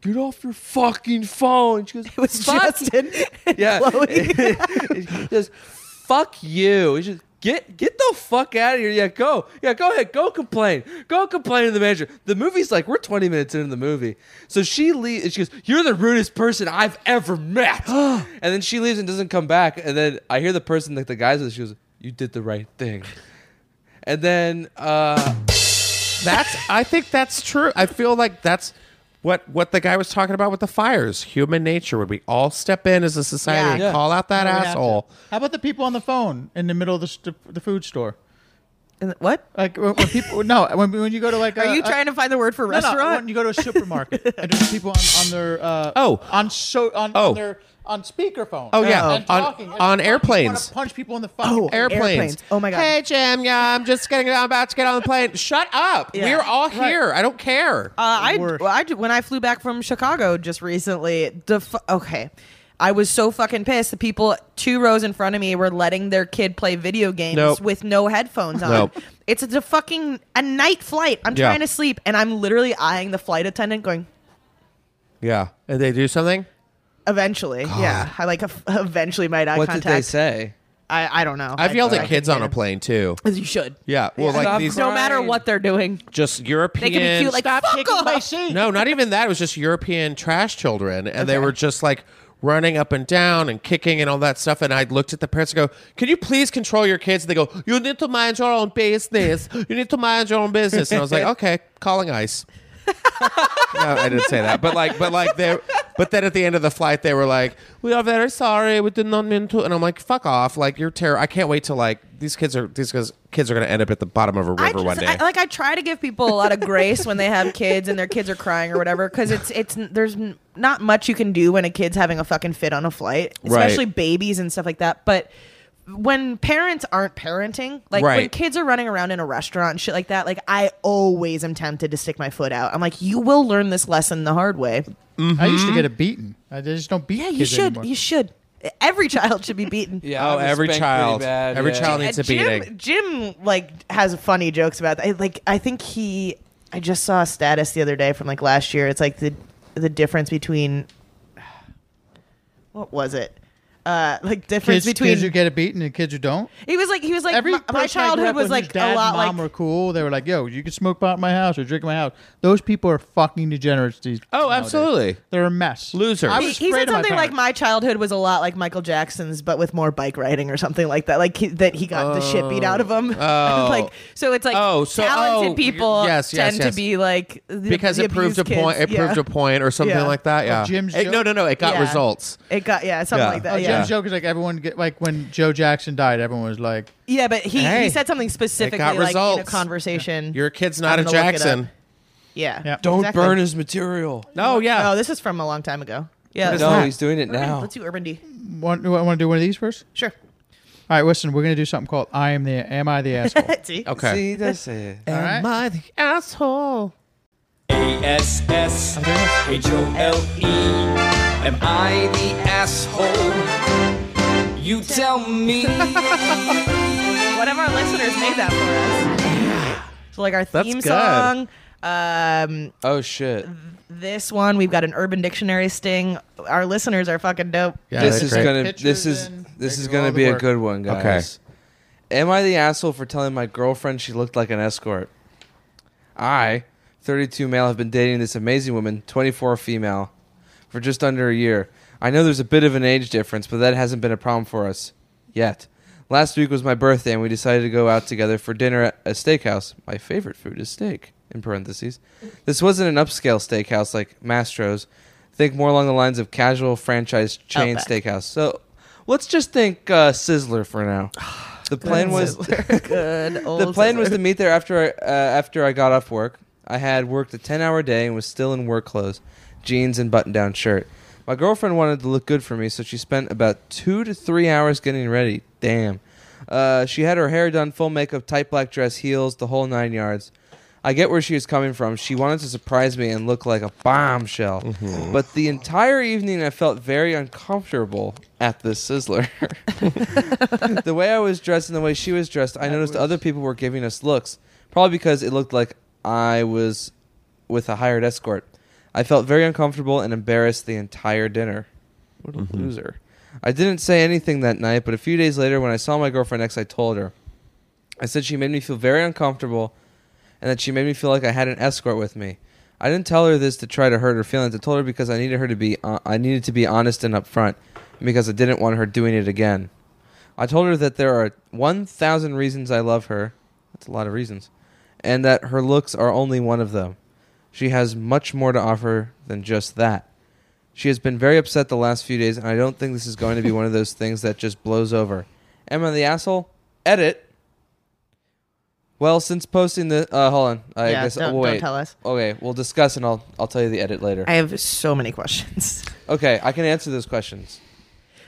[SPEAKER 3] "Get off your fucking phone." She goes, "It
[SPEAKER 7] It's Justin. [laughs]
[SPEAKER 1] [laughs]
[SPEAKER 3] yeah."
[SPEAKER 7] Chloe.
[SPEAKER 3] [laughs] She goes, "Fuck you." He just get get the fuck out of here. Yeah, go. Yeah, go ahead. Go complain. Go complain to the manager. The movie's like we're 20 minutes into the movie, so she leaves. She goes, "You're the rudest person I've ever
[SPEAKER 1] [gasps]
[SPEAKER 3] met." and then she leaves and doesn't come back. And then I hear the person that the guys with. She goes, "You did the right thing." And then. Uh,
[SPEAKER 6] That's. I think that's true. I feel like that's what what the guy was talking about with the fires. Human nature. Would we all step in as a society
[SPEAKER 7] Yeah.
[SPEAKER 6] and
[SPEAKER 3] Yeah.
[SPEAKER 6] call out that
[SPEAKER 2] We'd have to.
[SPEAKER 6] asshole?
[SPEAKER 2] Oh, How about the people on the phone in the middle of the, st- the food store?
[SPEAKER 7] And what?
[SPEAKER 2] Like when, when people no when, when you go to like
[SPEAKER 7] Are
[SPEAKER 2] a-
[SPEAKER 7] you
[SPEAKER 2] a-
[SPEAKER 7] trying to find the word for
[SPEAKER 2] Uh, no, no,
[SPEAKER 7] restaurant?
[SPEAKER 2] when you go to a supermarket and there's people on, on their uh,
[SPEAKER 6] Oh.
[SPEAKER 2] on so on,
[SPEAKER 6] Oh.
[SPEAKER 2] on their on speakerphone
[SPEAKER 6] Oh, yeah.
[SPEAKER 2] and
[SPEAKER 6] On-
[SPEAKER 2] talking, and
[SPEAKER 6] on
[SPEAKER 2] fucking
[SPEAKER 6] airplanes.
[SPEAKER 2] wanna punch people in the fucking
[SPEAKER 6] Airplanes.
[SPEAKER 7] airplanes. Oh, my God.
[SPEAKER 6] Hey Jim, yeah, I'm just getting. I'm about to get on the plane. Shut up.
[SPEAKER 7] Yeah.
[SPEAKER 6] We're all here. I don't care.
[SPEAKER 7] Uh, I,
[SPEAKER 2] Worst.
[SPEAKER 7] well, I ju- when I flew back from Chicago just recently. The fu- okay,
[SPEAKER 1] I was so fucking pissed. The people two rows in front of me were letting their kid play video games
[SPEAKER 6] Nope.
[SPEAKER 1] with no headphones on.
[SPEAKER 6] Nope.
[SPEAKER 1] It's a, fucking a night flight. I'm
[SPEAKER 6] Yeah.
[SPEAKER 1] trying to sleep and I'm literally eyeing the flight attendant going
[SPEAKER 6] Yeah. And they do something?
[SPEAKER 1] eventually. Yeah. I like eventually made eye
[SPEAKER 3] What
[SPEAKER 1] contact.
[SPEAKER 3] did they say?
[SPEAKER 1] I, I don't know.
[SPEAKER 6] I've yelled
[SPEAKER 1] I-
[SPEAKER 6] at
[SPEAKER 1] I
[SPEAKER 6] kids
[SPEAKER 1] can't
[SPEAKER 6] on a
[SPEAKER 1] hear.
[SPEAKER 6] plane too.
[SPEAKER 1] You should.
[SPEAKER 6] Yeah. Well, like
[SPEAKER 3] Stop
[SPEAKER 6] these
[SPEAKER 3] crying.
[SPEAKER 1] No matter what they're doing.
[SPEAKER 6] just European.
[SPEAKER 1] They can be cute like fuck off.
[SPEAKER 6] no, not even that. It was just European trash children, and they were just like running up and down and kicking and all that stuff. And I looked at the parents and go, "Can you please control your kids?" And they go, "You need to mind your own business. You need to mind your own business." And I was like, "Okay, calling ICE." [laughs] no, I didn't say that, but like, but like they. But then at the end of the flight, they were like, "We are very sorry. We did not mean to." And I'm like, "Fuck off! Like you're terrible. I can't wait till like these kids are these guys, kids are going to end up at the bottom of a river
[SPEAKER 1] I just,
[SPEAKER 6] one day."
[SPEAKER 1] I, like I try to give people a lot of grace when they have kids and their kids are crying or whatever because it's it's n- there's n- not much you can do when a kid's having a fucking fit on a flight,
[SPEAKER 6] Right.
[SPEAKER 1] especially babies and stuff like that. But when parents aren't parenting, like when
[SPEAKER 6] Right.
[SPEAKER 1] kids are running around in a restaurant and shit like that, like I always am tempted to stick my foot out. I'm like, you will learn this lesson the hard way.
[SPEAKER 2] I used to get a beaten. I just don't beat
[SPEAKER 1] Yeah, you
[SPEAKER 2] kids
[SPEAKER 1] should.
[SPEAKER 2] anymore.
[SPEAKER 1] You should. Every child should be
[SPEAKER 6] [laughs]
[SPEAKER 1] beaten.
[SPEAKER 3] Yeah, I
[SPEAKER 6] Oh,
[SPEAKER 3] was spanked
[SPEAKER 6] every
[SPEAKER 3] pretty
[SPEAKER 6] child,
[SPEAKER 3] bad,
[SPEAKER 6] every
[SPEAKER 3] yeah.
[SPEAKER 6] child needs a beating.
[SPEAKER 1] Uh, Jim, Jim like has funny jokes about that. Like I think he I just saw a status the other day from like last year. It's like the the difference between what was it? Uh, like difference
[SPEAKER 2] kids,
[SPEAKER 1] between
[SPEAKER 2] kids who get a beaten and kids who don't.
[SPEAKER 1] he was like he was like
[SPEAKER 2] Every
[SPEAKER 1] my, my
[SPEAKER 2] person I grew
[SPEAKER 1] childhood
[SPEAKER 2] up
[SPEAKER 1] was
[SPEAKER 2] with
[SPEAKER 1] like
[SPEAKER 2] whose dad
[SPEAKER 1] a lot
[SPEAKER 2] and
[SPEAKER 1] like
[SPEAKER 2] mom were cool. They were like, "Yo, you can smoke pot in my house or drink in my house." Those people are fucking degenerates. These
[SPEAKER 6] Oh,
[SPEAKER 2] nowadays.
[SPEAKER 6] absolutely.
[SPEAKER 2] They're a mess.
[SPEAKER 6] Losers.
[SPEAKER 2] I
[SPEAKER 1] he,
[SPEAKER 2] was
[SPEAKER 1] he
[SPEAKER 2] afraid
[SPEAKER 1] said
[SPEAKER 2] of my
[SPEAKER 1] something like
[SPEAKER 2] parents.
[SPEAKER 1] my childhood was a lot like Michael Jackson's, but with more bike riding or something like that. Like he, that he got the shit beat out of him. [laughs]
[SPEAKER 6] Oh.
[SPEAKER 1] like so, it's like
[SPEAKER 6] Oh, so-
[SPEAKER 1] talented
[SPEAKER 6] oh,
[SPEAKER 1] people
[SPEAKER 6] y- yes, yes,
[SPEAKER 1] tend to
[SPEAKER 6] yes.
[SPEAKER 1] be like the,
[SPEAKER 6] because
[SPEAKER 1] the
[SPEAKER 6] it proved a
[SPEAKER 1] abused
[SPEAKER 6] point. It
[SPEAKER 1] kids. Yeah.
[SPEAKER 6] proved a point or something
[SPEAKER 1] Yeah.
[SPEAKER 6] like that. Yeah.
[SPEAKER 2] Jim's
[SPEAKER 6] It- no,
[SPEAKER 2] joke?
[SPEAKER 6] no, no. It got
[SPEAKER 1] Yeah.
[SPEAKER 6] results.
[SPEAKER 1] It got yeah, something
[SPEAKER 6] Yeah.
[SPEAKER 1] like
[SPEAKER 2] Oh,
[SPEAKER 1] that.
[SPEAKER 2] Jim's
[SPEAKER 1] yeah,
[SPEAKER 2] joke is like everyone get like when Joe Jackson died, everyone was like,
[SPEAKER 1] yeah, but he,
[SPEAKER 6] Hey,
[SPEAKER 1] he said something specifically like
[SPEAKER 6] got
[SPEAKER 1] in a
[SPEAKER 6] results.
[SPEAKER 1] conversation.
[SPEAKER 6] Your kid's not
[SPEAKER 1] I'm
[SPEAKER 6] a
[SPEAKER 1] gonna look it
[SPEAKER 6] Jackson.
[SPEAKER 1] up. Yeah,
[SPEAKER 2] Yeah.
[SPEAKER 3] Don't
[SPEAKER 1] Exactly.
[SPEAKER 3] burn his material.
[SPEAKER 6] No, yeah.
[SPEAKER 1] No, this is from a long time ago. Yeah,
[SPEAKER 3] no,
[SPEAKER 1] let's-
[SPEAKER 3] he's doing it
[SPEAKER 1] Urban-
[SPEAKER 3] now.
[SPEAKER 1] Let's do Urban D.
[SPEAKER 2] "Want, want to do one of these first?
[SPEAKER 1] Sure.
[SPEAKER 2] All right, listen, we're gonna do something called "I am the Am I the asshole?"
[SPEAKER 1] Let's see.
[SPEAKER 6] okay.
[SPEAKER 3] See, that's it.
[SPEAKER 2] All right,
[SPEAKER 6] Am I the asshole?
[SPEAKER 10] S S H O L E. Am I the asshole? You tell me.
[SPEAKER 1] One of our listeners made that for us. So like our theme
[SPEAKER 6] good.
[SPEAKER 1] song. Um,
[SPEAKER 3] Oh shit.
[SPEAKER 1] this one we've got an Urban Dictionary sting. Our listeners are fucking dope.
[SPEAKER 6] Yeah,
[SPEAKER 3] this
[SPEAKER 6] that's
[SPEAKER 3] is
[SPEAKER 6] great.
[SPEAKER 3] gonna.
[SPEAKER 2] Pictures
[SPEAKER 3] This is
[SPEAKER 2] in,
[SPEAKER 3] this
[SPEAKER 2] they
[SPEAKER 3] is
[SPEAKER 2] do
[SPEAKER 3] gonna
[SPEAKER 2] all the
[SPEAKER 3] be a
[SPEAKER 2] work.
[SPEAKER 3] good one, guys. Am I the asshole for telling my girlfriend she looked like an escort? I, 32 male, have been dating this amazing woman, 24 female, for just under a year. I know there's a bit of an age difference, but that hasn't been a problem for us yet. Last week was my birthday, and we decided to go out together for dinner at a steakhouse. My favorite food is steak, in parentheses. This wasn't an upscale steakhouse like Mastro's. Think more along the lines of casual franchise chain
[SPEAKER 1] Outback.
[SPEAKER 3] steakhouse. So let's just think uh, Sizzler for now. The plan was [laughs]
[SPEAKER 1] Good old.
[SPEAKER 3] the plan was to meet there after I, uh, after I got off work. I had worked a 10 hour day and was still in work clothes, jeans, and button down shirt. My girlfriend wanted to look good for me, so she spent about two to three hours getting ready. Damn. Uh, she had her hair done, full makeup, tight black dress, heels, the whole nine yards. I get where she was coming from. She wanted to surprise me and look like a bombshell. But the entire evening, I felt very uncomfortable at this sizzler. [laughs] the way I was dressed and the way she was dressed, I noticed other people were giving us looks, probably because it looked like I was with a hired escort. I felt very uncomfortable and embarrassed the entire dinner. What a loser. I didn't say anything that night, but a few days later, when I saw my girlfriend next, I told her. I said she made me feel very uncomfortable and that she made me feel like I had an escort with me. I didn't tell her this to try to hurt her feelings. I told her because I needed her to be uh, I needed to be honest and upfront and because I didn't want her doing it again. I told her that there are 1000 reasons I love her. That's a lot of reasons. And that her looks are only one of them. She has much more to offer than just that. She has been very upset the last few days and I don't think this is going to be one of those things that just blows over. Am I the asshole? Edit. Well, since posting the uh, hold on, I
[SPEAKER 1] Yeah,
[SPEAKER 3] guess
[SPEAKER 1] don't-
[SPEAKER 3] oh,
[SPEAKER 1] don't
[SPEAKER 3] wait.
[SPEAKER 1] tell us.
[SPEAKER 3] Okay, we'll discuss and I'll I'll tell you the edit later.
[SPEAKER 1] I have so many questions.
[SPEAKER 3] okay, I can answer those questions.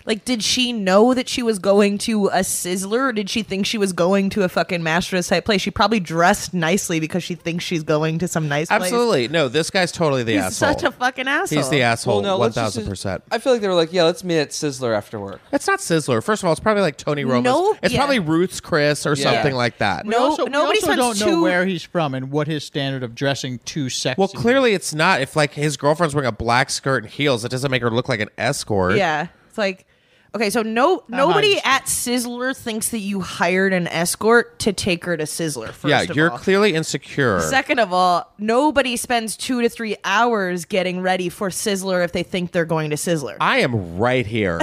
[SPEAKER 1] Like, did she know that she was going to a Sizzler, or did she think she was going to a fucking Masters type place? She probably dressed nicely because she thinks she's going to some nice place.
[SPEAKER 6] Absolutely. No, this guy's totally the
[SPEAKER 1] He's
[SPEAKER 6] asshole.
[SPEAKER 1] such a fucking asshole.
[SPEAKER 6] He's the asshole. Oh, One
[SPEAKER 3] let's just-
[SPEAKER 6] thousand percent.
[SPEAKER 3] I feel like they were like, yeah, let's meet at Sizzler after work.
[SPEAKER 6] It's not Sizzler. First of all, it's probably like Tony Romo.
[SPEAKER 1] No,
[SPEAKER 6] it's
[SPEAKER 1] yeah.
[SPEAKER 6] probably Ruth's Chris or
[SPEAKER 3] Yeah.
[SPEAKER 6] something like that.
[SPEAKER 1] [laughs]
[SPEAKER 2] We
[SPEAKER 1] No,
[SPEAKER 2] also, we
[SPEAKER 1] nobody
[SPEAKER 2] also don't
[SPEAKER 1] sounds
[SPEAKER 2] know
[SPEAKER 1] too-
[SPEAKER 2] where he's from and what his standard of dressing too sexy.
[SPEAKER 6] Well, clearly it's not. If like his girlfriend's wearing a black skirt and heels, it doesn't make her look like an escort.
[SPEAKER 1] Yeah. It's like okay, so no nobody at Sizzler thinks that you hired an escort to take her to Sizzler. First
[SPEAKER 6] yeah.
[SPEAKER 1] of
[SPEAKER 6] You're
[SPEAKER 1] all.
[SPEAKER 6] clearly insecure.
[SPEAKER 1] Second of all, nobody spends two to three hours getting ready for Sizzler if they think they're going to Sizzler. I,
[SPEAKER 6] I am
[SPEAKER 1] [laughs]
[SPEAKER 6] right here.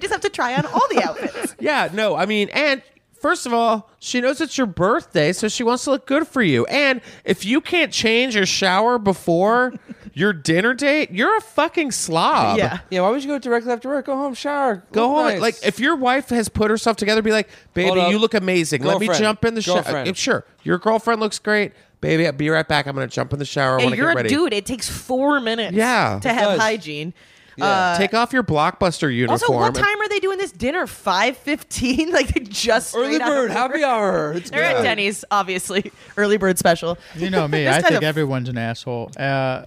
[SPEAKER 1] just have to try on all the
[SPEAKER 2] [laughs]
[SPEAKER 1] outfits.
[SPEAKER 6] yeah. No, I mean, and first of all, she knows it's your birthday, so she wants to look good for you. And if you can't change or
[SPEAKER 1] [laughs]
[SPEAKER 6] shower before your dinner date, you're a fucking slob.
[SPEAKER 1] yeah.
[SPEAKER 3] Yeah, why would you go directly after work? Go home, shower,
[SPEAKER 6] Go
[SPEAKER 3] look
[SPEAKER 6] home.
[SPEAKER 3] nice.
[SPEAKER 6] Like if your wife has put herself together, be like, baby,
[SPEAKER 3] up.
[SPEAKER 6] you look amazing. Let me
[SPEAKER 3] Girlfriend.
[SPEAKER 6] jump in the shower.
[SPEAKER 3] Girlfriend.
[SPEAKER 6] Sure, your girlfriend looks great, baby. I'll be right back. I'm gonna jump in the shower. I
[SPEAKER 1] Hey,
[SPEAKER 6] want to
[SPEAKER 1] you're
[SPEAKER 6] get
[SPEAKER 1] a
[SPEAKER 6] ready.
[SPEAKER 1] dude. It takes four minutes
[SPEAKER 6] Yeah,
[SPEAKER 1] to
[SPEAKER 6] it
[SPEAKER 1] have
[SPEAKER 3] does.
[SPEAKER 1] hygiene. Uh,
[SPEAKER 3] Yeah.
[SPEAKER 6] Take off your blockbuster uniform.
[SPEAKER 1] Also, what
[SPEAKER 6] and-
[SPEAKER 1] time are they doing this dinner? Five fifteen? [laughs] Like they just
[SPEAKER 3] early
[SPEAKER 1] straight out of
[SPEAKER 3] bird,
[SPEAKER 1] work? [laughs]
[SPEAKER 3] happy hour. It's
[SPEAKER 1] They're at
[SPEAKER 3] good.
[SPEAKER 1] Denny's, obviously. [laughs] Early bird special.
[SPEAKER 2] You know
[SPEAKER 1] [laughs]
[SPEAKER 2] me.
[SPEAKER 1] This
[SPEAKER 2] I
[SPEAKER 1] guy's
[SPEAKER 2] think
[SPEAKER 1] a-
[SPEAKER 2] everyone's an asshole. Uh,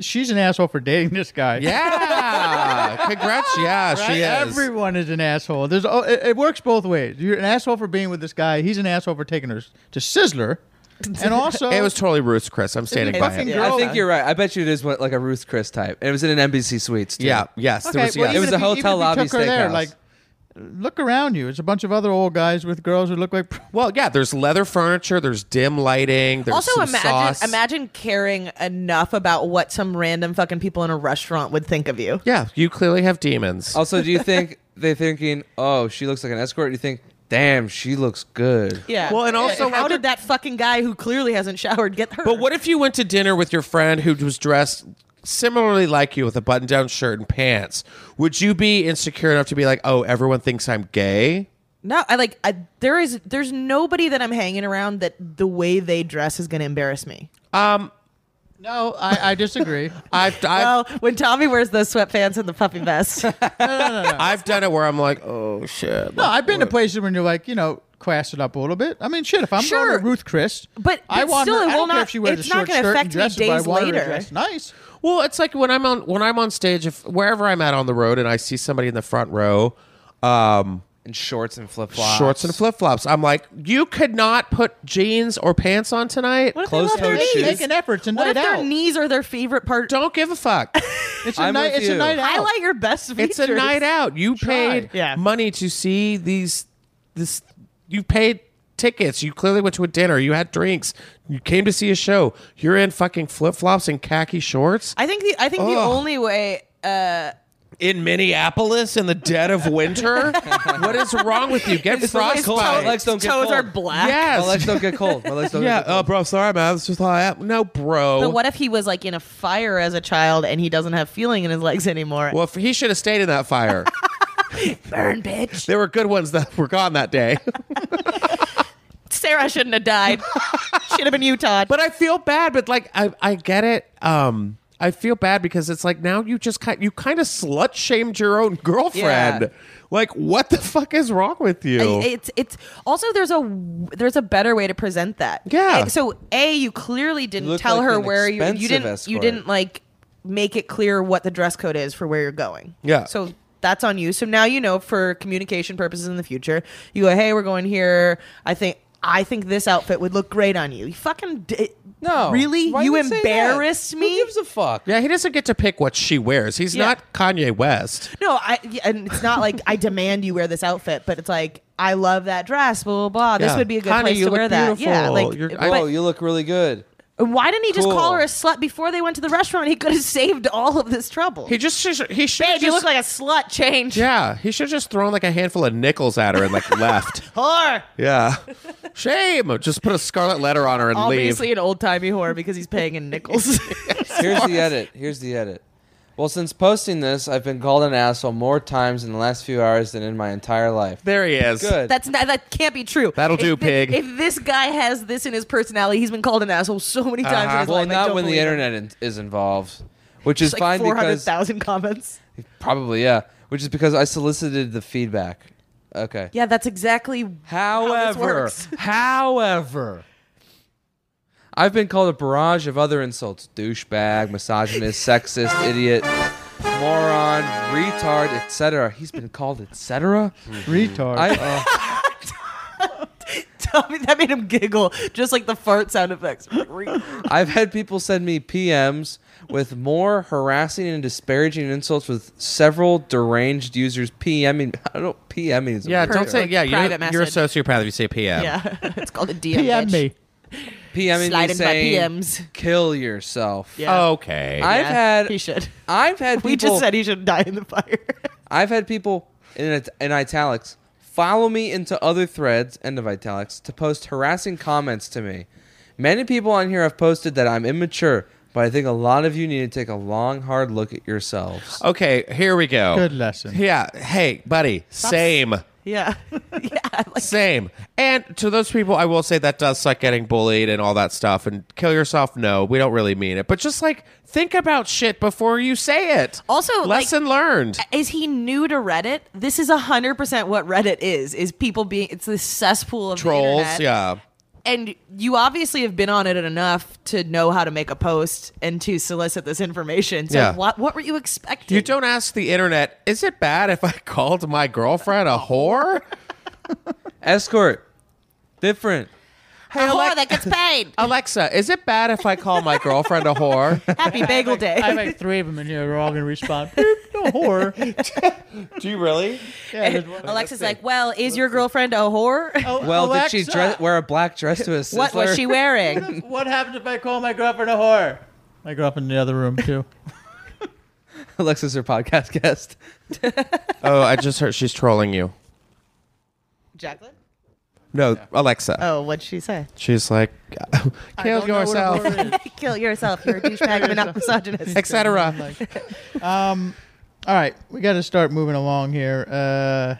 [SPEAKER 2] she's an asshole for dating this
[SPEAKER 1] [laughs]
[SPEAKER 2] guy.
[SPEAKER 6] Yeah. Congrats. Yeah,
[SPEAKER 2] Right?
[SPEAKER 6] she is.
[SPEAKER 2] Everyone is an asshole. There's oh, it, it works both ways. You're an asshole for being with this guy. He's an asshole for taking her
[SPEAKER 1] [laughs]
[SPEAKER 2] to Sizzler, and also
[SPEAKER 6] it was totally Ruth's, Chris. I'm standing by
[SPEAKER 2] fucking
[SPEAKER 6] it.
[SPEAKER 2] girl.
[SPEAKER 3] I think you're right. I bet you it is what like a Ruth Chris type. And it was in an NBC Suites. Too.
[SPEAKER 6] Yeah. Yes.
[SPEAKER 2] Okay,
[SPEAKER 6] there was,
[SPEAKER 2] well,
[SPEAKER 6] yes.
[SPEAKER 3] It
[SPEAKER 2] even
[SPEAKER 3] was
[SPEAKER 2] if you-
[SPEAKER 3] a
[SPEAKER 2] even if
[SPEAKER 3] hotel
[SPEAKER 2] you
[SPEAKER 3] lobby
[SPEAKER 2] took her there,
[SPEAKER 3] steakhouse.
[SPEAKER 2] like, look around you. It's a bunch of other old guys with girls who look like.
[SPEAKER 6] Well, yeah. There's leather furniture. There's dim lighting. There's
[SPEAKER 1] Also,
[SPEAKER 6] some
[SPEAKER 1] imagine
[SPEAKER 6] sauce.
[SPEAKER 1] imagine caring enough about what some random fucking people in a restaurant would think of you.
[SPEAKER 6] Yeah, you clearly have demons.
[SPEAKER 3] Also, do you think [laughs] they're thinking, oh, she looks like an escort? You think, damn, she looks good.
[SPEAKER 1] Yeah.
[SPEAKER 6] Well, and also-
[SPEAKER 1] how did that fucking guy who clearly hasn't showered get her?
[SPEAKER 6] But what if you went to dinner with your friend who was dressed similarly like you with a button down shirt and pants? Would you be insecure enough to be like, oh, everyone thinks I'm gay?
[SPEAKER 1] No, I like I, there is there's nobody that I'm hanging around that the way they dress is going to embarrass me.
[SPEAKER 2] [laughs] No, I, I
[SPEAKER 6] [laughs]
[SPEAKER 2] disagree.
[SPEAKER 6] Um,
[SPEAKER 1] [laughs]
[SPEAKER 6] I've, I've,
[SPEAKER 1] Oh, when Tommy wears those sweatpants and the puffy vest,
[SPEAKER 6] I've done it where I'm like, oh, shit.
[SPEAKER 2] No, I've been to places when you're like, you know, class it up a little bit. I mean, shit, if I'm
[SPEAKER 1] Sure.
[SPEAKER 2] going to Ruth Chris,
[SPEAKER 1] But-
[SPEAKER 2] I
[SPEAKER 1] but
[SPEAKER 2] want
[SPEAKER 1] still,
[SPEAKER 2] her,
[SPEAKER 1] it
[SPEAKER 2] I
[SPEAKER 1] will
[SPEAKER 2] don't care
[SPEAKER 1] not-
[SPEAKER 2] if she wears
[SPEAKER 1] it's
[SPEAKER 2] a
[SPEAKER 1] not
[SPEAKER 2] short
[SPEAKER 1] gonna
[SPEAKER 2] skirt and
[SPEAKER 1] affect me
[SPEAKER 2] dresses, but I
[SPEAKER 1] days
[SPEAKER 2] want her to
[SPEAKER 1] later.
[SPEAKER 2] dress nice.
[SPEAKER 6] Well, it's like when I'm on when I'm on stage, if wherever I'm at on the road, and I see somebody in the front row, um,
[SPEAKER 3] And shorts and flip flops.
[SPEAKER 6] shorts and flip flops, I'm like, you could not put jeans or pants on tonight.
[SPEAKER 1] what if
[SPEAKER 3] Closed
[SPEAKER 1] they love their
[SPEAKER 3] toed
[SPEAKER 1] knees?
[SPEAKER 3] shoes.
[SPEAKER 2] Make an effort to
[SPEAKER 1] What
[SPEAKER 2] night
[SPEAKER 1] if their
[SPEAKER 2] out.
[SPEAKER 1] knees are their favorite part?
[SPEAKER 6] Don't give a fuck.
[SPEAKER 2] It's a
[SPEAKER 3] I'm
[SPEAKER 2] night.
[SPEAKER 3] with
[SPEAKER 2] It's a
[SPEAKER 3] you.
[SPEAKER 2] night out.
[SPEAKER 1] highlight your best features.
[SPEAKER 6] It's a night out. You paid
[SPEAKER 1] Yeah.
[SPEAKER 6] money to see these. This you paid tickets. You clearly went to a dinner. You had drinks. You came to see a show. You're in fucking flip flops and khaki shorts
[SPEAKER 1] I think the I think the
[SPEAKER 6] Ugh.
[SPEAKER 1] only way
[SPEAKER 6] in Minneapolis in the dead of winter. what is wrong with you? Get
[SPEAKER 3] It's like cold. My
[SPEAKER 6] frostbite.
[SPEAKER 3] legs don't get
[SPEAKER 1] toes
[SPEAKER 3] cold.
[SPEAKER 1] are black.
[SPEAKER 3] My legs
[SPEAKER 6] Yes.
[SPEAKER 3] don't get cold. My legs don't
[SPEAKER 6] Yeah.
[SPEAKER 3] get
[SPEAKER 6] Oh,
[SPEAKER 1] uh,
[SPEAKER 3] cold.
[SPEAKER 6] bro. Sorry, man. That's just how I am. No, bro.
[SPEAKER 1] But what if he was like in a fire as a child and he doesn't have feeling in his legs anymore?
[SPEAKER 6] well, if he should have stayed in that [laughs] fire.
[SPEAKER 1] Burn, bitch.
[SPEAKER 6] there were good ones that were gone that day.
[SPEAKER 1] Sarah shouldn't have died. Should have been Utah.
[SPEAKER 6] [laughs] but I feel bad. But like, I, I get it. Um, I feel bad because it's like now you just kind you kind of slut shamed your own girlfriend.
[SPEAKER 3] Yeah.
[SPEAKER 6] Like, what the fuck is wrong with you?
[SPEAKER 1] I- it's it's also there's a there's a better way to present that.
[SPEAKER 6] Yeah.
[SPEAKER 1] A- so a you clearly didn't
[SPEAKER 3] look
[SPEAKER 1] tell
[SPEAKER 3] like
[SPEAKER 1] her
[SPEAKER 3] an
[SPEAKER 1] where you you
[SPEAKER 3] expensive
[SPEAKER 1] didn't you
[SPEAKER 3] escort.
[SPEAKER 1] didn't like make it clear what the dress code is for where you're going.
[SPEAKER 6] Yeah.
[SPEAKER 1] So that's on you. So now you know for communication purposes in the future. You go, hey, we're going here. I think I think this outfit would look great on you. You fucking d-
[SPEAKER 3] No.
[SPEAKER 1] really
[SPEAKER 3] Why
[SPEAKER 1] you
[SPEAKER 3] would say that?
[SPEAKER 1] embarrassed me.
[SPEAKER 3] Who gives a fuck?
[SPEAKER 6] yeah, he doesn't get to pick what she wears. He's
[SPEAKER 1] Yeah.
[SPEAKER 6] not Kanye West.
[SPEAKER 1] No, I yeah, and it's not like I demand you wear this outfit, but it's like I love that dress. Blah blah blah. This
[SPEAKER 6] Yeah.
[SPEAKER 1] would be a good
[SPEAKER 6] Honey,
[SPEAKER 1] place
[SPEAKER 6] you
[SPEAKER 1] to
[SPEAKER 6] look
[SPEAKER 1] wear that.
[SPEAKER 6] beautiful.
[SPEAKER 1] Yeah, like
[SPEAKER 6] You're- I-
[SPEAKER 1] but
[SPEAKER 3] Whoa, you look really good.
[SPEAKER 1] why didn't he just call
[SPEAKER 3] Cool.
[SPEAKER 1] her a slut before they went to the restaurant? He could have saved all of this trouble.
[SPEAKER 6] He just he should.
[SPEAKER 1] Babe,
[SPEAKER 6] just,
[SPEAKER 1] you look like a slut. Change.
[SPEAKER 6] Yeah, he should have just thrown like a handful of nickels at her and like left.
[SPEAKER 1] Whore.
[SPEAKER 6] Yeah. Shame. Just put a scarlet letter on her and [laughs]
[SPEAKER 1] Obviously, an
[SPEAKER 6] leave.
[SPEAKER 1] old timey whore because he's paying in
[SPEAKER 6] [laughs]
[SPEAKER 1] nickels.
[SPEAKER 7] [laughs]
[SPEAKER 3] Here's the edit. Here's the edit. Well, since posting this, I've been called an asshole more times in the last few hours than in my entire life.
[SPEAKER 6] There he is.
[SPEAKER 3] Good.
[SPEAKER 1] That's not, that can't be true.
[SPEAKER 6] That'll
[SPEAKER 1] If
[SPEAKER 6] do,
[SPEAKER 1] thi-
[SPEAKER 6] pig.
[SPEAKER 1] If this guy has this in his personality, he's been called an asshole so many
[SPEAKER 6] Uh-huh.
[SPEAKER 1] times. in his
[SPEAKER 3] well,
[SPEAKER 1] life, I
[SPEAKER 3] not
[SPEAKER 1] don't
[SPEAKER 3] when the
[SPEAKER 1] believe him.
[SPEAKER 3] internet in- is involved, which is
[SPEAKER 1] It's like
[SPEAKER 3] fine
[SPEAKER 1] four hundred
[SPEAKER 3] because
[SPEAKER 1] thousand comments.
[SPEAKER 3] Probably, yeah. Which is because I solicited the feedback. Okay.
[SPEAKER 7] Yeah, that's exactly. this
[SPEAKER 1] [laughs]
[SPEAKER 3] However,
[SPEAKER 7] works.
[SPEAKER 3] however, I've been called a barrage of other insults: douchebag, misogynist, sexist, idiot, moron, retard, etc. He's been
[SPEAKER 1] [laughs]
[SPEAKER 3] called etc.
[SPEAKER 1] Uh-huh.
[SPEAKER 2] Retard.
[SPEAKER 3] I
[SPEAKER 7] Tommy,
[SPEAKER 1] [laughs]
[SPEAKER 7] that made him giggle, just like the fart sound effects.
[SPEAKER 3] I've had people send me PMs with more harassing and disparaging insults with several deranged users PMing. [laughs] I don't PMing. Is a
[SPEAKER 6] Yeah,
[SPEAKER 3] word.
[SPEAKER 6] don't say yeah. You're,
[SPEAKER 7] private
[SPEAKER 6] you're a
[SPEAKER 7] message.
[SPEAKER 6] sociopath if you say PM.
[SPEAKER 7] yeah, it's called a DM.
[SPEAKER 2] PM
[SPEAKER 7] bitch.
[SPEAKER 2] me.
[SPEAKER 3] PMing.
[SPEAKER 7] Slide
[SPEAKER 3] means
[SPEAKER 7] into my
[SPEAKER 3] saying,
[SPEAKER 1] [laughs]
[SPEAKER 7] PMs.
[SPEAKER 3] Kill yourself.
[SPEAKER 7] Yeah.
[SPEAKER 6] Okay.
[SPEAKER 3] I've
[SPEAKER 7] Yeah,
[SPEAKER 3] had.
[SPEAKER 7] He should.
[SPEAKER 3] I've had. People,
[SPEAKER 7] We just said he should die in the
[SPEAKER 1] [laughs]
[SPEAKER 7] fire.
[SPEAKER 3] I've had people in it- in italics follow me into other threads end of italics to post harassing comments to me. Many people on here have posted that I'm immature, but I think a lot of you need to take a long, hard look at
[SPEAKER 7] Oh.
[SPEAKER 3] yourselves.
[SPEAKER 6] okay, here we go.
[SPEAKER 2] Good lesson.
[SPEAKER 6] Yeah. Hey, buddy. Same.
[SPEAKER 7] yeah, yeah. Like,
[SPEAKER 6] Same. And to those people, I will say that does suck getting bullied and all that stuff. And kill yourself. No, we don't really mean it. But just like think about shit before you say it.
[SPEAKER 7] Also, like-
[SPEAKER 6] lesson learned.
[SPEAKER 7] is he new to Reddit? This is hundred percent what Reddit is: is people being it's this cesspool of the
[SPEAKER 6] Trolls.
[SPEAKER 7] internet.
[SPEAKER 6] Yeah.
[SPEAKER 7] And you obviously have been on it enough to know how to make a post and to solicit this information. So
[SPEAKER 6] Yeah.
[SPEAKER 7] what what were you expecting?
[SPEAKER 6] You don't ask the internet. Is it bad if I [laughs] called my girlfriend a whore?
[SPEAKER 3] Escort. Different.
[SPEAKER 7] a
[SPEAKER 6] Hey,
[SPEAKER 7] whore
[SPEAKER 6] Alex-
[SPEAKER 7] that gets paid.
[SPEAKER 6] Alexa, is it bad if I call my girlfriend a whore?
[SPEAKER 7] Happy Bagel Day.
[SPEAKER 2] I have like three of them in here. They're all gonna respond. Beep, no whore.
[SPEAKER 6] [laughs] Do you really?
[SPEAKER 2] Yeah, there's one-
[SPEAKER 7] Alexa's like, well, is your girlfriend a whore?
[SPEAKER 3] Well, did she
[SPEAKER 2] Alexa,
[SPEAKER 3] dress, wear a black dress [laughs] to a sizzler?
[SPEAKER 7] what was she wearing?
[SPEAKER 2] What happens if I call my girlfriend a whore? My girlfriend in the other room too.
[SPEAKER 3] Alexa's her podcast guest.
[SPEAKER 6] Oh, I just heard she's trolling you.
[SPEAKER 7] Jacqueline?
[SPEAKER 6] No, Alexa.
[SPEAKER 7] Oh, what'd she say?
[SPEAKER 6] She's like, [laughs] kill yourself,
[SPEAKER 7] Kill yourself. You're a douchebag, but not misogynist.
[SPEAKER 6] etc.
[SPEAKER 2] All right, we got to start moving along here. Uh,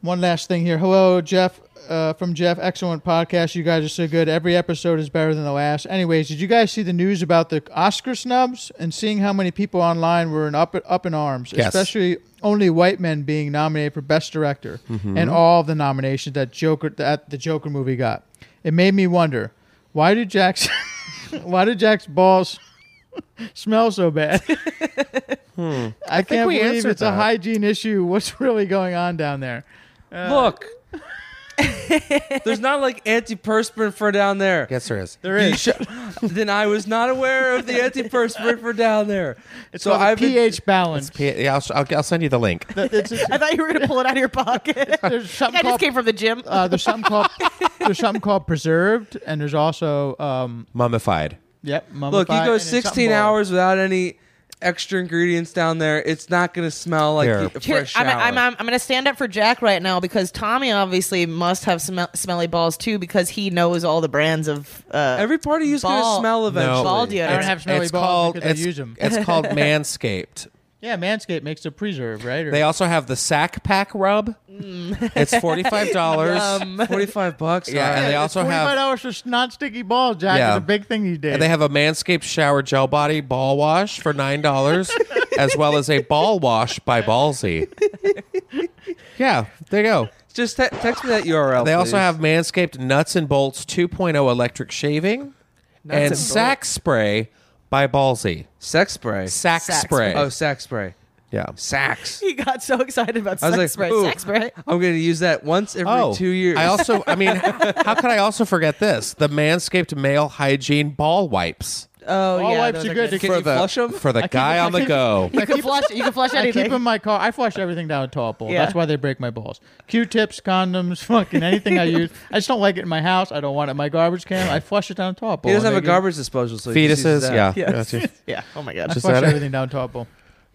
[SPEAKER 2] one last thing here. Hello, Jeff uh, from Jeff. Excellent podcast. You guys are so good. Every episode is better than the last. Anyways, did you guys see the news about the Oscar snubs and seeing how many people online were in up up in arms,
[SPEAKER 6] Yes.
[SPEAKER 2] especially only white men being nominated for Best Director and all of the nominations that Joker that the Joker movie got. It made me wonder why did Jack's [laughs] why did Jack's balls smell so bad? [laughs] I, can't
[SPEAKER 6] we
[SPEAKER 2] believe
[SPEAKER 6] answered
[SPEAKER 2] it's a
[SPEAKER 6] that.
[SPEAKER 2] hygiene issue. What's really going on down there?
[SPEAKER 3] Look. Uh, [laughs] There's not like antiperspirant for down there. [laughs]
[SPEAKER 6] Yes, there is.
[SPEAKER 2] There is.
[SPEAKER 3] Then I was not aware of the antiperspirant for down there.
[SPEAKER 2] It's so i pH balance.
[SPEAKER 6] P- yeah, I'll, I'll, I'll send you the link.
[SPEAKER 2] It's- it's-
[SPEAKER 7] I thought you were going to pull it out of your pocket.
[SPEAKER 2] there's something
[SPEAKER 7] I just
[SPEAKER 2] called,
[SPEAKER 7] came from the gym.
[SPEAKER 2] uh, there's something called there's something called preserved, and there's also um,
[SPEAKER 6] Mummified.
[SPEAKER 2] yep.
[SPEAKER 3] Look, you
[SPEAKER 2] mummified,
[SPEAKER 3] go
[SPEAKER 2] and it's
[SPEAKER 3] 16
[SPEAKER 2] something bald.
[SPEAKER 3] hours without any extra ingredients down there. It's not going to smell like
[SPEAKER 6] Here.
[SPEAKER 3] a fresh
[SPEAKER 7] Here, I'm,
[SPEAKER 3] shower.
[SPEAKER 7] I'm, I'm, I'm going to stand up for Jack right now because Tommy obviously must have smell smelly balls too because he knows all the brands of. Uh,
[SPEAKER 3] Every part of you is going to
[SPEAKER 7] Ball-
[SPEAKER 3] smell eventually.
[SPEAKER 7] Ball
[SPEAKER 6] it's-
[SPEAKER 7] deodorant. [laughs] I don't
[SPEAKER 2] have smelly
[SPEAKER 6] it's
[SPEAKER 2] balls
[SPEAKER 6] called,
[SPEAKER 2] because I
[SPEAKER 6] it's-
[SPEAKER 2] use 'em.
[SPEAKER 6] It's
[SPEAKER 2] [laughs]
[SPEAKER 6] called Manscaped.
[SPEAKER 2] Yeah, Manscaped makes a preserve, right? Or-
[SPEAKER 6] They also have the Sack Pack Rub.
[SPEAKER 2] Mm.
[SPEAKER 6] It's forty-five dollars.
[SPEAKER 3] 45 bucks.
[SPEAKER 6] yeah, and they also
[SPEAKER 2] Forty-five
[SPEAKER 6] have
[SPEAKER 2] dollars for non-sticky ball, Jack.
[SPEAKER 6] Yeah.
[SPEAKER 2] is a big thing these days.
[SPEAKER 6] And they have a Manscaped shower gel body ball wash for nine dollars, as well as a ball wash by Ballsy. Yeah, there you go.
[SPEAKER 3] Just te- text me that URL.
[SPEAKER 6] They also
[SPEAKER 3] please.
[SPEAKER 6] have Manscaped Nuts and Bolts 2.0 electric shaving and sack spray by Ballsy.
[SPEAKER 3] sex spray.
[SPEAKER 6] Sack,
[SPEAKER 7] Sack
[SPEAKER 6] spray.
[SPEAKER 3] Oh, sack spray.
[SPEAKER 6] yeah.
[SPEAKER 3] Sacks.
[SPEAKER 7] he got so excited about
[SPEAKER 3] I
[SPEAKER 7] sex
[SPEAKER 3] was like,
[SPEAKER 7] spray.
[SPEAKER 3] ooh,
[SPEAKER 7] Sex spray.
[SPEAKER 3] I'm going to use that once every
[SPEAKER 6] Oh,
[SPEAKER 3] two years.
[SPEAKER 6] I also, I mean, how could I also forget this? The Manscaped male hygiene ball wipes
[SPEAKER 7] Oh,
[SPEAKER 2] Ball
[SPEAKER 7] yeah.
[SPEAKER 2] wipes
[SPEAKER 7] those
[SPEAKER 2] are
[SPEAKER 7] are
[SPEAKER 2] good.
[SPEAKER 7] good.
[SPEAKER 2] to
[SPEAKER 3] Can you
[SPEAKER 6] the
[SPEAKER 3] flush them?
[SPEAKER 6] for the guy
[SPEAKER 2] I
[SPEAKER 6] on the
[SPEAKER 2] keep- [laughs]
[SPEAKER 6] go.
[SPEAKER 7] You can flush. You can flush
[SPEAKER 2] I keep
[SPEAKER 7] anything.
[SPEAKER 2] in my car. I flush everything down a toilet bowl.
[SPEAKER 7] Yeah.
[SPEAKER 2] That's why they break my balls. Q-tips, condoms, [laughs] fucking anything I use. I just don't like it in my house. I don't want it in my garbage can. I flush it down a toilet bowl.
[SPEAKER 3] [laughs] He doesn't
[SPEAKER 2] and
[SPEAKER 3] have a
[SPEAKER 2] they
[SPEAKER 3] garbage disposal, so he just uses
[SPEAKER 6] Fetuses,
[SPEAKER 3] that.
[SPEAKER 6] yeah.
[SPEAKER 7] Yes.
[SPEAKER 6] Yeah.
[SPEAKER 7] yeah. Oh my god.
[SPEAKER 2] get-
[SPEAKER 6] Just
[SPEAKER 2] Flush
[SPEAKER 6] that it?
[SPEAKER 2] everything down a toilet bowl.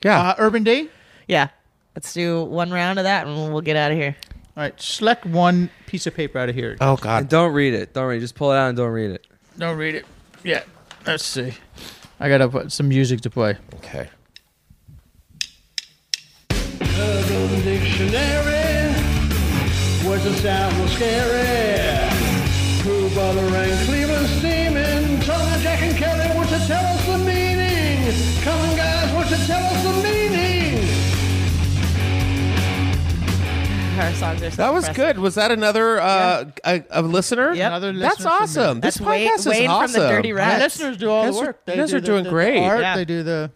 [SPEAKER 6] Yeah.
[SPEAKER 2] Uh, Urban D.
[SPEAKER 7] Yeah. Let's do one round of that and we'll get out of here.
[SPEAKER 2] All right, select one piece of paper out of here.
[SPEAKER 6] oh God.
[SPEAKER 3] And don't read it. Don't read it. Just pull it out and don't read it.
[SPEAKER 2] Don't read it. Yeah. Let's see. I gotta put some music to play.
[SPEAKER 6] Okay.
[SPEAKER 11] dictionary. Words that sound more scary. Crew Butler and Cleveland steaming. Tom and Jack and Kelly, won't you tell us the meaning? Come on, guys, won't you tell us the meaning?
[SPEAKER 7] our songs are so
[SPEAKER 6] That was
[SPEAKER 7] impressive.
[SPEAKER 6] good. Was that another uh, a, a listener?
[SPEAKER 7] Yep.
[SPEAKER 2] Another listener
[SPEAKER 6] That's
[SPEAKER 2] from me.
[SPEAKER 6] awesome. This
[SPEAKER 7] That's Wayne,
[SPEAKER 6] podcast
[SPEAKER 7] Wayne
[SPEAKER 6] is awesome.
[SPEAKER 7] from the Dirty
[SPEAKER 2] My
[SPEAKER 7] Rats.
[SPEAKER 2] listeners do all
[SPEAKER 6] Guys
[SPEAKER 2] the
[SPEAKER 6] are-
[SPEAKER 2] work. They
[SPEAKER 6] you guys
[SPEAKER 2] do
[SPEAKER 6] are
[SPEAKER 2] the-
[SPEAKER 6] doing
[SPEAKER 2] the
[SPEAKER 6] great.
[SPEAKER 2] art,
[SPEAKER 7] Yeah.
[SPEAKER 2] They do the.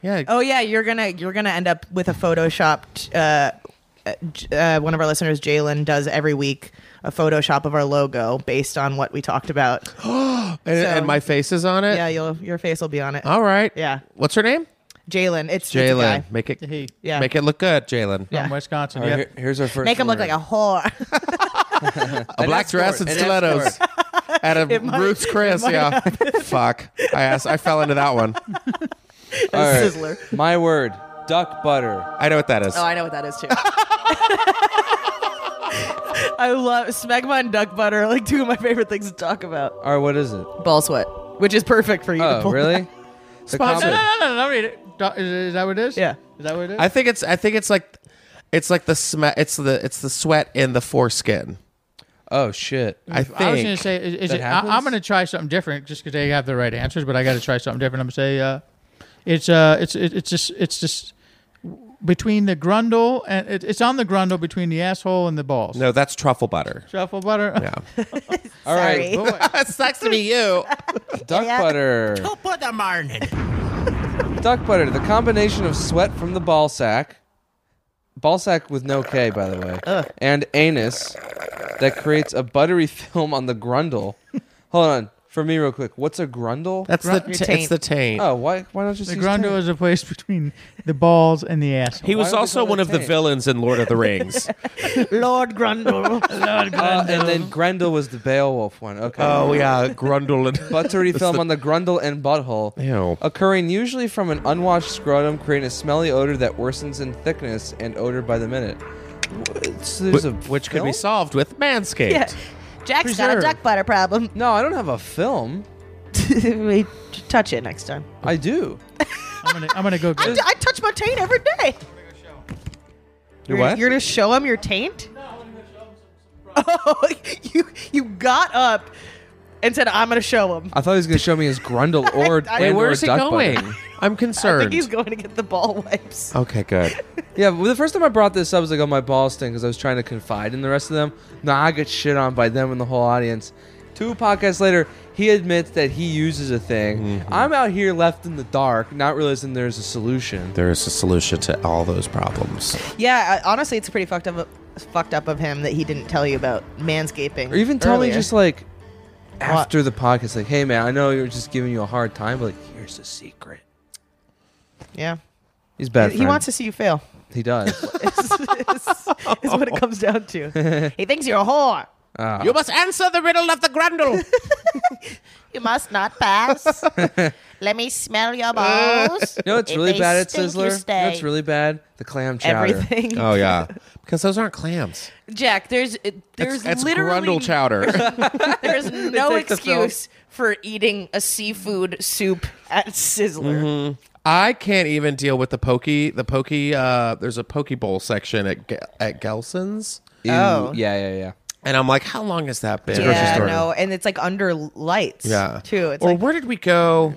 [SPEAKER 6] Yeah.
[SPEAKER 7] Oh yeah, you're gonna you're gonna end up with a photoshopped. Uh, uh, j- uh, one of our listeners, Jalen, does every week a Photoshop of our logo based on what we talked about.
[SPEAKER 6] and,
[SPEAKER 7] so-
[SPEAKER 6] and my face is on it.
[SPEAKER 7] yeah, you'll your face will be on it.
[SPEAKER 6] All right.
[SPEAKER 7] Yeah.
[SPEAKER 6] What's her name?
[SPEAKER 7] Jalen, it's it's a guy.
[SPEAKER 6] Jalen. Make it.
[SPEAKER 2] He.
[SPEAKER 7] Yeah.
[SPEAKER 6] Make it look good, Jalen.
[SPEAKER 2] From Wisconsin.
[SPEAKER 3] All right,
[SPEAKER 2] yeah.
[SPEAKER 3] here- here's our first.
[SPEAKER 7] Make him look
[SPEAKER 3] word.
[SPEAKER 7] like a whore.
[SPEAKER 6] A black dress and
[SPEAKER 3] escort. An
[SPEAKER 6] stilettos. [laughs] At
[SPEAKER 7] [laughs]
[SPEAKER 6] a
[SPEAKER 7] might-
[SPEAKER 6] Roots Chris, yeah. [laughs] Fuck. I asked, I fell into that one.
[SPEAKER 3] All right.
[SPEAKER 7] Sizzler.
[SPEAKER 3] [laughs] My word, duck butter.
[SPEAKER 6] I know what that is.
[SPEAKER 7] Oh, I know what that is [laughs] too. I love smegma and duck butter. are, Like two of my favorite things to talk about.
[SPEAKER 3] All right, what is it?
[SPEAKER 7] Ball sweat, which is perfect for you. to
[SPEAKER 3] Oh,
[SPEAKER 7] pull
[SPEAKER 3] really? The
[SPEAKER 6] Sponsored.
[SPEAKER 3] combo-
[SPEAKER 2] No, no, no, no, read it. Do- Is, is that what it is?
[SPEAKER 7] Yeah.
[SPEAKER 2] Is that what it is?
[SPEAKER 6] I think it's I think it's like it's like the sm- it's the it's the sweat in the foreskin.
[SPEAKER 3] Oh shit.
[SPEAKER 6] I think
[SPEAKER 2] I was going to say, is, is
[SPEAKER 3] That
[SPEAKER 2] it,
[SPEAKER 3] happens?
[SPEAKER 2] I, am going to try something different just because they have the right answers, but I got to try something different. I'm going to say, uh, it's uh, it's it, it's just it's just between the grundle and it, it's on the grundle between the asshole and the balls.
[SPEAKER 6] no, that's truffle butter.
[SPEAKER 2] Truffle butter.
[SPEAKER 6] Yeah.
[SPEAKER 3] All right,
[SPEAKER 7] Sorry.
[SPEAKER 6] it sucks to be you.
[SPEAKER 3] duck
[SPEAKER 7] Yeah.
[SPEAKER 3] butter.
[SPEAKER 8] Put the morning.
[SPEAKER 3] [laughs] Duck butter, the combination of sweat from the ball sack, ball sack with no K, by the way, and anus that creates a buttery [laughs] film on the grundle. Hold on, for me, real quick. What's a grundle?
[SPEAKER 6] That's the
[SPEAKER 7] Your
[SPEAKER 6] t- it's
[SPEAKER 7] taint.
[SPEAKER 6] the taint.
[SPEAKER 3] oh, why? Why don't
[SPEAKER 2] [laughs]
[SPEAKER 3] you
[SPEAKER 2] The
[SPEAKER 3] see
[SPEAKER 2] grundle is a place between the balls and the asshole.
[SPEAKER 6] He was
[SPEAKER 3] would they
[SPEAKER 6] also
[SPEAKER 3] call it
[SPEAKER 6] one of the
[SPEAKER 3] taint?
[SPEAKER 6] villains in Lord of the Rings.
[SPEAKER 7] Lord Grundle.
[SPEAKER 3] Uh, and then Grendel was the Beowulf one. Okay.
[SPEAKER 6] [laughs] oh yeah, Grundle and
[SPEAKER 3] Buttery film on the grundle and butthole.
[SPEAKER 6] Ew.
[SPEAKER 3] Occurring usually from an unwashed scrotum, creating a smelly odor that worsens in thickness and odor by the minute. Wh- so there's a
[SPEAKER 6] [laughs] which could be
[SPEAKER 3] film?
[SPEAKER 6] solved with Manscaped.
[SPEAKER 7] yeah. Jack's got a
[SPEAKER 3] Preserve.
[SPEAKER 7] duck butter problem. [laughs]
[SPEAKER 3] No, I don't have a film.
[SPEAKER 7] we touch it next time.
[SPEAKER 3] I do.
[SPEAKER 2] I'm gonna I'm gonna go. [laughs]
[SPEAKER 7] I,
[SPEAKER 2] Get,
[SPEAKER 7] I touch my taint every day.
[SPEAKER 3] Your
[SPEAKER 7] You're-
[SPEAKER 3] what?
[SPEAKER 7] You're gonna show him your taint? Oh, [laughs] you you got up and said, "I'm gonna show him."
[SPEAKER 3] I thought he was going to show me his [laughs] grundle or
[SPEAKER 7] I-
[SPEAKER 6] Wait,
[SPEAKER 3] and
[SPEAKER 6] where's
[SPEAKER 3] or
[SPEAKER 6] he
[SPEAKER 3] duck
[SPEAKER 6] going?
[SPEAKER 3] butter.
[SPEAKER 6] [laughs] I'm
[SPEAKER 7] I
[SPEAKER 6] concerned.
[SPEAKER 7] think he's [laughs] going to get the ball wipes.
[SPEAKER 6] okay, good.
[SPEAKER 3] Yeah, but the first time I brought this up I was like, "Oh, my balls sting," because I was trying to confide in the rest of them. Nah, I get shit on by them and the whole audience. Two podcasts later, he admits that he uses a thing. I'm out here left in the dark, not realizing there's a solution.
[SPEAKER 6] There is a solution to all those problems.
[SPEAKER 7] Yeah, I, honestly, it's pretty fucked up. Fucked up of him that he didn't tell you about manscaping,
[SPEAKER 3] Or even tell me
[SPEAKER 7] earlier.
[SPEAKER 3] just like after the podcast, like, "Hey, man, I know you're just giving you a hard time, but like, here's the secret."
[SPEAKER 7] yeah.
[SPEAKER 3] He's bad.
[SPEAKER 7] He
[SPEAKER 3] friend.
[SPEAKER 7] wants to see you fail.
[SPEAKER 3] He
[SPEAKER 7] [laughs]
[SPEAKER 3] does.
[SPEAKER 7] is, is- is what it comes down to. He thinks you're a whore.
[SPEAKER 6] You must answer the riddle of the [laughs] grundle.
[SPEAKER 7] You must
[SPEAKER 3] [laughs]
[SPEAKER 7] not pass. Let me smell your balls.
[SPEAKER 3] you know what's
[SPEAKER 7] If
[SPEAKER 3] really
[SPEAKER 7] they
[SPEAKER 3] bad at
[SPEAKER 7] stink, you
[SPEAKER 3] Sizzler? You know
[SPEAKER 7] stay.
[SPEAKER 3] what's really bad? Uh, The clam chowder.
[SPEAKER 7] Everything.
[SPEAKER 6] oh yeah, because those aren't clams.
[SPEAKER 7] Jack, there's it- there's
[SPEAKER 6] it's, it's
[SPEAKER 7] literally
[SPEAKER 6] grundle chowder.
[SPEAKER 7] [laughs]
[SPEAKER 6] [laughs]
[SPEAKER 7] there's no
[SPEAKER 3] take the film.
[SPEAKER 7] excuse for eating a seafood soup at Sizzler.
[SPEAKER 3] Mm-hmm.
[SPEAKER 6] I can't even deal with the pokey. The pokey. Uh, there's a poke bowl section at Ge- at Gelson's,
[SPEAKER 3] Ew.
[SPEAKER 7] Oh.
[SPEAKER 3] Yeah, yeah, yeah.
[SPEAKER 6] and I'm like, how long has that been?
[SPEAKER 7] Yeah, no, and it's like under lights.
[SPEAKER 6] Yeah.
[SPEAKER 7] too. It's
[SPEAKER 6] or
[SPEAKER 7] like
[SPEAKER 6] where did we go?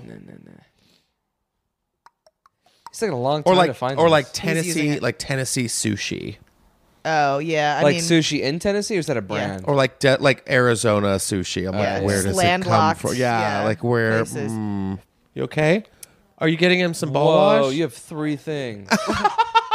[SPEAKER 3] It's taking a long time
[SPEAKER 6] Or like,
[SPEAKER 3] to find.
[SPEAKER 6] or
[SPEAKER 3] those.
[SPEAKER 6] like
[SPEAKER 7] using
[SPEAKER 6] Tennessee,
[SPEAKER 7] it.
[SPEAKER 6] like Tennessee sushi,
[SPEAKER 7] oh yeah, I
[SPEAKER 3] like
[SPEAKER 7] mean,
[SPEAKER 3] sushi in Tennessee, or is that a brand?
[SPEAKER 6] or like de- like Arizona sushi. I'm
[SPEAKER 7] Yeah,
[SPEAKER 6] like, where
[SPEAKER 7] it's
[SPEAKER 6] does it come
[SPEAKER 7] landlocked,
[SPEAKER 6] from? Yeah,
[SPEAKER 7] yeah,
[SPEAKER 6] like where?
[SPEAKER 7] places.
[SPEAKER 6] mm, you okay? Are you getting him some ball
[SPEAKER 3] Whoa,
[SPEAKER 6] wash?
[SPEAKER 3] you have three
[SPEAKER 7] [laughs]
[SPEAKER 3] things.
[SPEAKER 7] I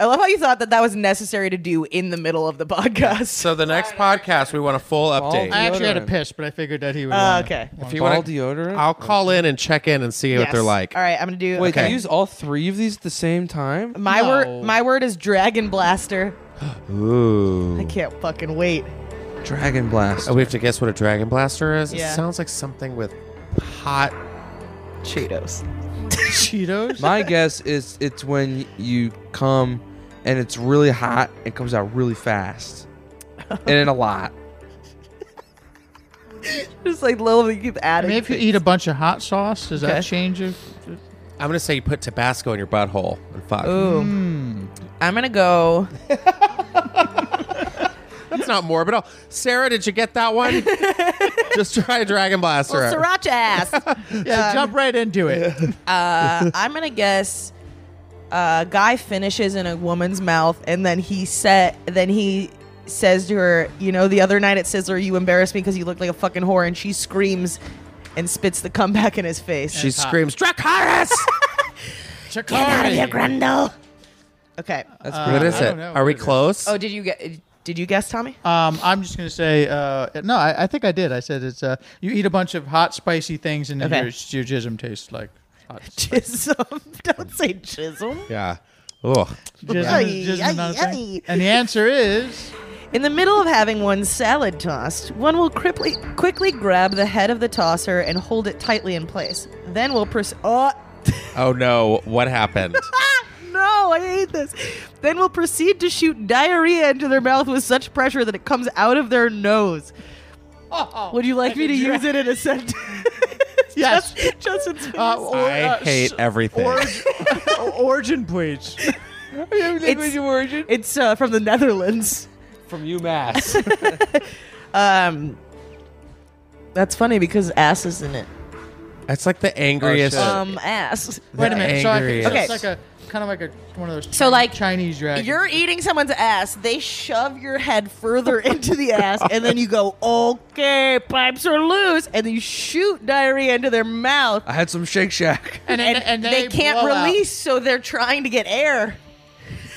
[SPEAKER 7] love how you thought that that was necessary to do in the middle of the podcast.
[SPEAKER 6] So the next podcast, we want a full update.
[SPEAKER 2] I actually had a
[SPEAKER 3] deodorant.
[SPEAKER 2] piss, but I figured that he would.
[SPEAKER 7] Uh,
[SPEAKER 2] want it.
[SPEAKER 7] okay.
[SPEAKER 6] If you
[SPEAKER 3] Ball
[SPEAKER 6] want,
[SPEAKER 3] deodorant.
[SPEAKER 6] I'll call in and check in and see what
[SPEAKER 7] Yes.
[SPEAKER 6] they're like.
[SPEAKER 7] All right, I'm gonna do.
[SPEAKER 3] Wait,
[SPEAKER 7] okay.
[SPEAKER 3] you use all three of these at the same time?
[SPEAKER 7] My
[SPEAKER 2] No.
[SPEAKER 7] word, my word is Dragon Blaster.
[SPEAKER 6] Ooh.
[SPEAKER 7] I can't fucking wait.
[SPEAKER 3] Dragon blast.
[SPEAKER 6] Oh, we have to guess what a dragon blaster is.
[SPEAKER 7] Yeah.
[SPEAKER 6] It sounds like something with hot.
[SPEAKER 7] Cheetos.
[SPEAKER 2] Cheetos.
[SPEAKER 3] My guess is it's when you come and it's really hot and comes out really fast and in a lot.
[SPEAKER 7] Just like little you keep
[SPEAKER 2] I
[SPEAKER 7] adding.
[SPEAKER 2] mean, if you
[SPEAKER 7] things.
[SPEAKER 2] eat a bunch of hot sauce, does
[SPEAKER 7] Okay.
[SPEAKER 2] that change your?
[SPEAKER 6] I'm gonna say you put Tabasco in your butthole and fuck.
[SPEAKER 7] Ooh. I'm gonna go.
[SPEAKER 6] That's not morbid at all. Sarah, did you get that one? Just try a dragon blaster.
[SPEAKER 7] Well, sriracha ass.
[SPEAKER 2] Yeah, jump right into it.
[SPEAKER 7] Uh, I'm gonna guess
[SPEAKER 1] uh, guy finishes in a woman's mouth, and then he said, then he says to her, you know, the other night at Sizzler, you embarrassed me because you looked like a fucking whore, and she screams and spits the comeback in his face.
[SPEAKER 6] She screams, Dracarys!
[SPEAKER 2] Shakari.
[SPEAKER 1] Grundo. Okay.
[SPEAKER 3] That's
[SPEAKER 6] [laughs] what
[SPEAKER 3] pretty
[SPEAKER 6] is
[SPEAKER 2] I
[SPEAKER 6] it?
[SPEAKER 2] don't know
[SPEAKER 6] Are we
[SPEAKER 2] what it is.
[SPEAKER 6] close?
[SPEAKER 1] Oh, did you get? Did you guess, Tommy?
[SPEAKER 2] Um, I'm just gonna say uh, no. I, I think I did. I said it's uh, you eat a bunch of hot spicy things and then
[SPEAKER 1] Okay.
[SPEAKER 2] your, your jism tastes like hot. spicy.
[SPEAKER 1] Chisholm. [laughs] Don't say Chisholm.
[SPEAKER 6] Yeah. Oh.
[SPEAKER 2] Jism is- jism is not a thing.
[SPEAKER 1] Ay, ay, ay.
[SPEAKER 2] And the
[SPEAKER 1] [laughs]
[SPEAKER 2] answer is
[SPEAKER 1] In the middle of having one's salad tossed, one will quickly, quickly grab the head of the tosser and hold it tightly in place. Then we'll pres- oh,
[SPEAKER 6] Oh no! What happened?
[SPEAKER 1] ah, [laughs] no, I hate this. Then we'll proceed to shoot diarrhea into their mouth with such pressure that it comes out of their nose. Would you like me to use it in a sentence?
[SPEAKER 2] [laughs] Yes.
[SPEAKER 1] Just- Justin's [laughs] face.
[SPEAKER 2] uh, or,
[SPEAKER 6] I
[SPEAKER 2] uh,
[SPEAKER 6] hate everything.
[SPEAKER 2] origin, [laughs] please.
[SPEAKER 1] it's, it's uh, from the Netherlands.
[SPEAKER 3] from UMass.
[SPEAKER 1] Um, that's funny because ass is in it.
[SPEAKER 6] That's like the angriest.
[SPEAKER 3] Oh, shit.
[SPEAKER 1] Um, ass.
[SPEAKER 2] Wait a minute. So, I,
[SPEAKER 6] Angry
[SPEAKER 2] so
[SPEAKER 1] is-
[SPEAKER 2] it's like a kind of like a one of those.
[SPEAKER 1] So, like,
[SPEAKER 2] Chinese dragon.
[SPEAKER 1] You're eating someone's ass. They shove your head further [laughs] into the ass, and then you go, "Okay, pipes are loose," and you shoot diarrhea into their mouth,
[SPEAKER 3] I had some Shake Shack.
[SPEAKER 2] and,
[SPEAKER 1] and,
[SPEAKER 2] and,
[SPEAKER 1] they, can't
[SPEAKER 2] blow out.
[SPEAKER 1] release, so they're trying to get air.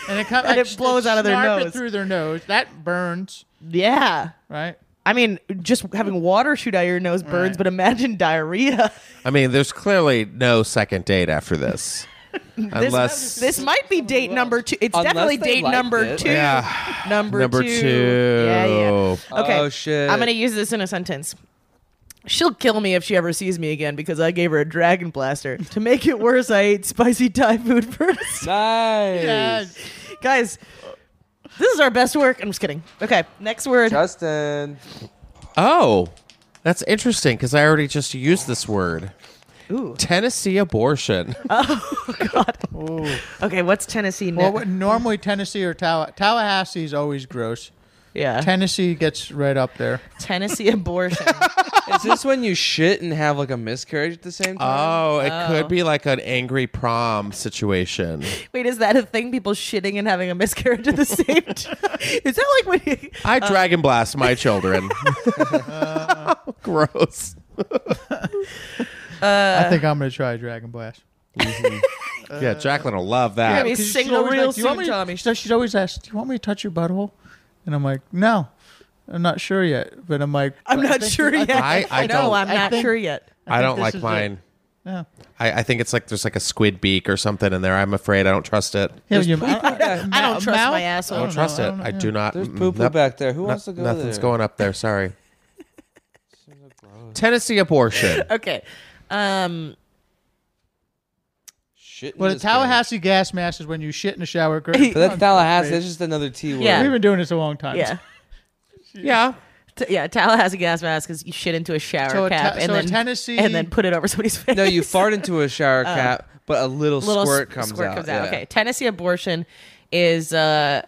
[SPEAKER 2] and it, come,
[SPEAKER 1] [laughs] and it blows out of their
[SPEAKER 2] snarf it
[SPEAKER 1] nose.
[SPEAKER 2] through their nose. That burns,
[SPEAKER 1] Yeah,
[SPEAKER 2] right?
[SPEAKER 1] I mean, just having water shoot out of your nose burns, but imagine diarrhea. [laughs]
[SPEAKER 6] I mean, there's clearly no second date after this,
[SPEAKER 1] This,
[SPEAKER 6] unless
[SPEAKER 1] this might be date number two. It's
[SPEAKER 3] Unless
[SPEAKER 1] definitely
[SPEAKER 3] they
[SPEAKER 1] date
[SPEAKER 3] liked
[SPEAKER 1] number
[SPEAKER 3] it.
[SPEAKER 1] two.
[SPEAKER 6] yeah.
[SPEAKER 1] Number,
[SPEAKER 6] Number
[SPEAKER 1] two.
[SPEAKER 6] two.
[SPEAKER 1] Yeah, yeah. [laughs] Okay.
[SPEAKER 3] Oh shit.
[SPEAKER 1] I'm going to use this in a sentence. She'll kill me if she ever sees me again because I gave her a dragon blaster. to make it worse, I ate spicy Thai food [laughs] first.
[SPEAKER 3] Nice.
[SPEAKER 1] Guys, this is our best work. I'm just kidding. Okay, next word.
[SPEAKER 3] Justin.
[SPEAKER 6] Oh, that's interesting because I already just used this word.
[SPEAKER 1] Ooh.
[SPEAKER 6] Tennessee abortion.
[SPEAKER 1] Okay, what's Tennessee
[SPEAKER 2] Well,
[SPEAKER 1] now?
[SPEAKER 2] what, normally Tennessee or Tallahassee. Tallahassee is always gross.
[SPEAKER 1] yeah.
[SPEAKER 2] Tennessee gets right up there.
[SPEAKER 1] Tennessee [laughs] abortion.
[SPEAKER 3] Is this when you shit and have like a miscarriage at the same time?
[SPEAKER 6] Oh, it could be like an angry prom situation.
[SPEAKER 1] Wait, is that a thing? People shitting and having a miscarriage at the [laughs] same time? Is that like when you.
[SPEAKER 6] I dragon blast my children. [laughs] Gross.
[SPEAKER 1] Uh,
[SPEAKER 2] I think I'm gonna try Dragon Blast.
[SPEAKER 6] yeah, Jacqueline will love that.
[SPEAKER 1] You're gonna be
[SPEAKER 2] 'Cause she's
[SPEAKER 1] single
[SPEAKER 2] always
[SPEAKER 1] real
[SPEAKER 2] like, "Do you want
[SPEAKER 1] soon,
[SPEAKER 2] me to-"
[SPEAKER 1] Tommy.
[SPEAKER 2] So she's always asked, "Do you want me to touch your butthole?" And I'm like, "No, I'm not sure yet." But I'm like,
[SPEAKER 1] I'm
[SPEAKER 2] "But I
[SPEAKER 1] not
[SPEAKER 2] think
[SPEAKER 1] sure
[SPEAKER 2] you- I
[SPEAKER 1] yet.
[SPEAKER 2] think-
[SPEAKER 6] I- I
[SPEAKER 1] no,
[SPEAKER 6] don't-
[SPEAKER 1] I'm
[SPEAKER 2] I
[SPEAKER 1] not
[SPEAKER 2] think-
[SPEAKER 1] sure yet.
[SPEAKER 6] I, don't
[SPEAKER 2] this
[SPEAKER 6] like
[SPEAKER 2] is it.
[SPEAKER 6] mine.
[SPEAKER 2] Yeah.
[SPEAKER 6] I, I think it's like there's like a squid beak or something in there. I'm afraid I don't trust it.
[SPEAKER 2] Hell, you- I, [laughs]
[SPEAKER 1] I don't trust my
[SPEAKER 6] I
[SPEAKER 1] asshole.
[SPEAKER 6] don't, trust
[SPEAKER 2] I
[SPEAKER 6] it.
[SPEAKER 2] don't-
[SPEAKER 6] I, do not.
[SPEAKER 3] There's
[SPEAKER 6] mm,
[SPEAKER 3] poo poo
[SPEAKER 6] nope,
[SPEAKER 3] back there. Who
[SPEAKER 6] no-
[SPEAKER 3] wants to go
[SPEAKER 6] Nothing's
[SPEAKER 3] there?
[SPEAKER 6] going up there. Sorry. Tennessee abortion.
[SPEAKER 1] Okay. Um,
[SPEAKER 3] Shit. and
[SPEAKER 2] Well, the
[SPEAKER 3] miscarriage.
[SPEAKER 2] Tallahassee gas mask is when you shit in the shower. Great.
[SPEAKER 3] But that's Tallahassee. That's just another T word.
[SPEAKER 1] Yeah.
[SPEAKER 2] We've been doing this a long time.
[SPEAKER 1] yeah.
[SPEAKER 6] yeah.
[SPEAKER 1] T- yeah, Tallahassee gas mask is you shit into a shower
[SPEAKER 2] So a
[SPEAKER 1] cap
[SPEAKER 2] ta-
[SPEAKER 1] and
[SPEAKER 2] so a
[SPEAKER 1] then
[SPEAKER 2] Tennessee-
[SPEAKER 1] and then put it over somebody's face.
[SPEAKER 3] No, you fart into a
[SPEAKER 1] [laughs]
[SPEAKER 3] shower cap, but a little,
[SPEAKER 1] Uh. little
[SPEAKER 3] squirt
[SPEAKER 1] s-
[SPEAKER 3] comes
[SPEAKER 1] squirt
[SPEAKER 3] out.
[SPEAKER 1] comes out.
[SPEAKER 3] yeah.
[SPEAKER 1] Okay, Tennessee abortion is uh,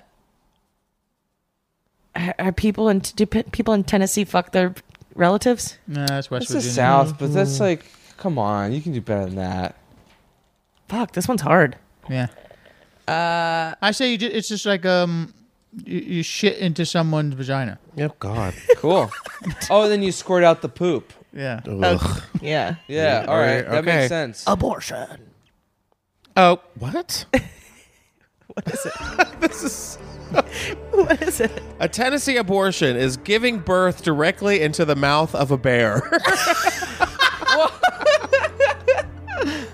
[SPEAKER 1] are are people in do pe- people in Tennessee fuck their relatives?
[SPEAKER 2] Nah, that's West
[SPEAKER 3] It's the
[SPEAKER 2] Virginia.
[SPEAKER 3] South, but that's
[SPEAKER 2] Mm-hmm.
[SPEAKER 3] like, come on, you can do better than that.
[SPEAKER 1] Fuck, this one's hard.
[SPEAKER 2] Yeah. Uh, I say you ju- it's just like um, you, you shit into someone's vagina.
[SPEAKER 6] Yep. God.
[SPEAKER 3] Cool.
[SPEAKER 2] [laughs]
[SPEAKER 3] oh, and then you squirt out the poop.
[SPEAKER 2] Yeah.
[SPEAKER 6] Ugh.
[SPEAKER 1] Yeah.
[SPEAKER 3] Yeah. All right. That
[SPEAKER 6] okay.
[SPEAKER 3] makes sense.
[SPEAKER 1] Abortion.
[SPEAKER 6] Oh, [laughs] what? [laughs]
[SPEAKER 1] [laughs] What is it?
[SPEAKER 6] A Tennessee abortion is giving birth directly into the mouth of a bear. [laughs]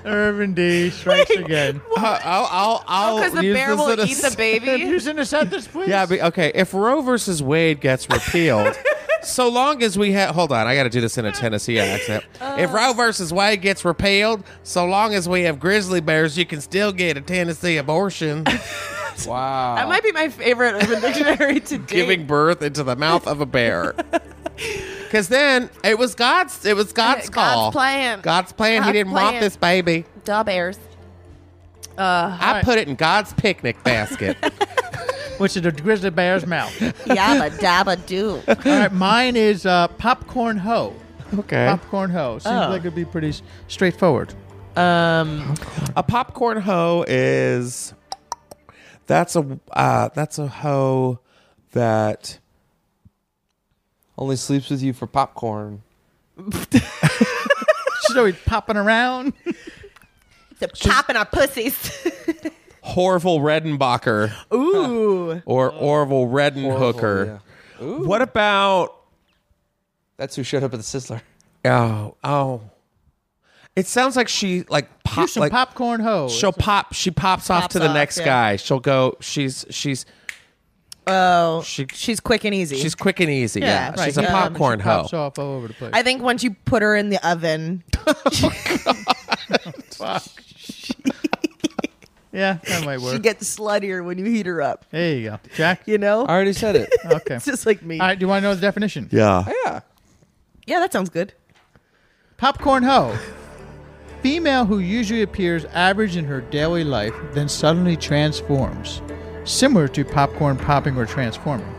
[SPEAKER 2] Irvin D strikes
[SPEAKER 1] [laughs]
[SPEAKER 2] again.
[SPEAKER 6] I'll, I'll, I'll
[SPEAKER 1] Because Oh, the
[SPEAKER 6] use
[SPEAKER 1] bear
[SPEAKER 6] this
[SPEAKER 1] will
[SPEAKER 6] in a
[SPEAKER 1] eat the [laughs]
[SPEAKER 6] s-
[SPEAKER 1] baby.
[SPEAKER 2] Using a sentence, please.
[SPEAKER 6] Yeah, but, okay. If Roe versus
[SPEAKER 1] [laughs]
[SPEAKER 6] Wade gets repealed, so long as we have, hold on, I got to do this in
[SPEAKER 1] [laughs]
[SPEAKER 6] a
[SPEAKER 1] Uh.
[SPEAKER 6] Tennessee accent. if Roe versus Wade gets repealed, so long as we have grizzly bears, you can still get a Tennessee abortion,
[SPEAKER 3] Wow.
[SPEAKER 1] That might be my favorite [laughs] Urban Dictionary to date.
[SPEAKER 6] giving birth into the mouth of
[SPEAKER 1] [laughs]
[SPEAKER 6] a bear. Because then it was God's, it was God's
[SPEAKER 1] God's
[SPEAKER 6] call,
[SPEAKER 1] plan.
[SPEAKER 6] God's plan. he
[SPEAKER 1] God's
[SPEAKER 6] didn't want
[SPEAKER 1] plan.
[SPEAKER 6] this baby.
[SPEAKER 1] Da bears.
[SPEAKER 6] I put it in God's picnic
[SPEAKER 1] [laughs]
[SPEAKER 6] basket.
[SPEAKER 2] Which is a grizzly bear's mouth.
[SPEAKER 1] Yabba dabba do.
[SPEAKER 2] All right, mine is uh, popcorn hoe.
[SPEAKER 6] okay.
[SPEAKER 2] Popcorn hoe. Seems
[SPEAKER 1] Oh.
[SPEAKER 2] like it'd be pretty s- straightforward. [laughs]
[SPEAKER 6] A popcorn hoe is that's a uh, that's a hoe that
[SPEAKER 3] Only sleeps with you for popcorn.
[SPEAKER 2] So he's popping around.
[SPEAKER 7] The popping our pussies.
[SPEAKER 6] Horval Redenbacher
[SPEAKER 7] Ooh.
[SPEAKER 6] [laughs] or Orville
[SPEAKER 3] Oh,
[SPEAKER 6] Redenhooker. What about
[SPEAKER 3] That's who showed up at the Sizzler.
[SPEAKER 6] oh oh? It sounds like she like
[SPEAKER 2] Do
[SPEAKER 6] pop
[SPEAKER 2] some
[SPEAKER 6] like
[SPEAKER 2] popcorn hoe.
[SPEAKER 6] she'll pop she pops off
[SPEAKER 1] Oh, Pops
[SPEAKER 6] to the
[SPEAKER 1] off,
[SPEAKER 6] next
[SPEAKER 1] yeah.
[SPEAKER 6] guy. She'll go she's she's
[SPEAKER 1] Oh,
[SPEAKER 6] She-
[SPEAKER 1] [laughs] she's quick and easy.
[SPEAKER 6] she's quick and easy. Yeah,
[SPEAKER 1] Yeah, right,
[SPEAKER 6] she's a
[SPEAKER 1] yeah.
[SPEAKER 6] popcorn hoe.
[SPEAKER 2] Pops off all over the place.
[SPEAKER 1] I think once you put her in the oven,
[SPEAKER 2] yeah, that might
[SPEAKER 1] she
[SPEAKER 2] work.
[SPEAKER 1] gets sluttier when you heat her up.
[SPEAKER 2] there you go,
[SPEAKER 1] [laughs]
[SPEAKER 2] Jack.
[SPEAKER 1] You know,
[SPEAKER 3] I already
[SPEAKER 2] [laughs]
[SPEAKER 3] said it.
[SPEAKER 2] Okay.
[SPEAKER 1] it's just like me.
[SPEAKER 2] All right. Do you want to know the definition?
[SPEAKER 6] Yeah.
[SPEAKER 3] yeah.
[SPEAKER 1] yeah, that sounds good.
[SPEAKER 2] Popcorn hoe. Female who usually appears average in her daily life, then suddenly transforms. Similar to popcorn popping or transforming.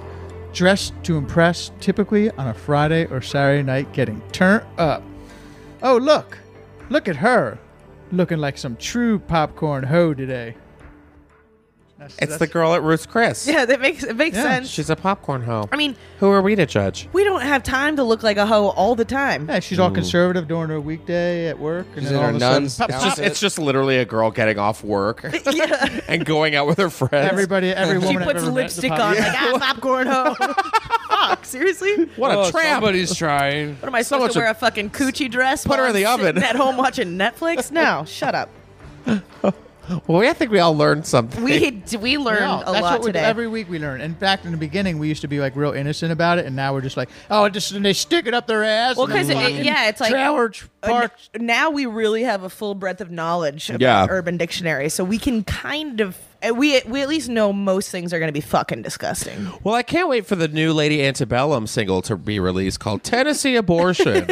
[SPEAKER 2] Dressed to impress, typically on a Friday or Saturday night, getting turned up. Oh, look! Look at her! Looking like some true popcorn hoe today. That's-
[SPEAKER 6] It's the
[SPEAKER 2] that's-
[SPEAKER 6] girl at Ruth's Chris.
[SPEAKER 1] Yeah, that makes it makes
[SPEAKER 2] Yeah,
[SPEAKER 1] sense.
[SPEAKER 6] She's a popcorn hoe.
[SPEAKER 1] [laughs] I mean,
[SPEAKER 6] Who are we to judge?
[SPEAKER 1] we don't have time to look like a hoe all the time.
[SPEAKER 2] Yeah, she's all conservative during her weekday at work. And
[SPEAKER 3] She's
[SPEAKER 2] then
[SPEAKER 3] in
[SPEAKER 2] all
[SPEAKER 3] her
[SPEAKER 2] of a sudden,
[SPEAKER 3] nuns
[SPEAKER 2] pop,
[SPEAKER 3] down-
[SPEAKER 2] pop,
[SPEAKER 6] It's just, it's just literally a girl getting off work
[SPEAKER 1] [laughs] yeah,
[SPEAKER 6] and going out with her friends.
[SPEAKER 2] Everybody,
[SPEAKER 3] [laughs]
[SPEAKER 2] every woman
[SPEAKER 1] she
[SPEAKER 2] I've
[SPEAKER 1] puts
[SPEAKER 2] ever met is a
[SPEAKER 1] lipstick
[SPEAKER 2] pop-
[SPEAKER 1] on like ah, popcorn
[SPEAKER 2] [laughs]
[SPEAKER 1] hoe. [laughs] Fuck, seriously.
[SPEAKER 6] what a tramp!
[SPEAKER 3] Somebody's trying.
[SPEAKER 1] What am I
[SPEAKER 6] Someone
[SPEAKER 1] supposed to
[SPEAKER 6] should
[SPEAKER 1] wear a fucking coochie dress?
[SPEAKER 6] put her
[SPEAKER 1] while
[SPEAKER 6] in the
[SPEAKER 1] I'm sitting
[SPEAKER 6] oven.
[SPEAKER 1] at home watching Netflix. No, shut up.
[SPEAKER 6] Well, I think we all learned something.
[SPEAKER 7] We we learned
[SPEAKER 2] No,
[SPEAKER 7] a
[SPEAKER 2] that's
[SPEAKER 7] lot
[SPEAKER 2] what we do
[SPEAKER 7] today.
[SPEAKER 2] every week we learn. In fact, in the beginning, we used to be like real innocent about it, and now we're just like, oh, just and they stick it up their ass.
[SPEAKER 7] Well,
[SPEAKER 2] and they
[SPEAKER 7] 'cause it-
[SPEAKER 2] fucking
[SPEAKER 7] yeah, it's like-
[SPEAKER 2] trailer tr-
[SPEAKER 1] Uh, n-
[SPEAKER 2] park.
[SPEAKER 1] now we really have a full breadth of knowledge about
[SPEAKER 6] Yeah.
[SPEAKER 1] Urban Dictionary, so we can kind of uh, we we at least know most things are going to be fucking disgusting.
[SPEAKER 6] Well, I can't wait for the new Lady Antebellum single to be released called
[SPEAKER 1] [laughs]
[SPEAKER 6] Tennessee Abortion.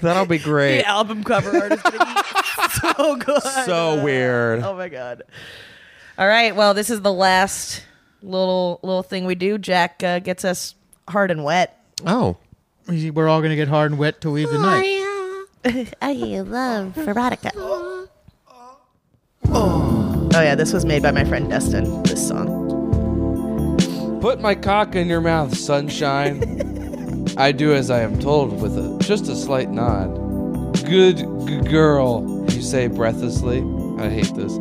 [SPEAKER 6] That'll be great.
[SPEAKER 1] The album cover art is going to be so good,
[SPEAKER 6] So weird.
[SPEAKER 1] Oh my god! All right, well, this is the last little little thing we do. Jack uh, gets us hard and wet.
[SPEAKER 6] Oh.
[SPEAKER 2] We're all gonna get hard and wet to leave the night.
[SPEAKER 7] I love erotica.
[SPEAKER 1] Oh yeah, this was made by my friend Dustin. This song.
[SPEAKER 3] Put my cock in your mouth, sunshine.
[SPEAKER 10] [laughs]
[SPEAKER 3] I do as I am told with a, just a slight nod. Good g- girl, you say breathlessly. I
[SPEAKER 10] [laughs]
[SPEAKER 3] hate this.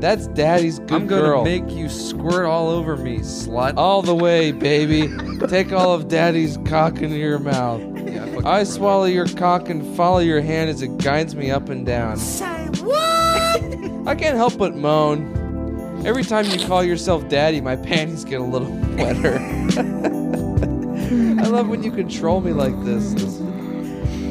[SPEAKER 3] That's daddy's good
[SPEAKER 10] I'm gonna
[SPEAKER 3] girl.
[SPEAKER 10] make you squirt all over me, slut.
[SPEAKER 3] all the
[SPEAKER 10] [laughs]
[SPEAKER 3] way, baby. Take all of daddy's cock into your mouth. I swallow your cock and follow your hand as it guides me up and down. I can't help but moan. Every time you call yourself daddy, my panties get a little [laughs] wetter. I love when you control me like this. This-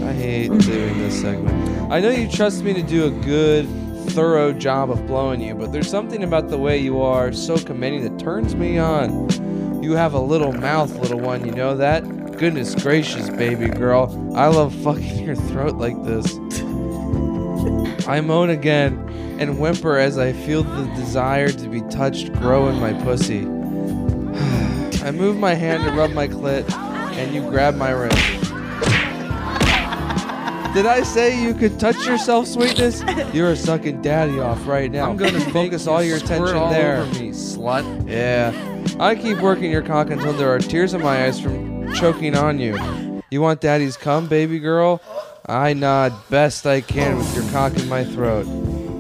[SPEAKER 3] I hate doing this segment. I know you trust me to do a good, thorough job of blowing you, but there's something about the way you are so commanding that turns me on. You have a little mouth, little one, you know that? Goodness gracious, baby girl. I love fucking [laughs] your throat like this. I moan again and whimper as I feel the desire to be touched grow in my pussy. [sighs] I move my hand to rub my clit, and you grab my wrist. Did I say you could touch yourself, sweetness? You're sucking daddy off right now.
[SPEAKER 10] I'm gonna
[SPEAKER 3] focus all your attention
[SPEAKER 10] all
[SPEAKER 3] there.
[SPEAKER 10] over me, slut.
[SPEAKER 3] Yeah. I keep working your cock until there are tears in my eyes from choking on you. You want daddy's cum, baby girl? I nod best I can with your cock in my throat.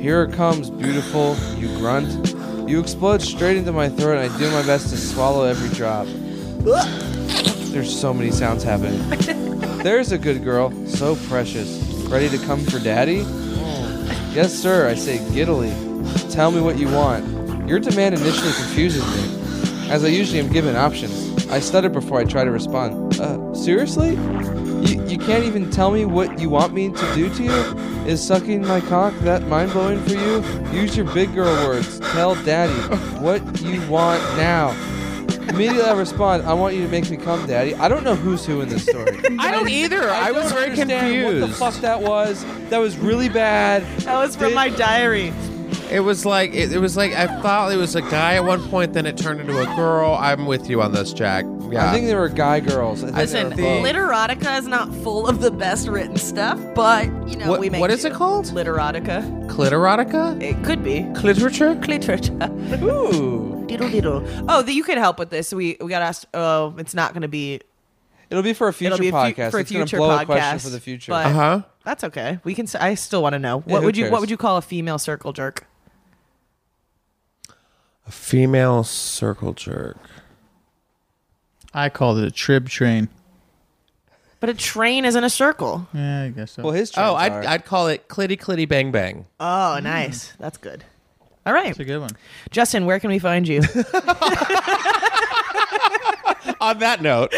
[SPEAKER 3] Here it comes, beautiful, you grunt. You explode straight into my throat, and I do my best to swallow every drop. There's so many sounds happening. There's a good girl, so precious. Ready to come for daddy? Yes, sir, I say giddily. Tell me what you want. Your demand initially confuses me, as I usually am given options. I stutter before I try to respond. Uh, seriously? You, you can't even tell me what you want me to do to you? Is sucking my cock that mind blowing for you? Use your big girl words. Tell daddy what you want now. Immediately I respond, I want you to make me come, daddy. I don't know who's who in this story.
[SPEAKER 6] [laughs] I don't either. I,
[SPEAKER 3] don't
[SPEAKER 6] was very
[SPEAKER 3] understand
[SPEAKER 6] confused.
[SPEAKER 3] What the fuck that was? That was really bad.
[SPEAKER 1] That was from
[SPEAKER 3] Did-
[SPEAKER 1] my diary.
[SPEAKER 6] It was like it, it was like I thought it was a guy at one point, then it turned into a girl. I'm with you on this, Jack. them. Yeah.
[SPEAKER 3] I think they were guy girls. I think
[SPEAKER 1] Listen,
[SPEAKER 3] they were both.
[SPEAKER 1] literotica is not full of the best written stuff, but you know
[SPEAKER 6] What-
[SPEAKER 1] we make.
[SPEAKER 6] what is it
[SPEAKER 1] do.
[SPEAKER 6] called?
[SPEAKER 1] Literotica.
[SPEAKER 6] Clitorotica?
[SPEAKER 1] It could be. [laughs]
[SPEAKER 6] Cliterature?
[SPEAKER 1] Cliterature.
[SPEAKER 3] Ooh.
[SPEAKER 1] Diddle diddle. Oh, the, you could help with this. We we got asked. Oh, it's not going to be.
[SPEAKER 3] It'll be for a future
[SPEAKER 1] It'll be a fu-
[SPEAKER 3] podcast.
[SPEAKER 1] for a
[SPEAKER 3] it's going to
[SPEAKER 1] future
[SPEAKER 3] blow
[SPEAKER 1] podcast,
[SPEAKER 3] a question for the future.
[SPEAKER 1] but-
[SPEAKER 6] Uh huh.
[SPEAKER 1] That's okay. We can. s- I still want to know
[SPEAKER 3] Yeah,
[SPEAKER 1] what
[SPEAKER 3] who
[SPEAKER 1] would you
[SPEAKER 3] cares?
[SPEAKER 1] what would you call a female circle jerk?
[SPEAKER 6] A female circle jerk.
[SPEAKER 2] I called it a trib train.
[SPEAKER 1] But a train isn't a circle.
[SPEAKER 2] Yeah, I guess so.
[SPEAKER 3] well, his
[SPEAKER 6] Oh,
[SPEAKER 3] trains
[SPEAKER 6] I'd,
[SPEAKER 3] are.
[SPEAKER 6] I'd call it clitty clitty bang bang. Mm.
[SPEAKER 1] Oh, nice. That's good. All right,
[SPEAKER 2] That's a good one.
[SPEAKER 1] Justin. Where can we find
[SPEAKER 6] [laughs]
[SPEAKER 1] you?
[SPEAKER 6] [laughs] On that note.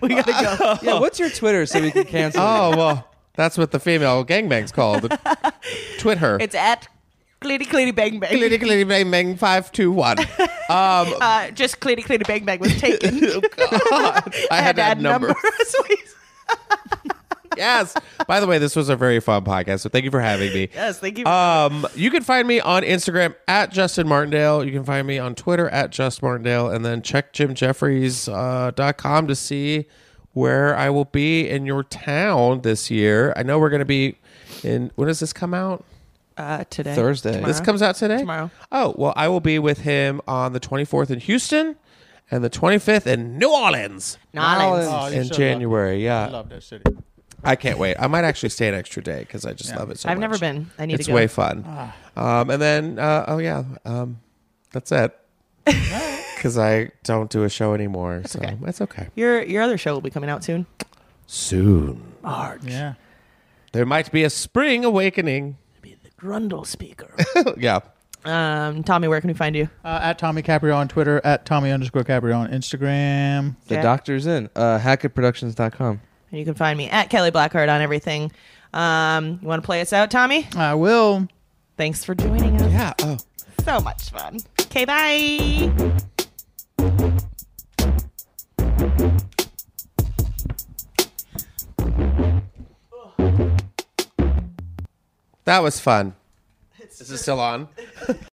[SPEAKER 1] we gotta go.
[SPEAKER 3] yeah, what's your Twitter so
[SPEAKER 6] [laughs]
[SPEAKER 3] we can cancel? it?
[SPEAKER 6] oh, well, that's what the female gangbang's [laughs] called. Twit her.
[SPEAKER 1] It's at clitty clitty bang bang.
[SPEAKER 6] clitty clitty bang bang 521. Um,
[SPEAKER 1] Uh, just clitty clitty bang bang was
[SPEAKER 6] [laughs]
[SPEAKER 1] taken.
[SPEAKER 6] [laughs] I had to add numbers.
[SPEAKER 1] numbers. [laughs]
[SPEAKER 6] yes. By the way, this was a very fun podcast, so thank you for having me.
[SPEAKER 1] yes, thank you.
[SPEAKER 6] Um, you can find me on Instagram at Justin Martindale. You can find me on Twitter at Just Martindale, and then check JimJeffries.com uh, .com to see where I will be in your town this year. I know we're going to be in. When does this come out?
[SPEAKER 1] uh, today.
[SPEAKER 3] Thursday.
[SPEAKER 1] Tomorrow.
[SPEAKER 6] This comes out today.
[SPEAKER 1] Tomorrow.
[SPEAKER 6] Oh well, I will be with him on the 24th in Houston, and the 25th in New Orleans
[SPEAKER 1] Nolens.
[SPEAKER 3] Nolens.
[SPEAKER 2] you're
[SPEAKER 6] in
[SPEAKER 2] so
[SPEAKER 6] January.
[SPEAKER 2] lucky. I
[SPEAKER 6] Yeah,
[SPEAKER 2] love that city.
[SPEAKER 6] I can't wait. I might actually stay an extra day because I just love it so
[SPEAKER 1] I've never
[SPEAKER 6] much.
[SPEAKER 1] been. I need
[SPEAKER 6] it's
[SPEAKER 1] to go.
[SPEAKER 6] way fun. Um, and then, uh, oh yeah, um, that's it. Because I don't do a show anymore, so
[SPEAKER 1] okay.
[SPEAKER 6] that's okay.
[SPEAKER 1] your your other show will be coming out soon.
[SPEAKER 6] Soon
[SPEAKER 2] Yeah.
[SPEAKER 6] there might be a spring awakening. [laughs]
[SPEAKER 1] Grundle speaker.
[SPEAKER 6] yeah,
[SPEAKER 1] um, Tommy, where can we find you?
[SPEAKER 2] Uh, at Tommy Caprio on Twitter, at Tommy underscore Caprio on Instagram.
[SPEAKER 3] The
[SPEAKER 1] Yeah.
[SPEAKER 3] doctor's in. Uh, HackettProductions.com.
[SPEAKER 1] And you can find me at Kelly Blackheart on everything. Um, you want to play us out, Tommy?
[SPEAKER 2] I will.
[SPEAKER 1] Thanks for joining us.
[SPEAKER 6] yeah. Oh.
[SPEAKER 1] So much fun. Okay, bye.
[SPEAKER 6] That was fun. Is it still on?